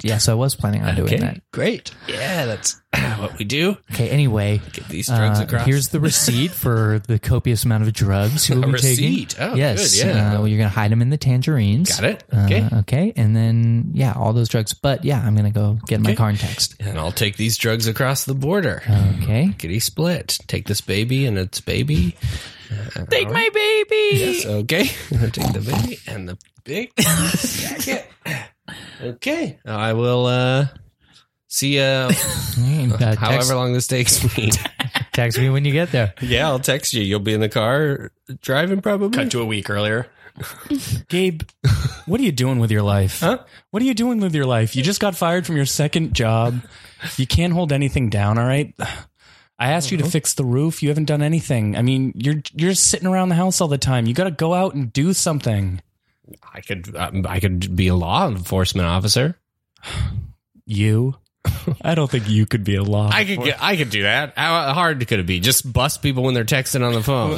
Speaker 5: yes, I was planning on doing
Speaker 4: Okay,
Speaker 5: that.
Speaker 4: great. Yeah, that's (clears throat) what we do?
Speaker 5: Okay, anyway.
Speaker 4: Get these drugs
Speaker 5: uh,
Speaker 4: across.
Speaker 5: Here's the receipt for the copious amount of drugs
Speaker 4: (laughs)
Speaker 5: you will be
Speaker 4: receipt.
Speaker 5: taking.
Speaker 4: Oh,
Speaker 5: yes.
Speaker 4: good, yeah.
Speaker 5: uh, well, you're going to hide them in the tangerines.
Speaker 4: Got it. Okay.
Speaker 5: Uh, okay. And then, yeah, all those drugs. But yeah, I'm going to go get my car and text.
Speaker 4: And I'll take these drugs across the border.
Speaker 5: Uh,
Speaker 7: (laughs)
Speaker 5: Okay.
Speaker 4: Kitty split. Take this baby and its baby. Uh,
Speaker 5: Take my baby.
Speaker 4: Yes, okay. (laughs) Take the baby and the big jacket. Okay. I will uh see ya
Speaker 5: Uh, text,
Speaker 4: however long this takes me.
Speaker 5: text me when you get there.
Speaker 4: (laughs) yeah, I'll text you. You'll be in the car driving probably.
Speaker 7: Cut to a week earlier. Gabe, what are you doing with your life?
Speaker 4: Huh?
Speaker 7: What are you doing with your life? You just got fired from your second job. You can't hold anything down, all right? I asked you to fix the roof. You haven't done anything. I mean, you're you're just sitting around the house all the time. You got to go out and do something.
Speaker 4: I could um, I could be a law enforcement officer.
Speaker 7: You? I don't think you could be a law.
Speaker 4: I could I could do that. How hard could it be? Just bust people when they're texting on the phone, (laughs)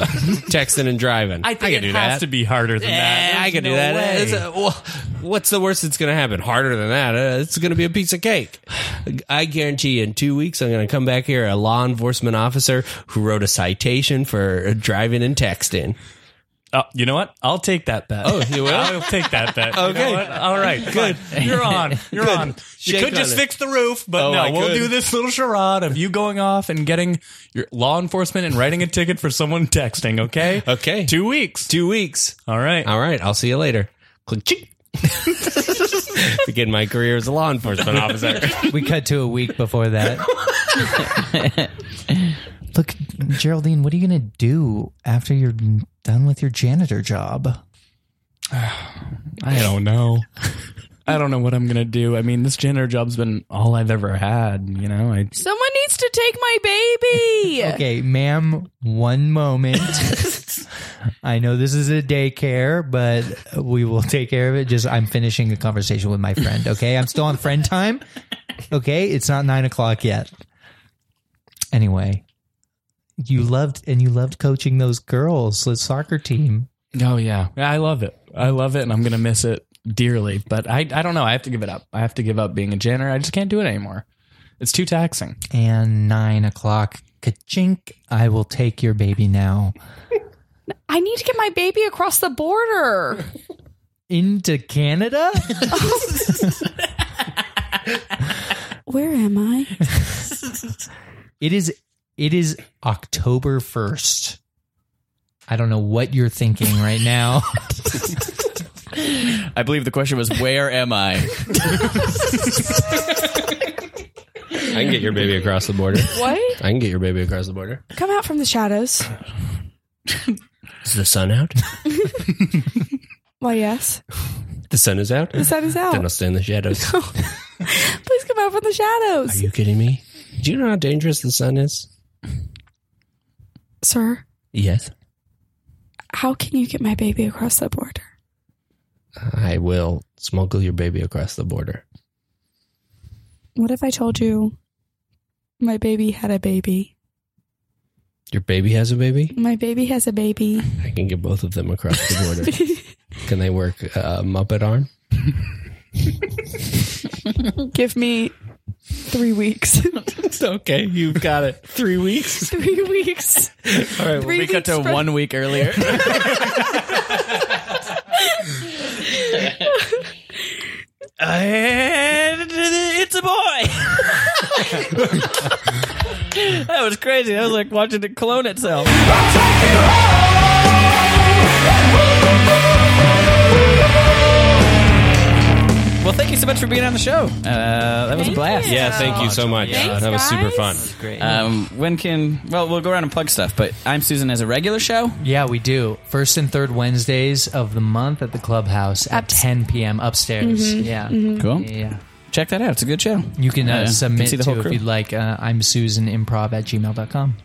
Speaker 4: texting and driving.
Speaker 7: I think
Speaker 4: could
Speaker 7: it
Speaker 4: do
Speaker 7: has
Speaker 4: that.
Speaker 7: to be harder than that.
Speaker 4: Eh, I could do that. Eh, it's a- well, what's the worst that's going to happen? Harder than that. Uh, it's going to be a piece of cake. I guarantee you, in two weeks, I'm going to come back here a law enforcement officer who wrote a citation for uh, driving and texting.
Speaker 7: Oh, you know what? I'll take that bet.
Speaker 4: Oh, you will?
Speaker 7: I'll take that bet.
Speaker 4: Okay.
Speaker 7: You know what? All right. Good. You're on. You're on. You
Speaker 4: Shake
Speaker 7: could
Speaker 4: on
Speaker 7: just
Speaker 4: it.
Speaker 7: fix the roof, but
Speaker 4: Oh,
Speaker 7: no,
Speaker 4: I
Speaker 7: we'll
Speaker 4: could.
Speaker 7: do this little charade of you going off and getting your law enforcement and writing a ticket for someone texting, okay?
Speaker 4: Okay.
Speaker 7: Two weeks.
Speaker 4: Two weeks.
Speaker 7: All right.
Speaker 4: All right. I'll see you later. Click. (laughs) chick. Begin my career as a law enforcement officer.
Speaker 7: (laughs)
Speaker 5: We cut to a week before
Speaker 4: (laughs)
Speaker 5: that. Look, Geraldine, what are you going to do after you're done with your janitor job?
Speaker 7: I don't know. I don't know what I'm going to do. I mean, this janitor job's been all I've ever had, you know? I
Speaker 9: Someone needs to take my baby.
Speaker 5: Okay, ma'am, one moment. I know this is a daycare, but we will take care of it. Just I'm finishing a conversation with my friend. Okay, I'm still on friend time. Okay, it's not nine o'clock yet. Anyway, you loved and you loved coaching those girls, the soccer team.
Speaker 7: Oh yeah. Yeah, I love it. I love it and I'm going to miss it dearly, but I I don't know. I have to give it up. I have to give up being a janitor. I just can't do it anymore. It's too taxing.
Speaker 5: And nine o'clock, ka-chink! I will take your baby now
Speaker 9: I need to get my baby across the border.
Speaker 5: into Canada. (laughs)
Speaker 9: Where am I?
Speaker 5: It is it is October 1st. I don't know what you're thinking right
Speaker 3: (laughs)
Speaker 5: now.
Speaker 3: I believe the question was, "Where am
Speaker 4: (laughs)
Speaker 3: I?"
Speaker 4: I can get your baby across the border.
Speaker 9: What?
Speaker 4: I can get your baby across the border.
Speaker 9: Come out from the shadows.
Speaker 4: Is the sun out?
Speaker 9: Why, yes.
Speaker 4: The sun is out?
Speaker 9: The sun is
Speaker 4: Then I'll
Speaker 9: out.
Speaker 4: stay in the shadows.
Speaker 9: Please come out from the
Speaker 4: Are
Speaker 9: shadows.
Speaker 4: you kidding me? Do you know how dangerous the sun is?
Speaker 9: Sir,
Speaker 4: Yes.
Speaker 9: how can you get my baby across the border?
Speaker 4: I will smuggle your baby across the border.
Speaker 9: What if I told you my baby had a baby?
Speaker 4: Your baby has a baby?
Speaker 9: My baby has a baby.
Speaker 4: I can get both of them across (laughs) the border. can they work uh, Muppet arm?
Speaker 9: Give me three weeks.
Speaker 4: okay, you've got (laughs) it. Three weeks.
Speaker 9: three weeks.
Speaker 4: All right.
Speaker 9: Three
Speaker 3: we cut
Speaker 9: weeks
Speaker 3: to
Speaker 9: from-
Speaker 3: one week earlier. and it's a (laughs) boy. that was crazy. That was like watching it clone itself. Well, thank you so much for being on the show. Uh, that was a blast.
Speaker 4: yeah, thank you so much. that was super fun.
Speaker 3: Um, when can well we'll go around and plug stuff, but I'm Susan as a regular show.
Speaker 5: (laughs) yeah, we do. First and third Wednesdays of the month at the clubhouse at 10 p.m. upstairs. Yeah.
Speaker 3: Cool.
Speaker 5: Yeah.
Speaker 3: Check that out. It's a good show.
Speaker 5: You can uh,
Speaker 3: Yeah,
Speaker 5: submit
Speaker 3: see the whole
Speaker 5: to if
Speaker 3: crew.
Speaker 5: you'd like. Uh, I'm Susan Improv at gmail.com.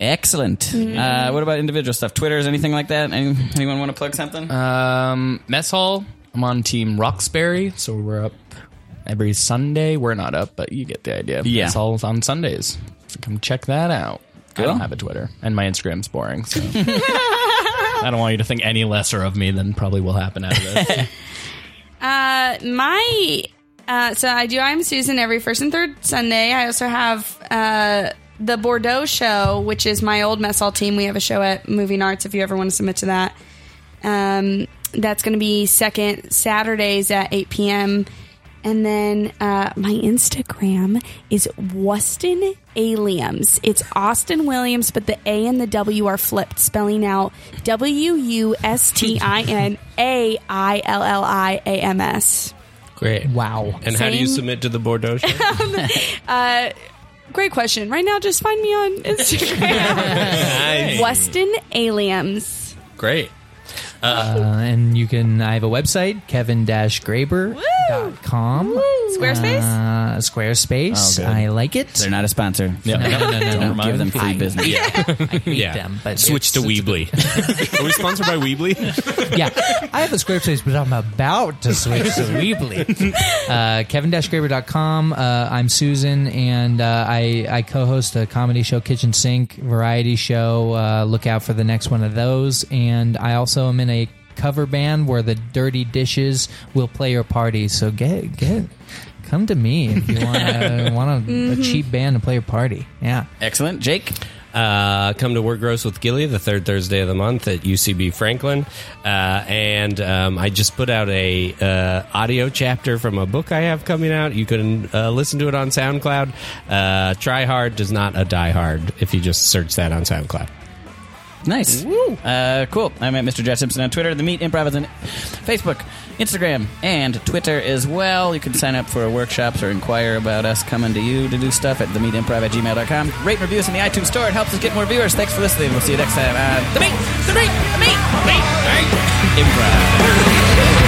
Speaker 3: Excellent. Uh, what about individual stuff? Twitters, anything like that? Any, anyone want to plug something?
Speaker 5: Uh,
Speaker 7: Um, mess hall. I'm on team Roxbury, so we're up every Sunday. We're not up, but you get the idea.
Speaker 3: Yeah.
Speaker 7: mess hall's on Sundays. So come check that out. I
Speaker 3: Cool.
Speaker 7: don't have a Twitter, and my Instagram's
Speaker 3: (laughs)
Speaker 7: boring. So. I don't want you to think any lesser of me than probably will happen out of this.
Speaker 6: Uh, my
Speaker 9: Uh, so I do I'm Susan every first and third Sunday. I also have uh, the Bordeaux show, which is my old mess hall team. We have a show at Moving Arts if you ever want to submit to that. Um, that's going to be second Saturdays at 8 p.m. And then uh, my Instagram is Weston Aliums. It's Austin Williams, but the A and the W are flipped, spelling out W U S T I N A I L L I A M S.
Speaker 4: Great.
Speaker 5: Wow.
Speaker 4: And how do you
Speaker 9: Same.
Speaker 4: submit to the Bordeaux show?
Speaker 9: Great question. Right now, just find me on Instagram. Weston Aliums.
Speaker 4: Great.
Speaker 5: Uh, and you can, I have a website, kevin-graber.com.
Speaker 9: Squarespace?
Speaker 5: Uh, Squarespace.
Speaker 3: Oh, good.
Speaker 5: I like it.
Speaker 3: They're not a sponsor.
Speaker 5: No, no, no, no,
Speaker 3: Don't
Speaker 5: no.
Speaker 3: give them free business.
Speaker 5: (laughs) I hate
Speaker 4: (laughs) Yeah.
Speaker 5: them. But
Speaker 12: Switch to
Speaker 5: it's-
Speaker 12: Weebly.
Speaker 4: (laughs)
Speaker 12: Are we sponsored by Weebly?
Speaker 5: yeah, I have a Squarespace, but I'm about to switch to Weebly. Uh, Kevin-Graber.com. Uh, I'm Susan, and uh, I, I co-host a comedy show, Kitchen Sink, variety show. Uh, look out for the next one of those. And I also am in a cover band where the Dirty Dishes will play your party. So get get come to me if you want to want a, a cheap band to play your party. Yeah.
Speaker 3: Excellent. Jake?
Speaker 4: Uh, come to We're Gross with Gilly the third Thursday of the month at UCB Franklin. Uh, and um, I just put out a uh, audio chapter from a book I have coming out. You can uh, listen to it on SoundCloud. Uh, Try Hard does not a die hard if you just search that on SoundCloud.
Speaker 3: Nice. Uh, cool. I'm at Mr. Josh Simpson on Twitter. The Meat Improv is on Facebook, Instagram, and Twitter as well. You can sign up for workshops or inquire about us coming to you to do stuff at themeatimprov at gmail.com. Rate and review us in the iTunes store. It helps us get more viewers. Thanks for listening. We'll see you next time on The Meat, The Meat, The Meat, The Meat, The Meat Improv.